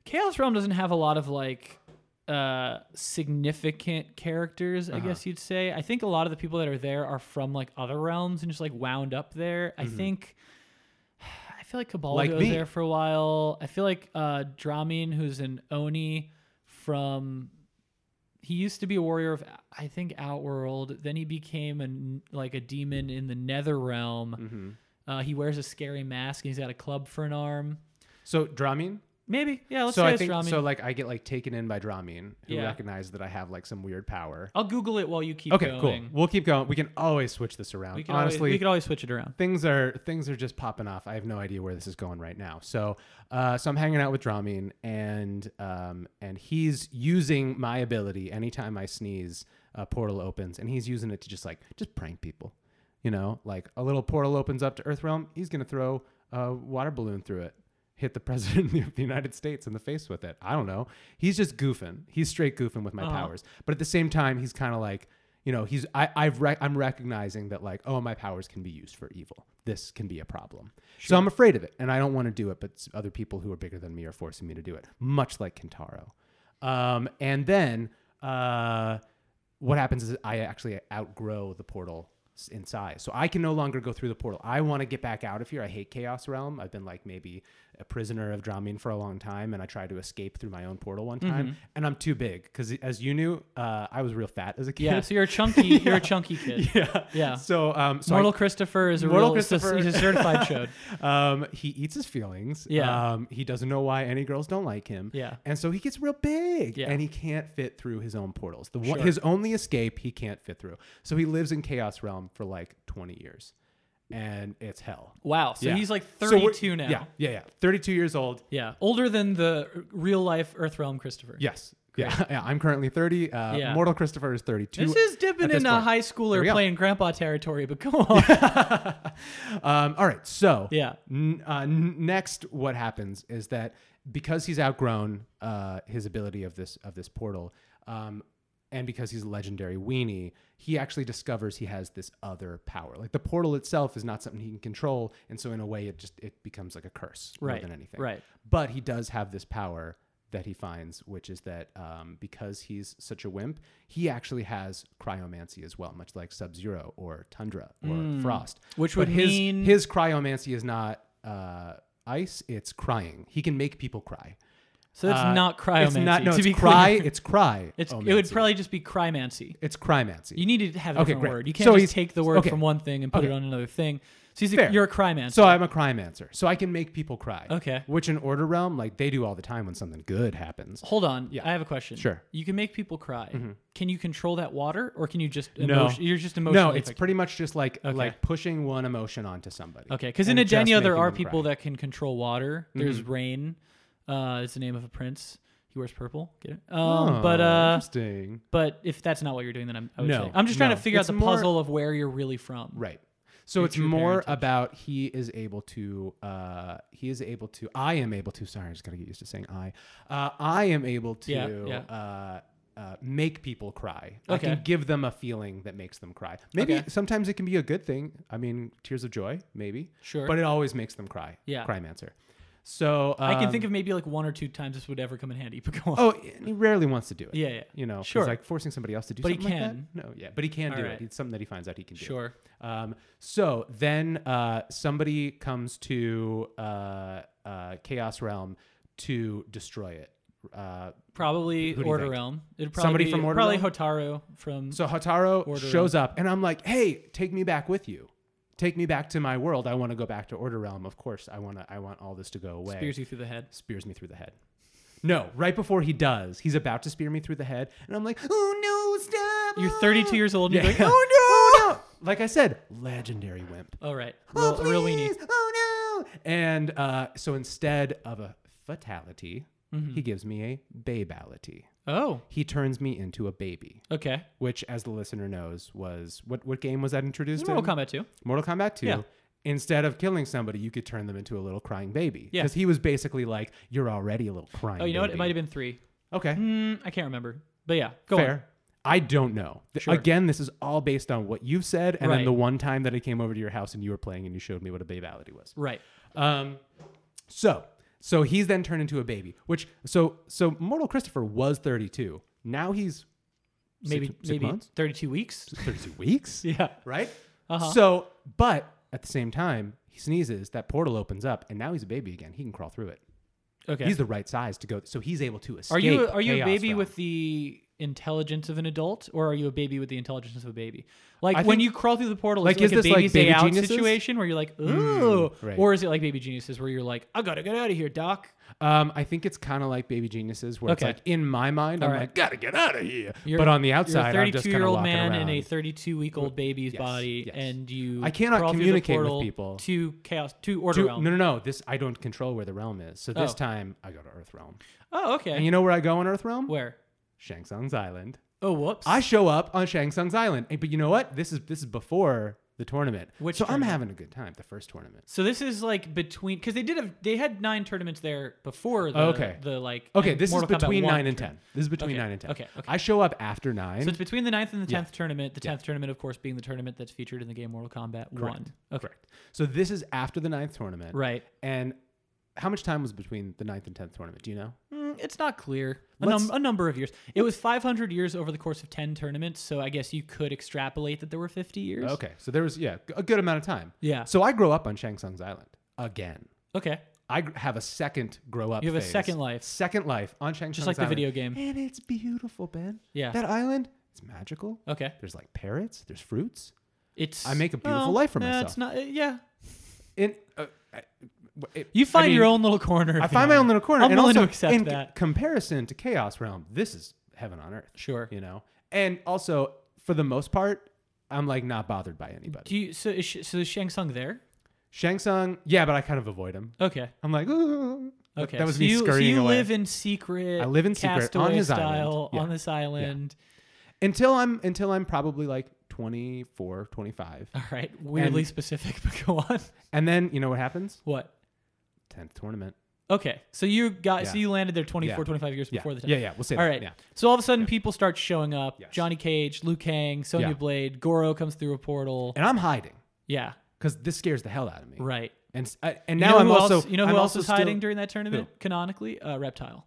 [SPEAKER 2] Chaos Realm doesn't have a lot of like uh significant characters,
[SPEAKER 3] Uh-huh.
[SPEAKER 2] I guess you'd say. I think a lot of the people that are there are from like other realms and just like wound up there. I think I feel like Cabal
[SPEAKER 3] Mm-hmm. Like
[SPEAKER 2] was
[SPEAKER 3] me.
[SPEAKER 2] there for a while. I feel like uh Dramin, who's an Oni from he used to be a warrior of I think Outworld. Then he became an like a demon in the Nether realm.
[SPEAKER 3] Mm-hmm.
[SPEAKER 2] Uh, he wears a scary mask and he's got a club for an arm.
[SPEAKER 3] So Dramine.
[SPEAKER 2] Maybe yeah. Let's
[SPEAKER 3] So
[SPEAKER 2] say
[SPEAKER 3] I
[SPEAKER 2] it's
[SPEAKER 3] think
[SPEAKER 2] Dramin.
[SPEAKER 3] so. Like I get like taken in by Dramine, who
[SPEAKER 2] Yeah.
[SPEAKER 3] recognize that I have like some weird power.
[SPEAKER 2] I'll Google it while you keep
[SPEAKER 3] Okay,
[SPEAKER 2] going.
[SPEAKER 3] cool. We'll keep going. We can always switch this around.
[SPEAKER 2] We can
[SPEAKER 3] Honestly,
[SPEAKER 2] always, we could always switch it around.
[SPEAKER 3] things are things are just popping off. I have no idea where this is going right now. So, uh, so I'm hanging out with Dramin, and um, and he's using my ability. Anytime I sneeze, a portal opens, and he's using it to just like just prank people. You know, like a little portal opens up to Earth Realm. He's gonna throw a water balloon through it, hit the president of the United States in the face with it. I don't know. He's just goofing. He's straight goofing with my powers. But at the same time, he's kind of like you know he's I, I've rec- I'm recognizing that like oh my powers can be used for evil. This can be a problem. So I'm afraid of it, and I don't want to do it. But s- other people who are bigger than me are forcing me to do it. Much like Kentaro. Um, and then uh, what happens is I actually outgrow the portal s- in size. So I can no longer go through the portal. I want to get back out of here. I hate Chaos Realm. I've been like maybe a prisoner of Dramine for a long time, and I tried to escape through my own portal one time, and I'm too big. Because as you knew, uh, I was real fat as a kid.
[SPEAKER 2] Yeah. So you're a chunky. You're a chunky kid.
[SPEAKER 3] yeah.
[SPEAKER 2] Yeah.
[SPEAKER 3] So, um, so I-
[SPEAKER 2] Mortal Christopher is a
[SPEAKER 3] Mortal
[SPEAKER 2] real. he's a-
[SPEAKER 3] Christopher.
[SPEAKER 2] He's a certified chode.
[SPEAKER 3] um, he eats his feelings.
[SPEAKER 2] Yeah.
[SPEAKER 3] Um, he doesn't know why any girls don't like him.
[SPEAKER 2] Yeah.
[SPEAKER 3] And so he gets real big.
[SPEAKER 2] Yeah.
[SPEAKER 3] And he can't fit through his own portals. The one,
[SPEAKER 2] Sure.
[SPEAKER 3] his only escape he can't fit through. So he lives in Chaos Realm for like 20 years, and it's hell.
[SPEAKER 2] Wow. So
[SPEAKER 3] Yeah.
[SPEAKER 2] he's like
[SPEAKER 3] So we're-
[SPEAKER 2] 32 now.
[SPEAKER 3] Yeah. Yeah. Yeah. 32 years old.
[SPEAKER 2] Yeah. Older than the real life Earth realm Christopher.
[SPEAKER 3] Yes. Yeah, yeah, I'm currently 30. Uh,
[SPEAKER 2] Yeah.
[SPEAKER 3] Mortal Christopher is 32.
[SPEAKER 2] This is dipping
[SPEAKER 3] at this
[SPEAKER 2] into
[SPEAKER 3] point.
[SPEAKER 2] high
[SPEAKER 3] Here we
[SPEAKER 2] schooler
[SPEAKER 3] go.
[SPEAKER 2] playing grandpa territory, but go on.
[SPEAKER 3] Um, all right, so
[SPEAKER 2] Yeah.
[SPEAKER 3] n- uh, n- next, what happens is that because he's outgrown uh, his ability of this of this portal, um, and because he's a legendary weenie, he actually discovers he has this other power. Like the portal itself is not something he can control, and so in a way, it just it becomes like a curse more
[SPEAKER 2] Right,
[SPEAKER 3] than anything.
[SPEAKER 2] right.
[SPEAKER 3] But he does have this power that he finds, which is that um, because he's such a wimp, he actually has cryomancy as well, much like Sub Zero or Tundra or Frost.
[SPEAKER 2] Hmm. Which
[SPEAKER 3] But
[SPEAKER 2] would
[SPEAKER 3] his,
[SPEAKER 2] mean-
[SPEAKER 3] his cryomancy is not uh, ice; it's crying. He can make people cry.
[SPEAKER 2] So it's
[SPEAKER 3] Uh,
[SPEAKER 2] not cryomancy.
[SPEAKER 3] It's not. No,
[SPEAKER 2] to
[SPEAKER 3] it's
[SPEAKER 2] be
[SPEAKER 3] cry.
[SPEAKER 2] Clear.
[SPEAKER 3] It's cry.
[SPEAKER 2] It's, it would probably just be crymancy.
[SPEAKER 3] It's crymancy.
[SPEAKER 2] You need to have a
[SPEAKER 3] Okay,
[SPEAKER 2] different
[SPEAKER 3] great.
[SPEAKER 2] word. You can't
[SPEAKER 3] So
[SPEAKER 2] just
[SPEAKER 3] he's-
[SPEAKER 2] take the word
[SPEAKER 3] okay.
[SPEAKER 2] from one thing and put it
[SPEAKER 3] Okay.
[SPEAKER 2] on another thing. So he's a,
[SPEAKER 3] Fair.
[SPEAKER 2] you're a crymancer.
[SPEAKER 3] so I'm a cryomancer. So I can make people cry.
[SPEAKER 2] Okay.
[SPEAKER 3] Which in Order Realm, like they do all the time when something good happens.
[SPEAKER 2] Hold on.
[SPEAKER 3] Yeah.
[SPEAKER 2] I have a question.
[SPEAKER 3] Sure. Mm-hmm.
[SPEAKER 2] You can make people cry. Can you control that water or can you just
[SPEAKER 3] No.
[SPEAKER 2] emotion, you're just emotional?
[SPEAKER 3] No, it's pretty much just like like pushing one emotion onto somebody.
[SPEAKER 2] Okay, because in
[SPEAKER 3] and just
[SPEAKER 2] Adenia there
[SPEAKER 3] making
[SPEAKER 2] are
[SPEAKER 3] them
[SPEAKER 2] people
[SPEAKER 3] cry. Mm-hmm.
[SPEAKER 2] that can control water. There's Rain. Uh, it's the name of a prince. He wears purple. Get it? Um, but
[SPEAKER 3] Oh,
[SPEAKER 2] uh,
[SPEAKER 3] interesting.
[SPEAKER 2] but if that's not what you're doing, then I'm. I would
[SPEAKER 3] No,
[SPEAKER 2] say. I'm just trying
[SPEAKER 3] no.
[SPEAKER 2] to figure
[SPEAKER 3] It's
[SPEAKER 2] out the
[SPEAKER 3] more-
[SPEAKER 2] puzzle of where you're really from.
[SPEAKER 3] Right. So it's
[SPEAKER 2] true
[SPEAKER 3] more
[SPEAKER 2] parentage.
[SPEAKER 3] about he is able to uh he is able to I am able to sorry I just gotta get used to saying I uh I am able to
[SPEAKER 2] Yeah, yeah.
[SPEAKER 3] uh uh, make people cry. I
[SPEAKER 2] Okay.
[SPEAKER 3] can give them a feeling that makes them cry. Maybe
[SPEAKER 2] Okay.
[SPEAKER 3] sometimes it can be a good thing. I mean, tears of joy, maybe.
[SPEAKER 2] Sure.
[SPEAKER 3] But it always makes them cry.
[SPEAKER 2] Yeah.
[SPEAKER 3] Crime answer. So
[SPEAKER 2] I can
[SPEAKER 3] um,
[SPEAKER 2] think of maybe like one or two times this would ever come in handy. But go on.
[SPEAKER 3] Oh, and he rarely wants to do it.
[SPEAKER 2] Yeah, yeah.
[SPEAKER 3] You know, 'cause,
[SPEAKER 2] Sure.
[SPEAKER 3] Like forcing somebody else to do
[SPEAKER 2] But he
[SPEAKER 3] something
[SPEAKER 2] can.
[SPEAKER 3] like that. No, yeah, but he can
[SPEAKER 2] All
[SPEAKER 3] do
[SPEAKER 2] right.
[SPEAKER 3] it. It's something that he finds out he can do.
[SPEAKER 2] Sure.
[SPEAKER 3] Um, so then uh, somebody comes to uh, uh, Chaos Realm to destroy it. Uh,
[SPEAKER 2] probably
[SPEAKER 3] who do you
[SPEAKER 2] Order
[SPEAKER 3] think?
[SPEAKER 2] Realm. It'd probably
[SPEAKER 3] Somebody
[SPEAKER 2] be-
[SPEAKER 3] from Order
[SPEAKER 2] probably
[SPEAKER 3] Realm?
[SPEAKER 2] Hotaru from.
[SPEAKER 3] so Hataro
[SPEAKER 2] Order
[SPEAKER 3] shows up, and I'm like, "Hey, take me back with you. Take me back to my world. I want to go back to Order Realm. Of course, I want to. I want all this to go away."
[SPEAKER 2] spears you through the head.
[SPEAKER 3] spears me through the head. No, right before he does, he's about to spear me through the head, and I'm like, "Oh no, stop!"
[SPEAKER 2] You're 32 years old. and
[SPEAKER 3] Yeah.
[SPEAKER 2] You're like,
[SPEAKER 3] oh, no!
[SPEAKER 2] oh,
[SPEAKER 3] Like I said, legendary wimp.
[SPEAKER 2] all right,
[SPEAKER 3] Oh,
[SPEAKER 2] real, a real weenie.
[SPEAKER 3] please! Oh no! And uh, so instead of a fatality, he gives me a babality.
[SPEAKER 2] Oh,
[SPEAKER 3] He turns me into a baby,
[SPEAKER 2] okay.
[SPEAKER 3] which, as the listener knows, was what what game was that introduced?
[SPEAKER 2] Mortal
[SPEAKER 3] in?
[SPEAKER 2] Kombat 2.
[SPEAKER 3] Mortal Kombat 2.
[SPEAKER 2] Yeah.
[SPEAKER 3] Instead of killing somebody, you could turn them into a little crying baby.
[SPEAKER 2] Yeah.
[SPEAKER 3] Because he was basically like, "You're already a little crying."
[SPEAKER 2] Oh, you know what? It
[SPEAKER 3] baby."
[SPEAKER 2] might have been three.
[SPEAKER 3] Okay.
[SPEAKER 2] Mm, I can't remember. But yeah, go
[SPEAKER 3] Fair.
[SPEAKER 2] on.
[SPEAKER 3] I don't know. Th-
[SPEAKER 2] Sure.
[SPEAKER 3] Again, this is all based on what you've said, and
[SPEAKER 2] Right.
[SPEAKER 3] then the one time that I came over to your house and you were playing and you showed me what a babality was.
[SPEAKER 2] Right.
[SPEAKER 3] Um, so So he's then turned into a baby, which so so Mortal Christopher was 32. Now he's
[SPEAKER 2] maybe
[SPEAKER 3] six, six
[SPEAKER 2] maybe
[SPEAKER 3] months?
[SPEAKER 2] 32 weeks.
[SPEAKER 3] 32 weeks,
[SPEAKER 2] Yeah.
[SPEAKER 3] right?
[SPEAKER 2] Uh-huh.
[SPEAKER 3] So, but at the same time, he sneezes, that portal opens up, and now he's a baby again. He can crawl through it.
[SPEAKER 2] Okay.
[SPEAKER 3] He's the right size to go, so he's able to escape.
[SPEAKER 2] are you are you a
[SPEAKER 3] Chaos
[SPEAKER 2] baby
[SPEAKER 3] Realm.
[SPEAKER 2] with the intelligence of an adult, or are you a baby with the intelligence of a baby? Like
[SPEAKER 3] I
[SPEAKER 2] when
[SPEAKER 3] think-
[SPEAKER 2] you crawl through the portal,
[SPEAKER 3] Like,
[SPEAKER 2] is it like
[SPEAKER 3] is this
[SPEAKER 2] a
[SPEAKER 3] like
[SPEAKER 2] baby's
[SPEAKER 3] Baby
[SPEAKER 2] day out
[SPEAKER 3] Geniuses? Mm,
[SPEAKER 2] situation where you're like, ooh,
[SPEAKER 3] right.
[SPEAKER 2] or is it like Baby Geniuses where you're like, I gotta get out of here, Doc.
[SPEAKER 3] Um, I think it's kind of like Baby Geniuses, where it's
[SPEAKER 2] Okay.
[SPEAKER 3] like in my mind, I'm
[SPEAKER 2] All right.
[SPEAKER 3] like, gotta get out of here.
[SPEAKER 2] You're-
[SPEAKER 3] but on the
[SPEAKER 2] you're a
[SPEAKER 3] outside, I'm just kind of
[SPEAKER 2] 32-year-old
[SPEAKER 3] walking
[SPEAKER 2] man
[SPEAKER 3] around.
[SPEAKER 2] in a 32 week old baby's
[SPEAKER 3] Yes,
[SPEAKER 2] body,
[SPEAKER 3] yes.
[SPEAKER 2] and you.
[SPEAKER 3] I cannot
[SPEAKER 2] crawl through the
[SPEAKER 3] communicate with
[SPEAKER 2] portal
[SPEAKER 3] people.
[SPEAKER 2] To chaos, to order
[SPEAKER 3] Dude,
[SPEAKER 2] realm.
[SPEAKER 3] no, no, no. This I don't control where the realm is. So this
[SPEAKER 2] Oh.
[SPEAKER 3] time I go to Earth realm,
[SPEAKER 2] Oh, okay.
[SPEAKER 3] and you know where I go on Earth realm?
[SPEAKER 2] Where?
[SPEAKER 3] Shang Tsung's island.
[SPEAKER 2] Oh, whoops.
[SPEAKER 3] I show up on Shang Tsung's island, and- but you know what? This is this is before the tournament.
[SPEAKER 2] Which
[SPEAKER 3] so
[SPEAKER 2] tournament?
[SPEAKER 3] I'm having a good time. The first tournament.
[SPEAKER 2] so this is like between because they did have they had nine tournaments there before. The,
[SPEAKER 3] Okay.
[SPEAKER 2] The like.
[SPEAKER 3] Okay,
[SPEAKER 2] and
[SPEAKER 3] this
[SPEAKER 2] Mortal
[SPEAKER 3] is
[SPEAKER 2] Kombat
[SPEAKER 3] between
[SPEAKER 2] 1
[SPEAKER 3] nine and ten.
[SPEAKER 2] tournament.
[SPEAKER 3] This is between
[SPEAKER 2] Okay,
[SPEAKER 3] nine and ten.
[SPEAKER 2] okay, okay.
[SPEAKER 3] I show up after nine.
[SPEAKER 2] So it's between the ninth and the
[SPEAKER 3] Yeah.
[SPEAKER 2] tenth tournament. The tenth tournament, of course, being the tournament that's featured in the game Mortal Kombat One. Okay.
[SPEAKER 3] Correct. So this is after the ninth tournament.
[SPEAKER 2] Right.
[SPEAKER 3] And how much time was between the ninth and tenth tournament? Do you know?
[SPEAKER 2] Mm, it's not clear. A,
[SPEAKER 3] Let's-
[SPEAKER 2] num- a number of years. It was 500 years over the course of 10 tournaments, so I guess you could extrapolate that there were 50 years.
[SPEAKER 3] Okay. So there was yeah a good amount of time.
[SPEAKER 2] Yeah.
[SPEAKER 3] So I grow up on Shang Tsung's island again.
[SPEAKER 2] Okay.
[SPEAKER 3] I gr- have a second grow up.
[SPEAKER 2] You have a
[SPEAKER 3] phase.
[SPEAKER 2] second life.
[SPEAKER 3] Second life on Shang Tsung's
[SPEAKER 2] Just like the
[SPEAKER 3] island.
[SPEAKER 2] video game.
[SPEAKER 3] And it's beautiful, Ben.
[SPEAKER 2] Yeah.
[SPEAKER 3] That island is magical.
[SPEAKER 2] Okay.
[SPEAKER 3] There's like parrots. There's fruits.
[SPEAKER 2] It's
[SPEAKER 3] I make a beautiful
[SPEAKER 2] well,
[SPEAKER 3] life for
[SPEAKER 2] nah,
[SPEAKER 3] myself.
[SPEAKER 2] It's not. uh, yeah.
[SPEAKER 3] In uh, I- it-
[SPEAKER 2] You
[SPEAKER 3] I
[SPEAKER 2] find your
[SPEAKER 3] mean,
[SPEAKER 2] own little corner.
[SPEAKER 3] I
[SPEAKER 2] if you
[SPEAKER 3] find my
[SPEAKER 2] want.
[SPEAKER 3] own little corner.
[SPEAKER 2] I'm
[SPEAKER 3] and
[SPEAKER 2] willing
[SPEAKER 3] also,
[SPEAKER 2] to accept
[SPEAKER 3] in c-
[SPEAKER 2] that.
[SPEAKER 3] comparison to Chaos Realm, this is heaven on earth.
[SPEAKER 2] Sure.
[SPEAKER 3] You know, and also for the most part, I'm like not bothered by anybody.
[SPEAKER 2] Do you so is, Sh- so is Shang Tsung there?
[SPEAKER 3] Shang Tsung, yeah, but I kind of avoid him.
[SPEAKER 2] Okay.
[SPEAKER 3] I'm like, Ooh. That-
[SPEAKER 2] Okay.
[SPEAKER 3] That was
[SPEAKER 2] so
[SPEAKER 3] me
[SPEAKER 2] you,
[SPEAKER 3] scurrying
[SPEAKER 2] so you
[SPEAKER 3] away
[SPEAKER 2] live in secret.
[SPEAKER 3] I live in secret on
[SPEAKER 2] castaway
[SPEAKER 3] his island.
[SPEAKER 2] style
[SPEAKER 3] Yeah.
[SPEAKER 2] on this island.
[SPEAKER 3] until I'm until I'm probably like 24, 25,
[SPEAKER 2] All right. Weirdly
[SPEAKER 3] And-
[SPEAKER 2] specific, but go on.
[SPEAKER 3] and then you know what happens?
[SPEAKER 2] What?
[SPEAKER 3] Tenth tournament.
[SPEAKER 2] Okay. So you got so
[SPEAKER 3] Yeah.
[SPEAKER 2] you landed there 24,
[SPEAKER 3] Yeah.
[SPEAKER 2] 25 years
[SPEAKER 3] Yeah.
[SPEAKER 2] before the time.
[SPEAKER 3] yeah, yeah, we'll say
[SPEAKER 2] All
[SPEAKER 3] that.
[SPEAKER 2] right.
[SPEAKER 3] Yeah.
[SPEAKER 2] So all of a sudden, people start showing up.
[SPEAKER 3] Yes.
[SPEAKER 2] Johnny Cage, Liu Kang, Sonya
[SPEAKER 3] Yeah.
[SPEAKER 2] Blade, Goro comes through a portal.
[SPEAKER 3] And I'm hiding
[SPEAKER 2] yeah.
[SPEAKER 3] because this scares the hell out of me.
[SPEAKER 2] Right.
[SPEAKER 3] And s- I- and
[SPEAKER 2] You
[SPEAKER 3] now
[SPEAKER 2] know
[SPEAKER 3] I'm
[SPEAKER 2] who
[SPEAKER 3] also
[SPEAKER 2] else, you know who
[SPEAKER 3] I'm
[SPEAKER 2] else
[SPEAKER 3] also
[SPEAKER 2] was hiding
[SPEAKER 3] still-
[SPEAKER 2] during that tournament canonically? Uh, Reptile.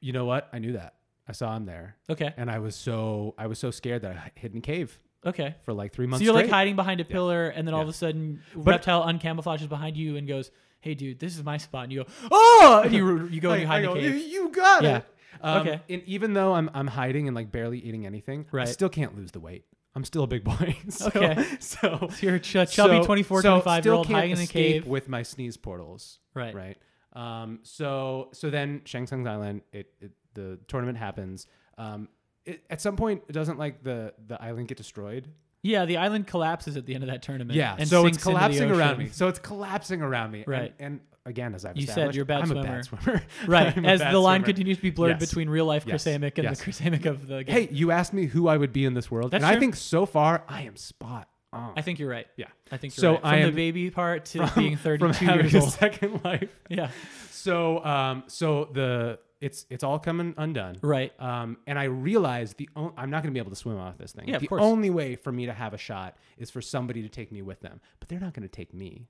[SPEAKER 3] you know what? I knew that. I saw him there,
[SPEAKER 2] Okay.
[SPEAKER 3] and I was so I was so scared that I hid in a cave
[SPEAKER 2] Okay.
[SPEAKER 3] for like three
[SPEAKER 2] So
[SPEAKER 3] months.
[SPEAKER 2] you're like
[SPEAKER 3] straight.
[SPEAKER 2] hiding behind a pillar, and then all of
[SPEAKER 3] Yeah.
[SPEAKER 2] a sudden,
[SPEAKER 3] But-
[SPEAKER 2] Reptile uncamouflages behind you and goes, "Hey, dude, this is my spot." And you go, "Oh!" And you you go and oh, you hide in a
[SPEAKER 3] go,
[SPEAKER 2] cave.
[SPEAKER 3] You you got
[SPEAKER 2] Yeah.
[SPEAKER 3] it. Um,
[SPEAKER 2] Okay.
[SPEAKER 3] And even though I'm I'm hiding and like barely eating anything,
[SPEAKER 2] Right.
[SPEAKER 3] I still can't lose the weight. I'm still a big boy. so,
[SPEAKER 2] Okay.
[SPEAKER 3] So
[SPEAKER 2] So you're a ch- chubby
[SPEAKER 3] so-
[SPEAKER 2] 24,
[SPEAKER 3] so
[SPEAKER 2] 25 year
[SPEAKER 3] still
[SPEAKER 2] old
[SPEAKER 3] can't
[SPEAKER 2] hiding in a
[SPEAKER 3] escape
[SPEAKER 2] cave.
[SPEAKER 3] with my sneeze portals.
[SPEAKER 2] Right.
[SPEAKER 3] Right. Um. So so then Shang Tsung's Island. It, it the tournament happens. Um. It, at some point, doesn't like the the island get destroyed?
[SPEAKER 2] Yeah, the island collapses at the end of that tournament.
[SPEAKER 3] Yeah.
[SPEAKER 2] and
[SPEAKER 3] so it's
[SPEAKER 2] sinks into the
[SPEAKER 3] collapsing around
[SPEAKER 2] ocean.
[SPEAKER 3] me. So it's collapsing around me. And-
[SPEAKER 2] Right.
[SPEAKER 3] And, again, as I've
[SPEAKER 2] You said
[SPEAKER 3] established,
[SPEAKER 2] you're a bad
[SPEAKER 3] I'm a
[SPEAKER 2] swimmer.
[SPEAKER 3] bad swimmer.
[SPEAKER 2] Right,
[SPEAKER 3] I'm a
[SPEAKER 2] as
[SPEAKER 3] bad
[SPEAKER 2] the line
[SPEAKER 3] swimmer.
[SPEAKER 2] continues to be blurred
[SPEAKER 3] Yes.
[SPEAKER 2] between real life
[SPEAKER 3] Yes.
[SPEAKER 2] Chris Amick and
[SPEAKER 3] Yes.
[SPEAKER 2] the Chris Amick of the game.
[SPEAKER 3] Hey, you asked me who I would be in this world,
[SPEAKER 2] That's
[SPEAKER 3] and
[SPEAKER 2] true.
[SPEAKER 3] I think so far I am spot on.
[SPEAKER 2] I think you're right.
[SPEAKER 3] yeah,
[SPEAKER 2] I think you're
[SPEAKER 3] So
[SPEAKER 2] right. From
[SPEAKER 3] I
[SPEAKER 2] the
[SPEAKER 3] am-
[SPEAKER 2] baby part to being 32
[SPEAKER 3] from having
[SPEAKER 2] years
[SPEAKER 3] a
[SPEAKER 2] old.
[SPEAKER 3] second life.
[SPEAKER 2] Yeah,
[SPEAKER 3] So, um, so the it's it's all coming undone,
[SPEAKER 2] right.
[SPEAKER 3] Um, and I realized the on- I'm not going to be able to swim off this thing.
[SPEAKER 2] Yeah, of
[SPEAKER 3] the
[SPEAKER 2] course.
[SPEAKER 3] only way for me to have a shot is for somebody to take me with them, but they're not going to take me.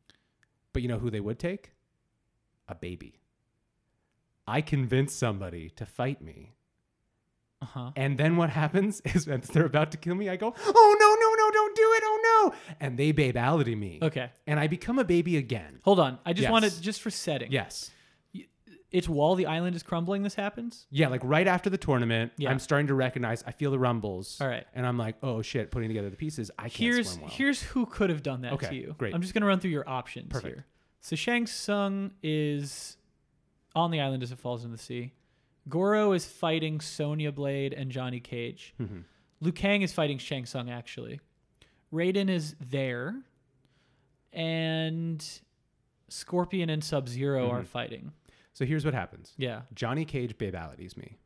[SPEAKER 3] But you know who they would take? A baby. I convinced somebody to fight me.
[SPEAKER 2] Uh huh.
[SPEAKER 3] And then what happens is when they're about to kill me, I go, oh no, no, no, don't do it, oh no. And they babality me.
[SPEAKER 2] Okay.
[SPEAKER 3] And I become a baby again.
[SPEAKER 2] Hold on. I just
[SPEAKER 3] Yes.
[SPEAKER 2] wanted just for setting.
[SPEAKER 3] Yes.
[SPEAKER 2] It's while the island is crumbling. This happens.
[SPEAKER 3] Yeah, like right after the tournament,
[SPEAKER 2] Yeah.
[SPEAKER 3] I'm starting to recognize I feel the rumbles.
[SPEAKER 2] All right.
[SPEAKER 3] And I'm like, oh shit, putting together the pieces, I can't
[SPEAKER 2] Here's
[SPEAKER 3] swim well.
[SPEAKER 2] here's who could have done that to
[SPEAKER 3] Okay,
[SPEAKER 2] you.
[SPEAKER 3] great.
[SPEAKER 2] I'm just gonna run through your options
[SPEAKER 3] Perfect.
[SPEAKER 2] here. So Shang Tsung is on the island as it falls into the sea. Goro is fighting Sonya Blade and Johnny Cage.
[SPEAKER 3] Mm-hmm.
[SPEAKER 2] Liu Kang is fighting Shang Tsung actually. Raiden is there, and Scorpion and Sub 0
[SPEAKER 3] Mm-hmm.
[SPEAKER 2] are fighting.
[SPEAKER 3] so here's what happens.
[SPEAKER 2] Yeah.
[SPEAKER 3] Johnny Cage babalities me.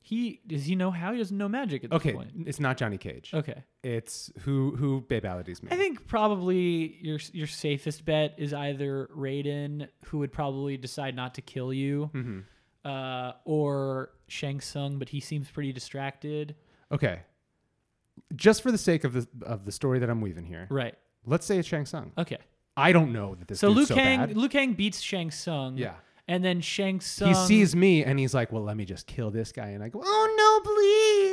[SPEAKER 2] He does he know how? He doesn't know magic at this
[SPEAKER 3] Okay,
[SPEAKER 2] point.
[SPEAKER 3] it's not Johnny Cage.
[SPEAKER 2] Okay.
[SPEAKER 3] It's who who babalities me.
[SPEAKER 2] I think probably your your safest bet is either Raiden, who would probably decide not to kill you,
[SPEAKER 3] Mm-hmm.
[SPEAKER 2] uh, or Shang Tsung, but he seems pretty distracted.
[SPEAKER 3] okay. Just for the sake of the of the story that I'm weaving here,
[SPEAKER 2] Right.
[SPEAKER 3] let's say it's Shang Tsung.
[SPEAKER 2] Okay.
[SPEAKER 3] I don't know that this
[SPEAKER 2] So
[SPEAKER 3] dude's
[SPEAKER 2] Liu
[SPEAKER 3] so
[SPEAKER 2] Kang
[SPEAKER 3] bad.
[SPEAKER 2] Liu Kang beats Shang Tsung.
[SPEAKER 3] Yeah.
[SPEAKER 2] And then Shang Tsung.
[SPEAKER 3] He sees me and he's like, "Well, let me just kill this guy." And I go, "Oh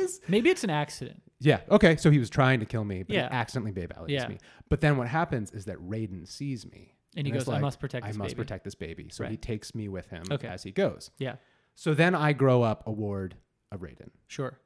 [SPEAKER 3] no, please!"
[SPEAKER 2] Maybe it's an accident.
[SPEAKER 3] Yeah. Okay. So he was trying to kill me, but
[SPEAKER 2] Yeah.
[SPEAKER 3] he accidentally babe Alley
[SPEAKER 2] Yeah.
[SPEAKER 3] me. But then what happens is that Raiden sees me,
[SPEAKER 2] And he
[SPEAKER 3] it's
[SPEAKER 2] goes, "I must protect this
[SPEAKER 3] I must
[SPEAKER 2] baby."
[SPEAKER 3] protect this baby." So he
[SPEAKER 2] Right.
[SPEAKER 3] takes me with him
[SPEAKER 2] Okay.
[SPEAKER 3] as he goes.
[SPEAKER 2] Yeah,
[SPEAKER 3] So then I grow up, award a Raiden,
[SPEAKER 2] sure.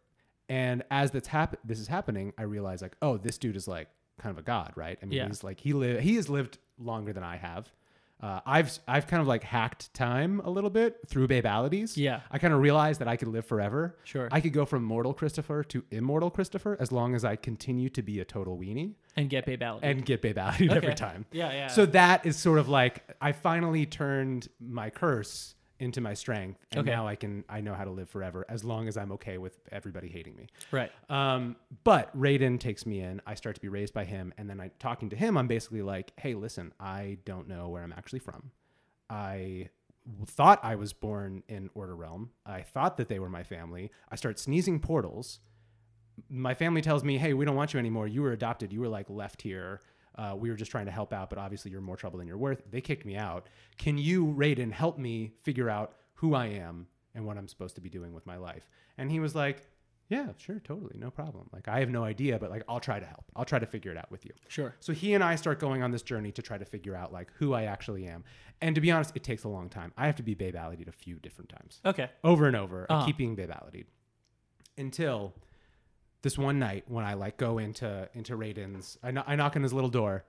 [SPEAKER 3] and as that's hap- this is happening, I realize like, oh, this dude is like kind of a god, right? I mean,
[SPEAKER 2] Yeah.
[SPEAKER 3] he's like he li- he has lived longer than I have. Uh, I've I've kind of like hacked time a little bit through babalities.
[SPEAKER 2] Yeah.
[SPEAKER 3] I kind of realized that I could live forever.
[SPEAKER 2] Sure.
[SPEAKER 3] I could go from mortal Christopher to immortal Christopher as long as I continue to be a total weenie
[SPEAKER 2] And get Babe Alley.
[SPEAKER 3] and get babalities every
[SPEAKER 2] Okay.
[SPEAKER 3] time.
[SPEAKER 2] Yeah, yeah.
[SPEAKER 3] So that is sort of like I finally turned my curse into my strength, and
[SPEAKER 2] Okay.
[SPEAKER 3] now I can I know how to live forever as long as I'm okay with everybody hating me.
[SPEAKER 2] right.
[SPEAKER 3] Um, but Raiden takes me in. I start to be raised by him, and then I talking to him. I'm basically like, "Hey, listen, I don't know where I'm actually from. I w- thought I was born in Order Realm. I thought that they were my family. I start sneezing portals. My family tells me, "Hey, we don't want you anymore. You were adopted. You were like left here." Uh, we were just trying to help out, but obviously you're more trouble than you're worth. They kicked me out. Can you, Raiden, help me figure out who I am and what I'm supposed to be doing with my life? And he was like, yeah, sure, totally, no problem. Like I have no idea, but like I'll try to help. I'll try to figure it out with you.
[SPEAKER 2] Sure.
[SPEAKER 3] So he and I start going on this journey to try to figure out like who I actually am. And to be honest, it takes a long time. I have to be babe a few different times.
[SPEAKER 2] Okay.
[SPEAKER 3] Over and over. I
[SPEAKER 2] Uh-huh.
[SPEAKER 3] keep being babe Until this one night when I like go into into Raiden's I, kno- I knock on his little door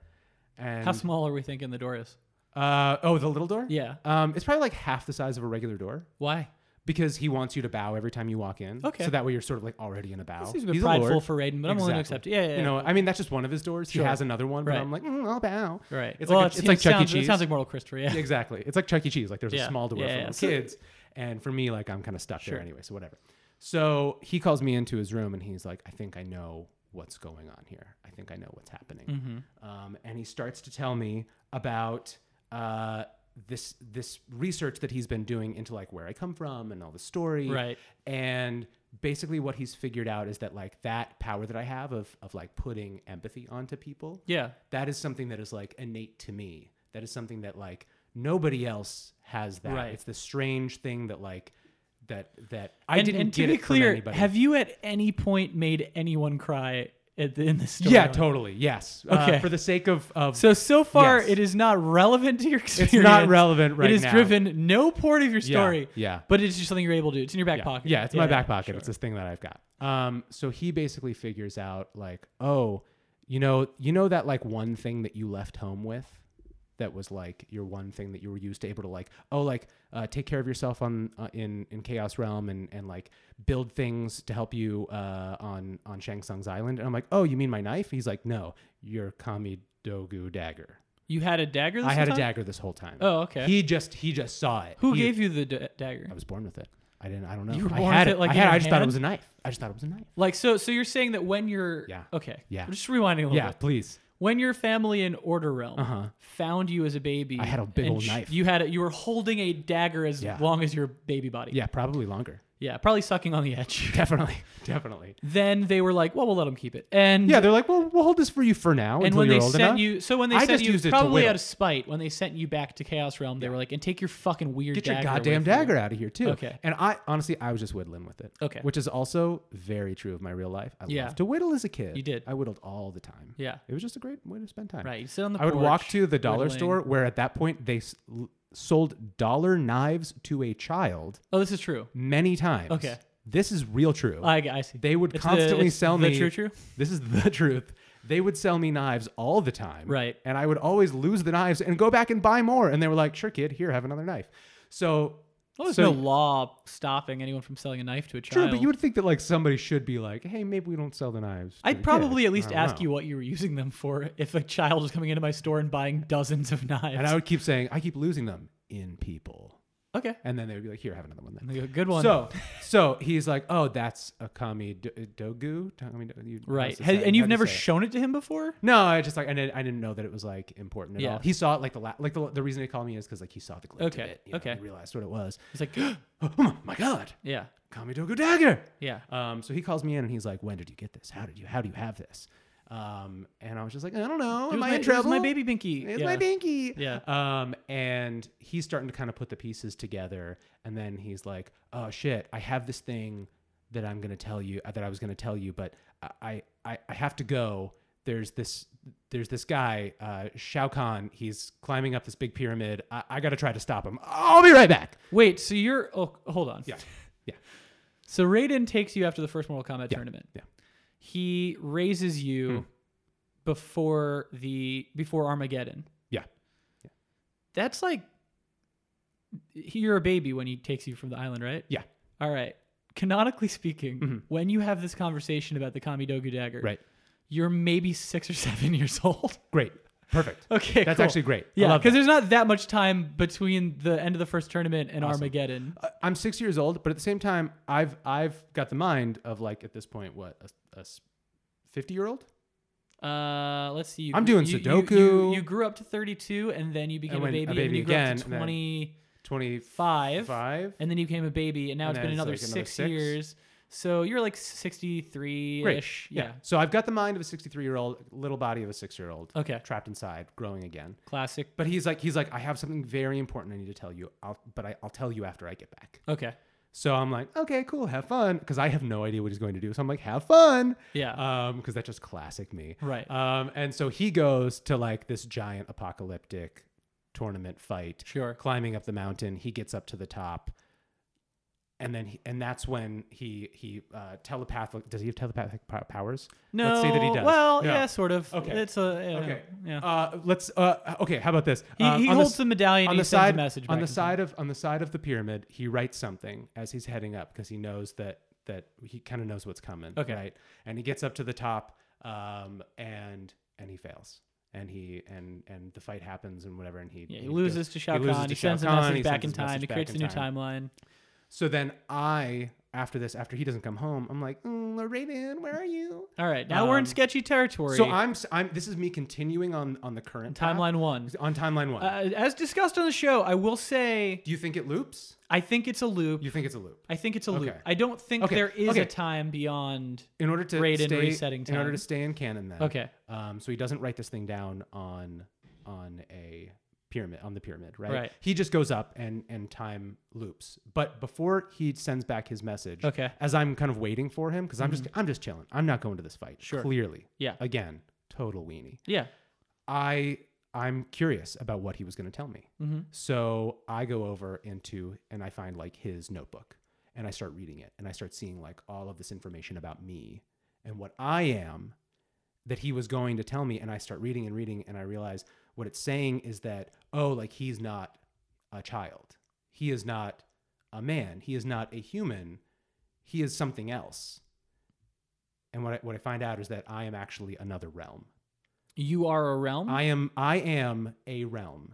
[SPEAKER 3] and
[SPEAKER 2] How small are we thinking the door is?
[SPEAKER 3] uh oh, the little door?
[SPEAKER 2] Yeah.
[SPEAKER 3] Um it's probably like half the size of a regular door
[SPEAKER 2] Why?
[SPEAKER 3] because he wants you to bow every time you walk in.
[SPEAKER 2] Okay.
[SPEAKER 3] So that way you're sort of like already in a bow.
[SPEAKER 2] That seems a bit
[SPEAKER 3] He's
[SPEAKER 2] prideful
[SPEAKER 3] lord.
[SPEAKER 2] for Raiden, but I'm willing to accept
[SPEAKER 3] Exactly.
[SPEAKER 2] it. Yeah, yeah.
[SPEAKER 3] You know, I mean, that's just one of his doors. He
[SPEAKER 2] Sure.
[SPEAKER 3] has another one, but
[SPEAKER 2] Right.
[SPEAKER 3] I'm like, mm, I'll bow.
[SPEAKER 2] yeah. right.
[SPEAKER 3] It's like,
[SPEAKER 2] Well,
[SPEAKER 3] it's,
[SPEAKER 2] it
[SPEAKER 3] it's like Chuck E.
[SPEAKER 2] sounds-
[SPEAKER 3] Cheese.
[SPEAKER 2] It sounds like Moral Christopher. Yeah.
[SPEAKER 3] Exactly. It's like Chuck E. Cheese. Like there's
[SPEAKER 2] Yeah.
[SPEAKER 3] a small door
[SPEAKER 2] Yeah,
[SPEAKER 3] for
[SPEAKER 2] yeah.
[SPEAKER 3] little
[SPEAKER 2] So-
[SPEAKER 3] kids. And for me, like I'm kind of stuck
[SPEAKER 2] Sure.
[SPEAKER 3] there anyway, so whatever. So he calls me into his room and he's like, I think I know what's going on here. I think I know what's happening.
[SPEAKER 2] Mm-hmm.
[SPEAKER 3] Um, and he starts to tell me about uh, this this research that he's been doing into like where I come from and all the story.
[SPEAKER 2] Right.
[SPEAKER 3] And basically what he's figured out is that like that power that I have of of like putting empathy onto people
[SPEAKER 2] Yeah.
[SPEAKER 3] that is something that is like innate to me. That is something that like nobody else has that.
[SPEAKER 2] Right.
[SPEAKER 3] It's the strange thing that like that that I
[SPEAKER 2] and,
[SPEAKER 3] didn't
[SPEAKER 2] and
[SPEAKER 3] get
[SPEAKER 2] to be
[SPEAKER 3] it from
[SPEAKER 2] clear,
[SPEAKER 3] anybody.
[SPEAKER 2] have you at any point made anyone cry at the, in this story?
[SPEAKER 3] yeah, totally. Yes. Uh,
[SPEAKER 2] Okay.
[SPEAKER 3] for the sake of of
[SPEAKER 2] So so far,
[SPEAKER 3] Yes.
[SPEAKER 2] it is not relevant to your experience.
[SPEAKER 3] relevant right
[SPEAKER 2] It is
[SPEAKER 3] now.
[SPEAKER 2] driven no part of your
[SPEAKER 3] Yeah,
[SPEAKER 2] story.
[SPEAKER 3] yeah.
[SPEAKER 2] But it's just something you're able to do. It's in your back
[SPEAKER 3] yeah.
[SPEAKER 2] pocket.
[SPEAKER 3] Yeah, it's my back pocket. It's this thing that I've got. Um, so he basically figures out like, oh, you know, you know that like one thing that you left home with, that was like your one thing that you were used to able to like, oh, like uh, take care of yourself on uh, in in Chaos Realm and and like build things to help you uh, on on Shang Tsung's island. And I'm like, oh, you mean my knife? He's like, no, your Kami Dogu dagger.
[SPEAKER 2] You had a dagger. This
[SPEAKER 3] I
[SPEAKER 2] whole
[SPEAKER 3] had a
[SPEAKER 2] time?
[SPEAKER 3] dagger this whole time.
[SPEAKER 2] Oh, okay.
[SPEAKER 3] He just he just saw it.
[SPEAKER 2] Who
[SPEAKER 3] He-
[SPEAKER 2] gave you the d- dagger?
[SPEAKER 3] I was born with it. I didn't. I don't know.
[SPEAKER 2] You were
[SPEAKER 3] I
[SPEAKER 2] born
[SPEAKER 3] had
[SPEAKER 2] with it, like,
[SPEAKER 3] I,
[SPEAKER 2] in
[SPEAKER 3] had,
[SPEAKER 2] your
[SPEAKER 3] I just thought
[SPEAKER 2] hand?
[SPEAKER 3] it was a knife. I just thought it was a knife.
[SPEAKER 2] Like so. So you're saying that when you're
[SPEAKER 3] Yeah.
[SPEAKER 2] okay
[SPEAKER 3] Yeah.
[SPEAKER 2] I'm just rewinding a little
[SPEAKER 3] Yeah,
[SPEAKER 2] bit.
[SPEAKER 3] please.
[SPEAKER 2] When your family in Order Realm
[SPEAKER 3] Uh-huh.
[SPEAKER 2] found you as a baby,
[SPEAKER 3] I had a big
[SPEAKER 2] and
[SPEAKER 3] old knife.
[SPEAKER 2] You had a, you were holding a dagger as
[SPEAKER 3] Yeah.
[SPEAKER 2] long as your baby body.
[SPEAKER 3] Yeah, probably longer.
[SPEAKER 2] yeah, probably sucking on the edge.
[SPEAKER 3] Definitely, definitely.
[SPEAKER 2] then they were like, "Well, we'll let him keep it." And
[SPEAKER 3] Yeah, they're like, well, we'll hold this for you for now
[SPEAKER 2] and
[SPEAKER 3] until
[SPEAKER 2] when
[SPEAKER 3] you're
[SPEAKER 2] they
[SPEAKER 3] old
[SPEAKER 2] sent
[SPEAKER 3] enough.
[SPEAKER 2] you, so when they
[SPEAKER 3] I
[SPEAKER 2] sent
[SPEAKER 3] just
[SPEAKER 2] you,
[SPEAKER 3] used it to
[SPEAKER 2] probably
[SPEAKER 3] whittle.
[SPEAKER 2] out of spite, when they sent you back to Chaos Realm, they were like, "And take your fucking weird
[SPEAKER 3] Get your
[SPEAKER 2] dagger
[SPEAKER 3] goddamn
[SPEAKER 2] away from me."
[SPEAKER 3] dagger out of here too.
[SPEAKER 2] Okay.
[SPEAKER 3] And I honestly, I was just whittling with it.
[SPEAKER 2] Okay.
[SPEAKER 3] Which is also very true of my real life. I
[SPEAKER 2] Yeah.
[SPEAKER 3] loved to whittle as a kid.
[SPEAKER 2] You did.
[SPEAKER 3] I whittled all the time.
[SPEAKER 2] Yeah.
[SPEAKER 3] It was just a great way to spend time.
[SPEAKER 2] Right, you sit on the
[SPEAKER 3] I would walk
[SPEAKER 2] porch,
[SPEAKER 3] to the dollar
[SPEAKER 2] whittling.
[SPEAKER 3] store where at that point they s- l- sold dollar knives to a child
[SPEAKER 2] Oh, this is true.
[SPEAKER 3] many times.
[SPEAKER 2] Okay.
[SPEAKER 3] This is real true.
[SPEAKER 2] I, I see.
[SPEAKER 3] They would
[SPEAKER 2] It's the-
[SPEAKER 3] constantly
[SPEAKER 2] it's
[SPEAKER 3] sell
[SPEAKER 2] the
[SPEAKER 3] me.
[SPEAKER 2] true true?
[SPEAKER 3] This is the truth. They would sell me knives all the time.
[SPEAKER 2] Right.
[SPEAKER 3] And I would always lose the knives and go back and buy more. And they were like, "Sure, kid, here, have another knife." So,
[SPEAKER 2] Well, there's
[SPEAKER 3] so
[SPEAKER 2] no law stopping anyone from selling a knife to a
[SPEAKER 3] true,
[SPEAKER 2] child.
[SPEAKER 3] but you would think that like somebody should be like, "Hey, maybe we don't sell the knives." to
[SPEAKER 2] I'd
[SPEAKER 3] the
[SPEAKER 2] probably
[SPEAKER 3] kids."
[SPEAKER 2] at least
[SPEAKER 3] I don't
[SPEAKER 2] ask
[SPEAKER 3] know.
[SPEAKER 2] you what you were using them for if a child was coming into my store and buying dozens of knives.
[SPEAKER 3] And I would keep saying, "I keep losing them in people,"
[SPEAKER 2] okay.
[SPEAKER 3] and then they would be like, "Here, have another one." Then.
[SPEAKER 2] And they go, Good one.
[SPEAKER 3] So, so he's like, "Oh, that's a kami do- dogu." Kami do- you- how
[SPEAKER 2] right.
[SPEAKER 3] does it
[SPEAKER 2] Has-
[SPEAKER 3] say?
[SPEAKER 2] and
[SPEAKER 3] How
[SPEAKER 2] you've
[SPEAKER 3] do you
[SPEAKER 2] never
[SPEAKER 3] say it?
[SPEAKER 2] shown it to him before?
[SPEAKER 3] No, I just like I didn't, I didn't know that it was like important at
[SPEAKER 2] Yeah.
[SPEAKER 3] all. He saw it like the la- like the, the reason he called me is because like he saw the glint
[SPEAKER 2] Okay,
[SPEAKER 3] of it. you know,
[SPEAKER 2] okay.
[SPEAKER 3] He realized what it was.
[SPEAKER 2] He's like,
[SPEAKER 3] Oh, my, my god,
[SPEAKER 2] yeah,
[SPEAKER 3] Kamidoku dagger.
[SPEAKER 2] yeah.
[SPEAKER 3] Um, so he calls me in and he's like, "When did you get this? How did you how do you have this?" Um, and I was just like, I don't know.
[SPEAKER 2] It was
[SPEAKER 3] Am I
[SPEAKER 2] my,
[SPEAKER 3] in
[SPEAKER 2] it was
[SPEAKER 3] trouble?
[SPEAKER 2] my baby binky.
[SPEAKER 3] It's
[SPEAKER 2] yeah.
[SPEAKER 3] my binky.
[SPEAKER 2] Yeah.
[SPEAKER 3] Um, and he's starting to kind of put the pieces together, and then he's like, "Oh shit, I have this thing that I'm gonna tell you uh, that I was gonna tell you, but I I, I have to go. There's this there's this guy, uh, Shao Kahn. He's climbing up this big pyramid. I, I gotta try to stop him. I'll be right back.
[SPEAKER 2] Wait, so you're oh hold on.
[SPEAKER 3] Yeah. Yeah.
[SPEAKER 2] So Raiden takes you after the first Mortal Kombat
[SPEAKER 3] Yeah,
[SPEAKER 2] tournament.
[SPEAKER 3] yeah. Hmm.
[SPEAKER 2] He raises you before the before Armageddon.
[SPEAKER 3] Yeah. Yeah.
[SPEAKER 2] That's like you're a baby when he takes you from the island, right?
[SPEAKER 3] Yeah.
[SPEAKER 2] All right. Canonically speaking,
[SPEAKER 3] Mhm.
[SPEAKER 2] when you have this conversation about the Kamidogu dagger,
[SPEAKER 3] Right.
[SPEAKER 2] you're maybe six or seven years old.
[SPEAKER 3] Great. Perfect.
[SPEAKER 2] okay,
[SPEAKER 3] That's
[SPEAKER 2] cool.
[SPEAKER 3] actually great. I
[SPEAKER 2] yeah,
[SPEAKER 3] love
[SPEAKER 2] because
[SPEAKER 3] that.
[SPEAKER 2] there's not that much time between the end of the first tournament and
[SPEAKER 3] Awesome.
[SPEAKER 2] Armageddon.
[SPEAKER 3] I- I'm six years old, but at the same time, I've I've got the mind of like at this point what a fifty year old.
[SPEAKER 2] Uh, let's see. You,
[SPEAKER 3] I'm
[SPEAKER 2] grew-
[SPEAKER 3] doing
[SPEAKER 2] you- you-
[SPEAKER 3] Sudoku.
[SPEAKER 2] You, you grew up to 32, and then you became a
[SPEAKER 3] went
[SPEAKER 2] baby,
[SPEAKER 3] a baby
[SPEAKER 2] and you grew
[SPEAKER 3] again,
[SPEAKER 2] up
[SPEAKER 3] and
[SPEAKER 2] to
[SPEAKER 3] then
[SPEAKER 2] 25,
[SPEAKER 3] 25 five
[SPEAKER 2] and then you became a baby, and now
[SPEAKER 3] And
[SPEAKER 2] it's been
[SPEAKER 3] then it's
[SPEAKER 2] another,
[SPEAKER 3] like
[SPEAKER 2] six
[SPEAKER 3] another six.
[SPEAKER 2] years. So you're like 63 ish.
[SPEAKER 3] yeah. so i've got the mind of a 63 year old little body of a six year old
[SPEAKER 2] Okay.
[SPEAKER 3] trapped inside growing again
[SPEAKER 2] Classic.
[SPEAKER 3] but he's like he's like i have something very important i need to tell you I'll, but I, i'll tell you after i get back
[SPEAKER 2] Okay.
[SPEAKER 3] so i'm like okay cool have fun because i have no idea what he's going to do so i'm like have fun
[SPEAKER 2] Yeah.
[SPEAKER 3] um because that's just classic me
[SPEAKER 2] Right.
[SPEAKER 3] um and so he goes to like this giant apocalyptic tournament fight
[SPEAKER 2] Sure.
[SPEAKER 3] climbing up the mountain. He gets up to the top, and then he, and that's when he he uh, telepathic. Does he have telepathic po- powers?
[SPEAKER 2] No.
[SPEAKER 3] Let's say that he does.
[SPEAKER 2] Well,
[SPEAKER 3] No.
[SPEAKER 2] yeah, sort of.
[SPEAKER 3] Okay.
[SPEAKER 2] It's a. yeah,
[SPEAKER 3] Okay.
[SPEAKER 2] Yeah.
[SPEAKER 3] Uh, let's. Uh, okay. How about this?
[SPEAKER 2] He,
[SPEAKER 3] Uh,
[SPEAKER 2] he
[SPEAKER 3] on the
[SPEAKER 2] holds
[SPEAKER 3] s-
[SPEAKER 2] the, medallion
[SPEAKER 3] on
[SPEAKER 2] and
[SPEAKER 3] the
[SPEAKER 2] he sends
[SPEAKER 3] side
[SPEAKER 2] a message
[SPEAKER 3] on
[SPEAKER 2] back
[SPEAKER 3] the
[SPEAKER 2] in time.
[SPEAKER 3] side of on the side of the pyramid. He writes something as he's heading up because he knows that that he kind of knows what's coming.
[SPEAKER 2] Okay.
[SPEAKER 3] Right. And he gets up to the top, um, and and he fails. And he and and the fight happens and whatever and he
[SPEAKER 2] Yeah, he
[SPEAKER 3] and goes-
[SPEAKER 2] loses to Shao
[SPEAKER 3] he loses
[SPEAKER 2] Kahn.
[SPEAKER 3] to
[SPEAKER 2] He
[SPEAKER 3] Shao
[SPEAKER 2] sends a
[SPEAKER 3] Kahn,
[SPEAKER 2] message
[SPEAKER 3] he
[SPEAKER 2] back in
[SPEAKER 3] sends his
[SPEAKER 2] time.
[SPEAKER 3] message
[SPEAKER 2] He
[SPEAKER 3] back
[SPEAKER 2] creates a
[SPEAKER 3] in
[SPEAKER 2] new
[SPEAKER 3] time.
[SPEAKER 2] timeline.
[SPEAKER 3] So then I, after this, after he doesn't come home, I'm like, mm, Raiden, where are you?
[SPEAKER 2] All right. Now we're in
[SPEAKER 3] Um,
[SPEAKER 2] sketchy territory.
[SPEAKER 3] So I'm, I'm. This is me continuing on on the current path.
[SPEAKER 2] timeline one.
[SPEAKER 3] on timeline one.
[SPEAKER 2] Uh, as discussed on the show, I will say
[SPEAKER 3] Do you think it loops?
[SPEAKER 2] I think it's a loop.
[SPEAKER 3] You think it's a loop?
[SPEAKER 2] I think it's a loop.
[SPEAKER 3] Okay.
[SPEAKER 2] I don't think
[SPEAKER 3] Okay,
[SPEAKER 2] there is
[SPEAKER 3] okay.
[SPEAKER 2] a time beyond.
[SPEAKER 3] In order to
[SPEAKER 2] Raiden
[SPEAKER 3] stay,
[SPEAKER 2] resetting
[SPEAKER 3] In order
[SPEAKER 2] time.
[SPEAKER 3] to stay in canon, then.
[SPEAKER 2] Okay.
[SPEAKER 3] Um. So he doesn't write this thing down on on a pyramid on the pyramid, right?
[SPEAKER 2] Right.
[SPEAKER 3] He just goes up and and time loops. But before he sends back his message,
[SPEAKER 2] Okay.
[SPEAKER 3] As I'm kind of waiting for him, because I'm just I'm just chilling. I'm not going to this fight.
[SPEAKER 2] Mm-hmm. Sure.
[SPEAKER 3] Clearly.
[SPEAKER 2] Yeah.
[SPEAKER 3] Again, total weenie.
[SPEAKER 2] Yeah.
[SPEAKER 3] I I'm curious about what he was going to tell me.
[SPEAKER 2] Mhm.
[SPEAKER 3] So I go over into and I find like his notebook and I start reading it and I start seeing like all of this information about me and what I am that he was going to tell me and I start reading and reading and I realize what it's saying is that oh like he's not a child. He is not a man. He is not a human. He is something else. And what I, what I find out is that I am actually another realm.
[SPEAKER 2] You are a realm.
[SPEAKER 3] I am I am a realm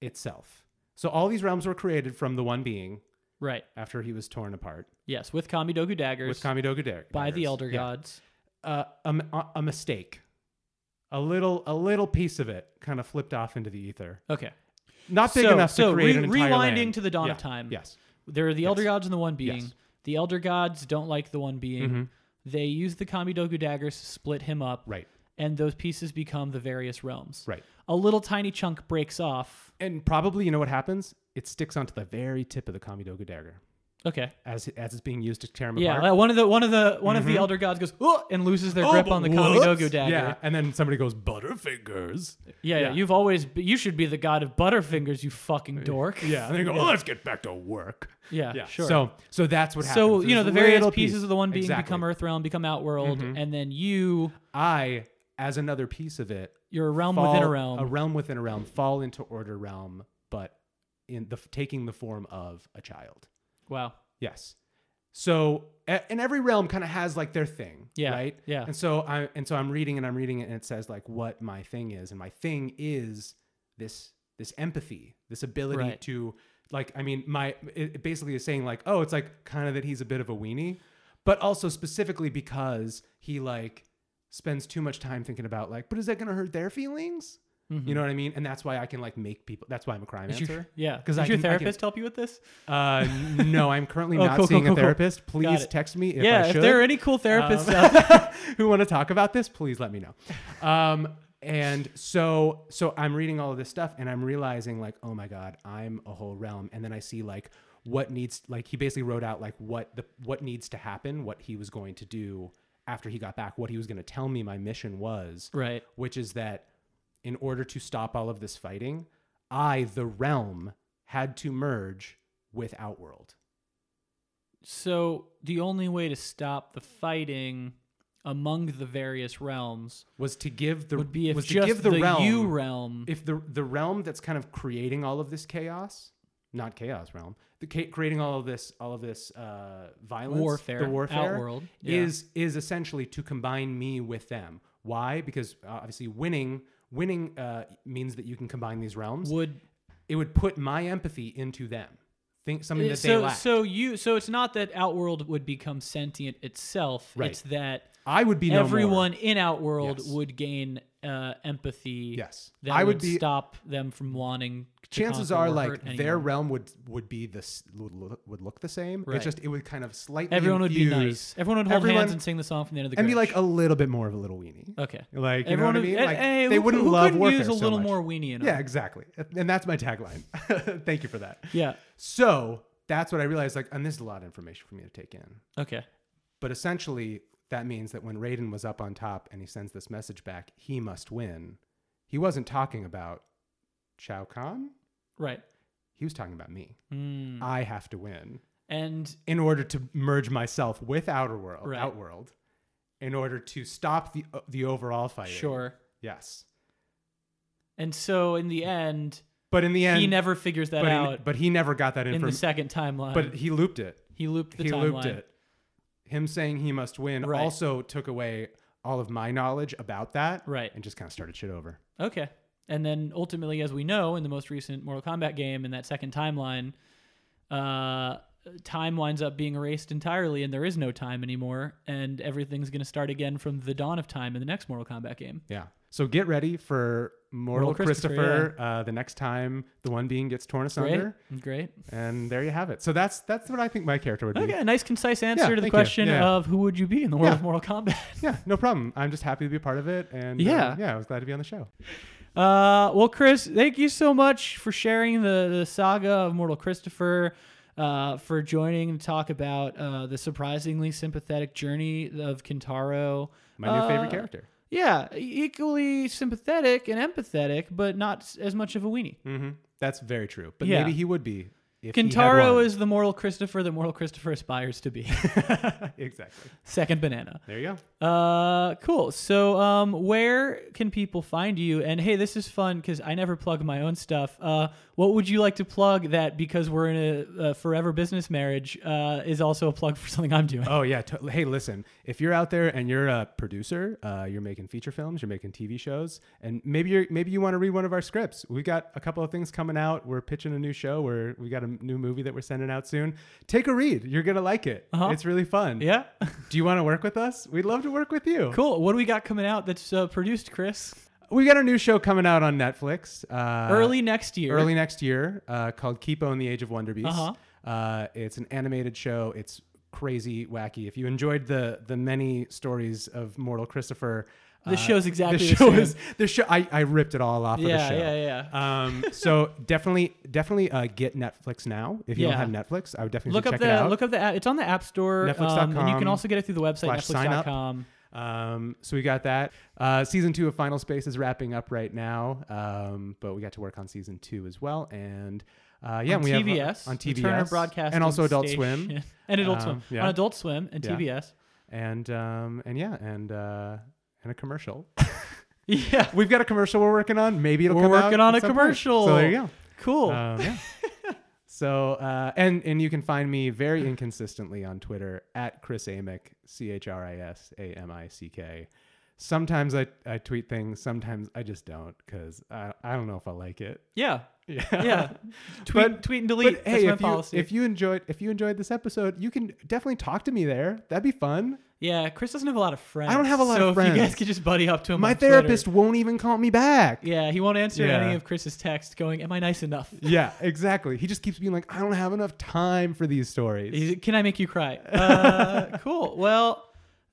[SPEAKER 3] itself. So all these realms were created from the one being
[SPEAKER 2] right.
[SPEAKER 3] after he was torn apart
[SPEAKER 2] Yes. With Kamidogu daggers.
[SPEAKER 3] with Kamidoga Dare.
[SPEAKER 2] by the
[SPEAKER 3] daggers.
[SPEAKER 2] elder
[SPEAKER 3] Yeah.
[SPEAKER 2] gods.
[SPEAKER 3] Uh, a, m- a- a mistake. A little a little piece of it kind of flipped off into the ether.
[SPEAKER 2] Okay.
[SPEAKER 3] Not big
[SPEAKER 2] So-
[SPEAKER 3] enough to
[SPEAKER 2] so
[SPEAKER 3] create
[SPEAKER 2] re-
[SPEAKER 3] an entire
[SPEAKER 2] rewinding
[SPEAKER 3] land.
[SPEAKER 2] to the dawn of
[SPEAKER 3] Yeah.
[SPEAKER 2] time.
[SPEAKER 3] Yes.
[SPEAKER 2] There are the elder
[SPEAKER 3] Yes.
[SPEAKER 2] gods and the one being.
[SPEAKER 3] Yes.
[SPEAKER 2] The elder gods don't like the one being.
[SPEAKER 3] Mhm.
[SPEAKER 2] They use the Kamidogu daggers to split him up.
[SPEAKER 3] Right.
[SPEAKER 2] And those pieces become the various realms.
[SPEAKER 3] Right.
[SPEAKER 2] A little tiny chunk breaks off.
[SPEAKER 3] And probably you know what happens? It sticks onto the very tip of the Kamidoga dagger
[SPEAKER 2] Okay.
[SPEAKER 3] as as it's being used to tear him
[SPEAKER 2] Yeah,
[SPEAKER 3] apart.
[SPEAKER 2] like one of the one of the one of the elder gods goes "Oh," and loses their
[SPEAKER 3] Mm-hmm. Oh,
[SPEAKER 2] grip
[SPEAKER 3] but
[SPEAKER 2] on the
[SPEAKER 3] whoops.
[SPEAKER 2] Kamidogu dagger.
[SPEAKER 3] Yeah, and then somebody goes Butterfingers.
[SPEAKER 2] Yeah, yeah.
[SPEAKER 3] Yeah.
[SPEAKER 2] You've always be- you should be the god of butterfingers, you fucking dork.
[SPEAKER 3] Yeah, and they go, well, let's get back to work.
[SPEAKER 2] Yeah, sure.
[SPEAKER 3] So, so that's what happens.
[SPEAKER 2] So you
[SPEAKER 3] This
[SPEAKER 2] know the various
[SPEAKER 3] little
[SPEAKER 2] pieces
[SPEAKER 3] piece.
[SPEAKER 2] of the one being
[SPEAKER 3] Exactly. Mm-hmm.
[SPEAKER 2] become Earth realm, become Outworld, and then you
[SPEAKER 3] I, as another piece of it,
[SPEAKER 2] you're a realm
[SPEAKER 3] fall-
[SPEAKER 2] within a realm.
[SPEAKER 3] a realm within a realm, fall into order realm, but in the taking the form of a child.
[SPEAKER 2] wow.
[SPEAKER 3] Yes. So, a- and every realm kind of has like their thing,
[SPEAKER 2] Yeah,
[SPEAKER 3] right?
[SPEAKER 2] yeah.
[SPEAKER 3] And so I and so I'm reading and I'm reading it, and it says like what my thing is, and my thing is this this empathy, this ability
[SPEAKER 2] Right.
[SPEAKER 3] to like. I mean, my it it basically is saying like, oh, it's like kind of that he's a bit of a weenie, but also specifically because he like spends too much time thinking about like, but is that going to hurt their feelings? You know what I mean? And that's why I can like make people. That's why I'm a crime
[SPEAKER 2] Mm-hmm. Is
[SPEAKER 3] answer.
[SPEAKER 2] your, yeah,
[SPEAKER 3] because
[SPEAKER 2] because
[SPEAKER 3] I
[SPEAKER 2] your
[SPEAKER 3] can- I can-
[SPEAKER 2] therapist help you with this?
[SPEAKER 3] Uh, no, I'm currently
[SPEAKER 2] Oh,
[SPEAKER 3] not
[SPEAKER 2] cool, cool,
[SPEAKER 3] seeing
[SPEAKER 2] cool,
[SPEAKER 3] a
[SPEAKER 2] cool.
[SPEAKER 3] therapist.
[SPEAKER 2] Got
[SPEAKER 3] Please
[SPEAKER 2] it.
[SPEAKER 3] text me if
[SPEAKER 2] yeah,
[SPEAKER 3] I
[SPEAKER 2] if
[SPEAKER 3] should.
[SPEAKER 2] there are any cool therapists
[SPEAKER 3] Um,
[SPEAKER 2] out there,
[SPEAKER 3] who want to talk about this, please let me know. Um, and so, so I'm reading all of this stuff, and I'm realizing like, oh my god, I'm a whole realm. And then I see like what needs, like he basically wrote out like what the what needs to happen, what he was going to do after he got back, what he was going to tell me my mission was,
[SPEAKER 2] right?
[SPEAKER 3] which is that in order to stop all of this fighting, I, the realm, had to merge with Outworld.
[SPEAKER 2] So the only way to stop the fighting among the various realms
[SPEAKER 3] Was to give the
[SPEAKER 2] would be if
[SPEAKER 3] was to
[SPEAKER 2] just
[SPEAKER 3] give
[SPEAKER 2] the,
[SPEAKER 3] the, realm
[SPEAKER 2] you realm.
[SPEAKER 3] if the the realm that's kind of creating all of this chaos not chaos realm the ca- creating all of this all of this uh violence
[SPEAKER 2] Warfare,
[SPEAKER 3] the warfare
[SPEAKER 2] Outworld, yeah.
[SPEAKER 3] is is essentially to combine me with them why because uh, obviously winning winning uh means that you can combine these realms
[SPEAKER 2] would
[SPEAKER 3] it would put my empathy into them think something that they
[SPEAKER 2] Uh, so
[SPEAKER 3] lack
[SPEAKER 2] so you so it's not that Outworld would become sentient itself.
[SPEAKER 3] Right.
[SPEAKER 2] It's that
[SPEAKER 3] i would be no more.
[SPEAKER 2] everyone in Outworld
[SPEAKER 3] Yes.
[SPEAKER 2] would gain uh, empathy.
[SPEAKER 3] Yes.
[SPEAKER 2] that
[SPEAKER 3] I
[SPEAKER 2] would,
[SPEAKER 3] would be-
[SPEAKER 2] stop them from wanting. to
[SPEAKER 3] chances
[SPEAKER 2] conquer
[SPEAKER 3] are
[SPEAKER 2] or
[SPEAKER 3] like
[SPEAKER 2] hurt anyone.
[SPEAKER 3] their realm would would be this would look- would look the same
[SPEAKER 2] Right.
[SPEAKER 3] it's just it would kind of slightly
[SPEAKER 2] Everyone would be
[SPEAKER 3] infuse
[SPEAKER 2] nice. Everyone would hold
[SPEAKER 3] everyone-
[SPEAKER 2] hands and sing the song from the end of the.
[SPEAKER 3] and be like
[SPEAKER 2] Grinch.
[SPEAKER 3] a little bit more of a little weenie
[SPEAKER 2] okay,
[SPEAKER 3] Like you
[SPEAKER 2] Uh, everyone
[SPEAKER 3] know
[SPEAKER 2] would.
[SPEAKER 3] what I mean?
[SPEAKER 2] eh,
[SPEAKER 3] Like,
[SPEAKER 2] eh,
[SPEAKER 3] they
[SPEAKER 2] who,
[SPEAKER 3] wouldn't
[SPEAKER 2] who
[SPEAKER 3] love
[SPEAKER 2] couldn't
[SPEAKER 3] warfare
[SPEAKER 2] use a
[SPEAKER 3] so
[SPEAKER 2] little
[SPEAKER 3] much.
[SPEAKER 2] more weenie. In
[SPEAKER 3] Yeah,
[SPEAKER 2] them?
[SPEAKER 3] exactly. And that's my tagline. Thank you for that.
[SPEAKER 2] yeah.
[SPEAKER 3] So that's what I realized. Like, and this is a lot of information for me to take in.
[SPEAKER 2] Okay.
[SPEAKER 3] But essentially, that means that when Raiden was up on top and he sends this message back, he must win. He wasn't talking about Shao Kahn.
[SPEAKER 2] Right.
[SPEAKER 3] He was talking about me.
[SPEAKER 2] Mm.
[SPEAKER 3] I have to win
[SPEAKER 2] And
[SPEAKER 3] in order to merge myself with Outer World.
[SPEAKER 2] Right.
[SPEAKER 3] Outworld, in order to stop the uh, the overall fight.
[SPEAKER 2] sure.
[SPEAKER 3] Yes.
[SPEAKER 2] And so in the end,
[SPEAKER 3] But in the end,
[SPEAKER 2] he never figures that
[SPEAKER 3] but, he-
[SPEAKER 2] out
[SPEAKER 3] but he never got that
[SPEAKER 2] in the
[SPEAKER 3] information.
[SPEAKER 2] second timeline.
[SPEAKER 3] But he looped it.
[SPEAKER 2] he looped the
[SPEAKER 3] he
[SPEAKER 2] timeline.
[SPEAKER 3] looped it. Him saying he must win
[SPEAKER 2] Right.
[SPEAKER 3] also took away all of my knowledge about that.
[SPEAKER 2] Right.
[SPEAKER 3] And just kind of started shit over.
[SPEAKER 2] Okay. And then ultimately, as we know, in the most recent Mortal Kombat game, in that second timeline, uh, time winds up being erased entirely, and there is no time anymore, and everything's going to start again from the dawn of time in the next Mortal Kombat game.
[SPEAKER 3] Yeah. So get ready for Mortal,
[SPEAKER 2] Mortal Christopher,
[SPEAKER 3] Christopher, uh, the next time the one being gets torn
[SPEAKER 2] Great,
[SPEAKER 3] asunder.
[SPEAKER 2] great.
[SPEAKER 3] And there you have it. So that's that's what I think my character would be.
[SPEAKER 2] Okay, a nice concise answer to the
[SPEAKER 3] thank you.
[SPEAKER 2] question
[SPEAKER 3] Yeah.
[SPEAKER 2] of who would you be in the world
[SPEAKER 3] Yeah.
[SPEAKER 2] of Mortal Kombat.
[SPEAKER 3] Yeah, no problem. I'm just happy to be a part of it. And uh,
[SPEAKER 2] Yeah.
[SPEAKER 3] yeah, I was glad to be on the show.
[SPEAKER 2] Uh, well, Chris, thank you so much for sharing the, the saga of Mortal Christopher, uh, for joining to talk about uh, the surprisingly sympathetic journey of Kintaro.
[SPEAKER 3] My new
[SPEAKER 2] Uh,
[SPEAKER 3] favorite character.
[SPEAKER 2] Yeah, e- equally sympathetic and empathetic, but not s- as much of a weenie.
[SPEAKER 3] hmm That's very true. But
[SPEAKER 2] Yeah.
[SPEAKER 3] maybe he would be. If he had
[SPEAKER 2] Kintaro
[SPEAKER 3] one.
[SPEAKER 2] is the Mortal Christopher that Mortal Christopher aspires to be.
[SPEAKER 3] exactly.
[SPEAKER 2] Second banana.
[SPEAKER 3] There you go.
[SPEAKER 2] Uh, cool. So, um, where can people find you? And hey, this is fun because I never plug my own stuff. Uh, what would you like to plug that because we're in a, a forever business marriage uh, is also a plug for something I'm doing?
[SPEAKER 3] Oh yeah. To- hey, listen. If you're out there and you're a producer, uh, you're making feature films, you're making TV shows, and maybe you're maybe you want to read one of our scripts. We've got a couple of things coming out. We're pitching a new show. We're we got a new movie that we're sending out soon. Take a read. You're gonna like it.
[SPEAKER 2] Uh-huh.
[SPEAKER 3] It's really fun.
[SPEAKER 2] Yeah.
[SPEAKER 3] Do you want to work with us? We'd love to work with you.
[SPEAKER 2] cool. What do we got coming out that's uh, produced, Chris?
[SPEAKER 3] We got a new show coming out on Netflix. Uh,
[SPEAKER 2] early next year.
[SPEAKER 3] early next year uh, called Kipo and the Age of Wonder Beasts.
[SPEAKER 2] Uh-huh.
[SPEAKER 3] Uh, it's an animated show. It's crazy wacky. If you enjoyed the the many stories of Mortal Christopher,
[SPEAKER 2] This
[SPEAKER 3] uh,
[SPEAKER 2] show's exactly
[SPEAKER 3] this
[SPEAKER 2] the
[SPEAKER 3] show
[SPEAKER 2] same.
[SPEAKER 3] is this show. I, I ripped it all off
[SPEAKER 2] Yeah,
[SPEAKER 3] of the show.
[SPEAKER 2] yeah, yeah.
[SPEAKER 3] Um, so definitely, definitely uh, get Netflix now. If you
[SPEAKER 2] Yeah.
[SPEAKER 3] don't have Netflix, I would definitely
[SPEAKER 2] Look
[SPEAKER 3] check
[SPEAKER 2] up
[SPEAKER 3] it
[SPEAKER 2] the
[SPEAKER 3] out.
[SPEAKER 2] look up the app. It's on the App Store. um, and you can
[SPEAKER 3] Netflix.com
[SPEAKER 2] also get it through the website
[SPEAKER 3] slash sign up.
[SPEAKER 2] netflix.com.
[SPEAKER 3] um, so we got that. Uh, season two of Final Space is wrapping up right now, um, but we got to work on season two as well. And uh, yeah,
[SPEAKER 2] on
[SPEAKER 3] we
[SPEAKER 2] TBS
[SPEAKER 3] have on
[SPEAKER 2] the
[SPEAKER 3] TBS
[SPEAKER 2] Turner Broadcasting
[SPEAKER 3] and also Adult
[SPEAKER 2] Station.
[SPEAKER 3] Swim.
[SPEAKER 2] and Adult
[SPEAKER 3] Um,
[SPEAKER 2] Swim
[SPEAKER 3] yeah.
[SPEAKER 2] on Adult Swim and
[SPEAKER 3] Yeah.
[SPEAKER 2] TBS.
[SPEAKER 3] and um and yeah and uh and a commercial
[SPEAKER 2] Yeah,
[SPEAKER 3] we've got a commercial we're working on maybe it'll
[SPEAKER 2] We're
[SPEAKER 3] come out
[SPEAKER 2] working on
[SPEAKER 3] at
[SPEAKER 2] a
[SPEAKER 3] some point.
[SPEAKER 2] commercial.
[SPEAKER 3] so there you
[SPEAKER 2] cool.
[SPEAKER 3] go um, yeah so uh and and you can find me very inconsistently on twitter at chris amick c-h-r-i-s-a-m-i-c-k sometimes i i tweet things sometimes i just don't because i i don't know if i like it
[SPEAKER 2] yeah,
[SPEAKER 3] yeah
[SPEAKER 2] yeah. tweet,
[SPEAKER 3] But-
[SPEAKER 2] tweet and delete.
[SPEAKER 3] But
[SPEAKER 2] That's
[SPEAKER 3] hey,
[SPEAKER 2] my
[SPEAKER 3] if you,
[SPEAKER 2] policy.
[SPEAKER 3] if you enjoyed if you enjoyed this episode, you can definitely talk to me there. That'd be fun.
[SPEAKER 2] Yeah, Chris doesn't have a lot of friends.
[SPEAKER 3] I don't have a lot
[SPEAKER 2] so
[SPEAKER 3] of
[SPEAKER 2] If you guys
[SPEAKER 3] friends.
[SPEAKER 2] could just buddy up to him.
[SPEAKER 3] My
[SPEAKER 2] on Oh, Twitter.
[SPEAKER 3] therapist won't even call me back.
[SPEAKER 2] Yeah, he won't answer
[SPEAKER 3] Yeah.
[SPEAKER 2] any of Chris's texts. Going, am I nice enough?
[SPEAKER 3] Yeah, exactly. He just keeps being like, I don't have enough time for these stories.
[SPEAKER 2] He's- Can I make you cry? Uh, cool. Well,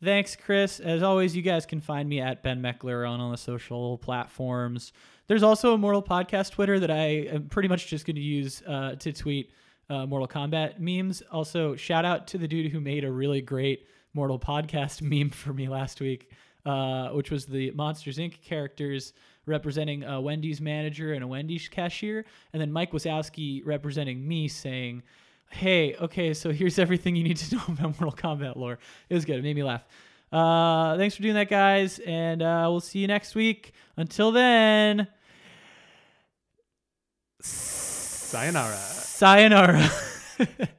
[SPEAKER 2] thanks, Chris. As always, you guys can find me at Ben Meckler on all the social platforms. There's also a Mortal Podcast Twitter that I am pretty much just going to use uh, to tweet uh, Mortal Kombat memes. Also, shout out to the dude who made a really great Mortal Podcast meme for me last week, uh, which was the Monsters Inc. characters representing a Wendy's manager and a Wendy's cashier, and then Mike Wazowski representing me saying, hey, okay, so here's everything you need to know about Mortal Kombat lore. It was good. It made me laugh. Uh, thanks for doing that, guys, and uh, we'll see you next week. Until then,
[SPEAKER 3] Sayonara.
[SPEAKER 2] sayonara.